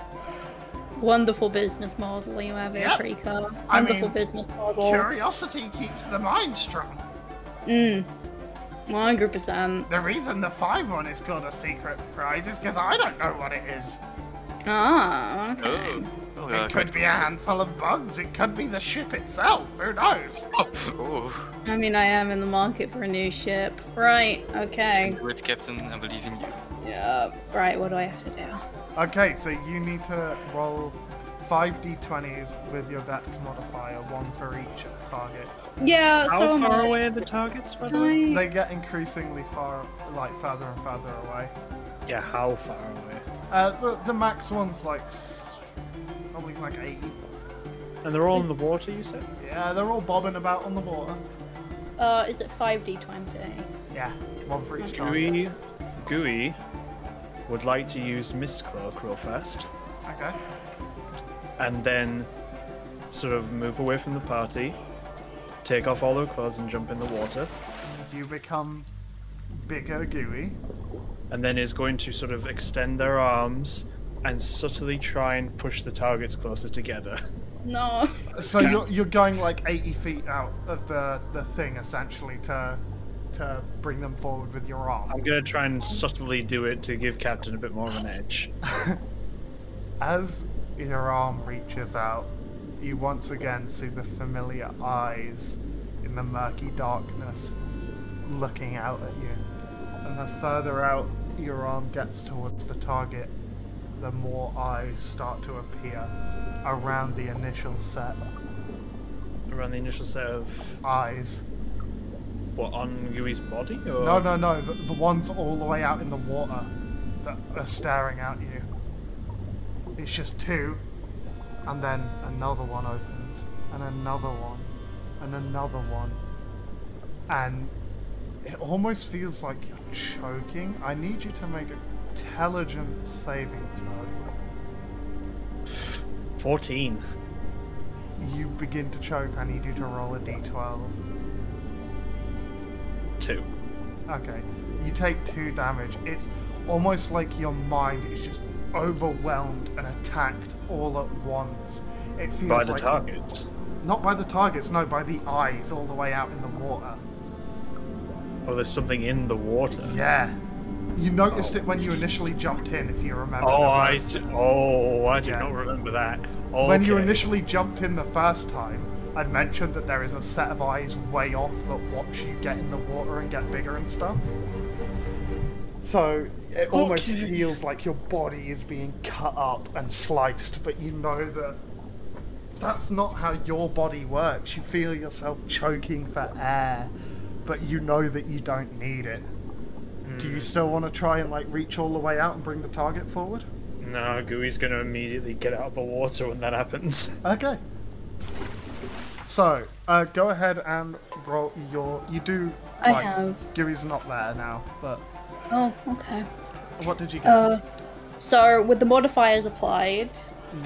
Wonderful business model you have here,
Yep.
Krika. Wonderful
I mean,
business model.
Curiosity keeps the mind strong.
Mm. 100%.
The reason the five one is called a secret prize is because I don't know what it is.
Ah, okay.
Oh, yeah, I
it could be a handful of bugs. It could be the ship itself. Who knows?
Oh,
I mean, I am in the market for a new ship. Right, okay.
words, Captain. I believe in you.
Yeah. Right, what do I have to do?
Okay, so you need to roll five d20s with your dex modifier, one for each target.
Yeah,
How
so am
far
I-
away are the targets, by the way?
Can I-
They get increasingly far, like further and further away.
Yeah, how far away?
Uh, the, the max one's like s- probably like 80.
And they're all in the water, you said?
Yeah, they're all bobbing about on the water.
Uh, is it 5d20?
Yeah, one for each target.
Gooey, Gooey would like to use Mist Cloak real fast
Okay.
and then sort of move away from the party, take off all her clothes and jump in the water,
You become bigger gooey.
and then is going to sort of extend their arms and subtly try and push the targets closer together.
No.
So you're, you're going like 80 feet out of the, the thing essentially to to bring them forward with your arm.
I'm going to try and subtly do it to give Captain a bit more of an edge.
As your arm reaches out, you once again see the familiar eyes in the murky darkness looking out at you. And the further out your arm gets towards the target, the more eyes start to appear around the initial set.
Around the initial set of
Eyes.
what on Gooey's body? Or...
No, no, no, the, the ones all the way out in the water that are staring at you. It's just two, and then another one opens, and another one, and another one. And it almost feels like you're choking. I need you to make an intelligent saving throw.
14.
You begin to choke, I need you to roll a d12.
2.
Okay. You take two damage. It's almost like your mind is just overwhelmed and attacked all at once. It feels
By the
like
targets.
not by the targets, no, by the eyes all the way out in the water.
Oh, there's something in the water.
Yeah. You noticed it when you initially jumped in, if you remember.
Oh,
the
I
first-
d- oh, I do
Yeah.
not remember that. Okay.
When you initially jumped in the first time, I mentioned that there is a set of eyes way off that watch you get in the water and get bigger and stuff. So it almost feels like your body is being cut up and sliced, but you know that that's not how your body works. You feel yourself choking for air, but you know that you don't need it. Do you still want to try and like reach all the way out and bring the target forward?
No, Gooey's going to immediately get out of the water when that happens.
Okay. So, uh, go ahead and roll your. You do.
I have.
Gooey's not there now, but
Oh, okay.
what did you get?
Uh, so with the modifiers applied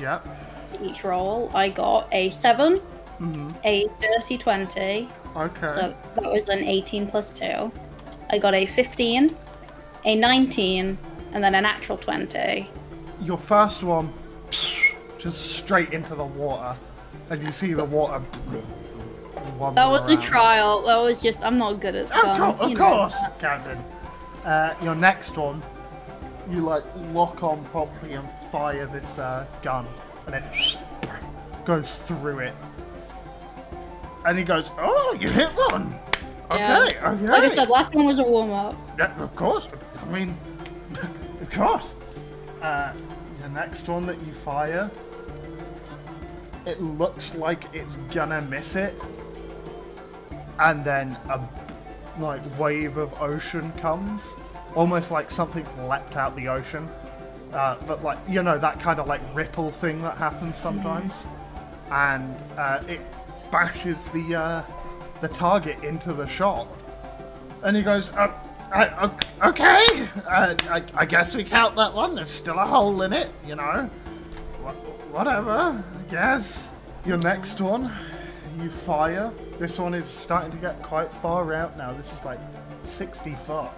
yep.
to each roll, I got a 7,
hmm
a dirty 20,
Okay.
so that was an 18 plus 2. I got a 15, a 19, and then a natural 20.
Your first one, just straight into the water, and you see the water. wobble
That was a
around.
trial. That was just, I'm not good at
Of,
guns.
course, Oh, of
um, you know
course,
that.
Captain. Uh, your next one, you like lock on properly and fire this uh, gun, and it goes through it. and he goes, "Oh, you hit one." Okay,
Yeah.
okay.
Like I said, last one was a warm up.
Yeah, of course. I mean, of course. Uh, the next one that you fire, it looks like it's gonna miss it, and then a like wave of ocean comes, almost like something's leapt out the ocean. Uh, but like you know that kind of like ripple thing that happens sometimes, and uh, it bashes the uh, the target into the shot, and he goes, uh, I, o- "Okay, uh, I, I guess we count that one. There's still a hole in it, you know. Wh- whatever, I guess." Your next one, you fire. This one is starting to get quite far out now. This is like 60 foot,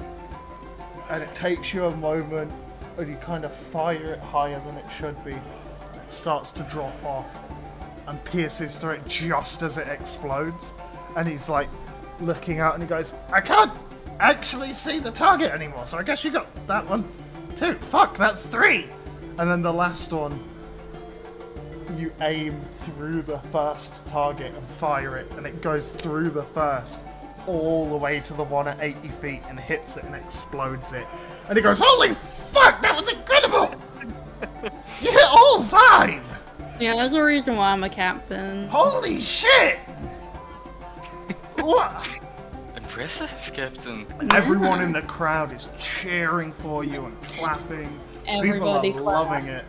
and it takes you a moment, and you kind of fire it higher than it should be. It starts to drop off, and pierces through it just as it explodes. And he's like looking out and he goes, I can't actually see the target anymore, so I guess you got that one too. Fuck, that's three! And then the last one, you aim through the first target and fire it, and it goes through the first all the way to the one at 80 feet and hits it and explodes it. And he goes, Holy fuck, that was incredible! you hit all five!
Yeah, there's a reason why I'm a captain.
Holy shit! what?
Impressive, Captain.
Everyone in the crowd is cheering for you and clapping.
Everybody
People are
clap.
loving it.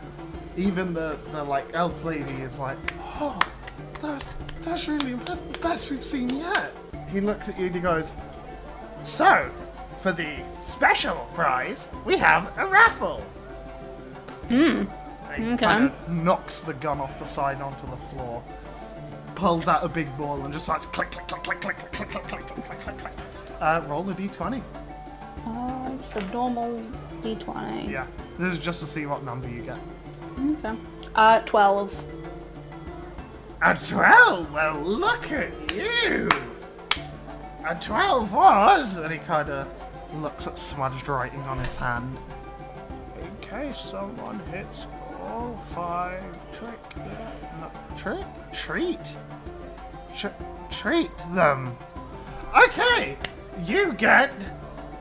Even the, the like elf lady is like, oh, that's that's really that's the best we've seen yet. He looks at you and he goes, so for the special prize we have a raffle.
Hmm.
And he
Okay.
kinda knocks the gun off the side onto the floor, pulls out a big ball and just starts click click click click click click click click click click click click. click. Uh, roll a d20.
Uh, it's a normal d20.
Yeah, this is just to see what number you get.
Okay. Uh, 12.
A 12? Well, look at you! A 12 was! And he kind of looks at smudged writing on his hand. In case someone hits all five trick. No, trick? Treat? Tr- treat them! Okay! You get.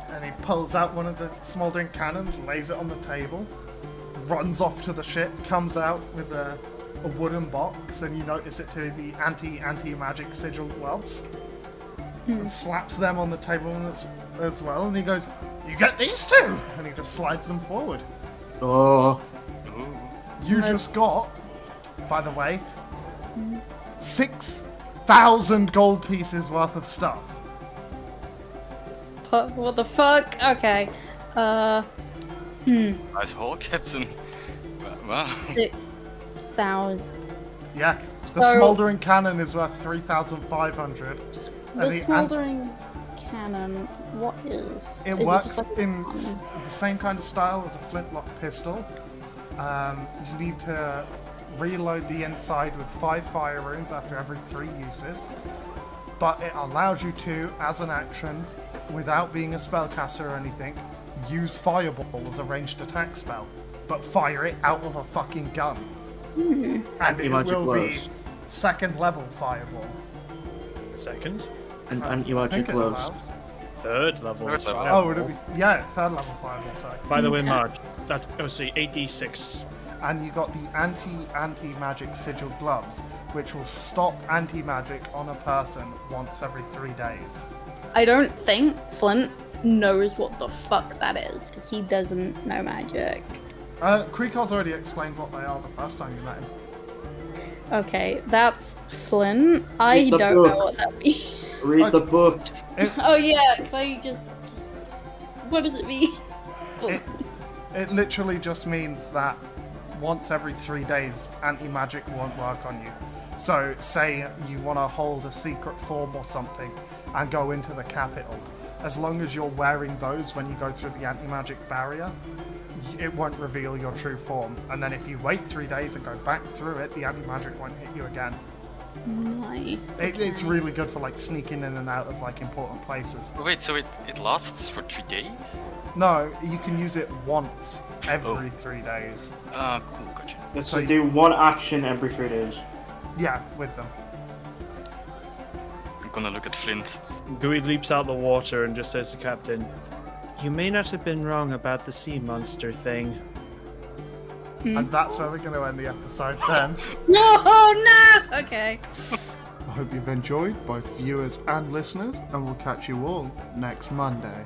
And he pulls out one of the smoldering cannons, lays it on the table, runs off to the ship, comes out with a, a wooden box, and you notice it to be anti anti magic sigil gloves,
Hmm.
and slaps them on the table as, as well. And he goes, "You get these two," and he just slides them forward.
Oh,
You just got, by the way,
Hmm.
six thousand gold pieces worth of stuff.
Huh, What the fuck? Okay. Uh, hmm.
Nice haul, Captain. Wow, Wow.
6,000.
Yeah, the
So-
smoldering cannon is worth three thousand five hundred.
The smoldering cannon, what is?
It
is
works
just like a
in
cannon?
s- the same kind of style as a flintlock pistol. Um, you need to reload the inside with five fire rounds after every three uses, but it allows you to, as an action, without being a spellcaster or anything, use fireball as a ranged attack spell, but fire it out of a fucking gun,
Hmm.
and it
Anti-magic
will
gloves.
be second level fireball.
Second,
and
I
anti-magic
think it
gloves.
allows.
third level.
Third
is
level.
fireball.
Oh, would it be yeah, third level fireball? Sorry.
By the way,
Okay.
Marge, that's
oh,
obviously 86.
and you got the anti anti magic sigil gloves, which will stop anti magic on a person once every three days.
I don't think Flint knows what the fuck that is because he doesn't know magic.
Uh, Krikar's already explained what they are the first time you met him.
Okay, that's Flint. I
Read the
don't know
book.
what that means.
Read the book.
oh yeah, can I just, just what does it mean? Oh,
It, it literally just means that once every three days, anti magic won't work on you. So, say you want to hold a secret form or something and go into the capital. As long as you're wearing those when you go through the anti magic barrier, y- it won't reveal your true form. And then if you wait three days and go back through it, the anti magic won't hit you again.
nice.
It, it's
okay.
really good for like sneaking in and out of like important places.
Wait, so it, it lasts for three days?
No, you can use it once every three days.
Ah, cool, gotcha.
Let's do one action every three days.
Yeah, with them.
gonna look at Flint.
Gui leaps out the water and just says to Captain, You may not have been wrong about the sea monster thing.
And that's where we're going to end the episode then.
No, no. Okay.
I hope you've enjoyed, both viewers and listeners, and we'll catch you all next Monday.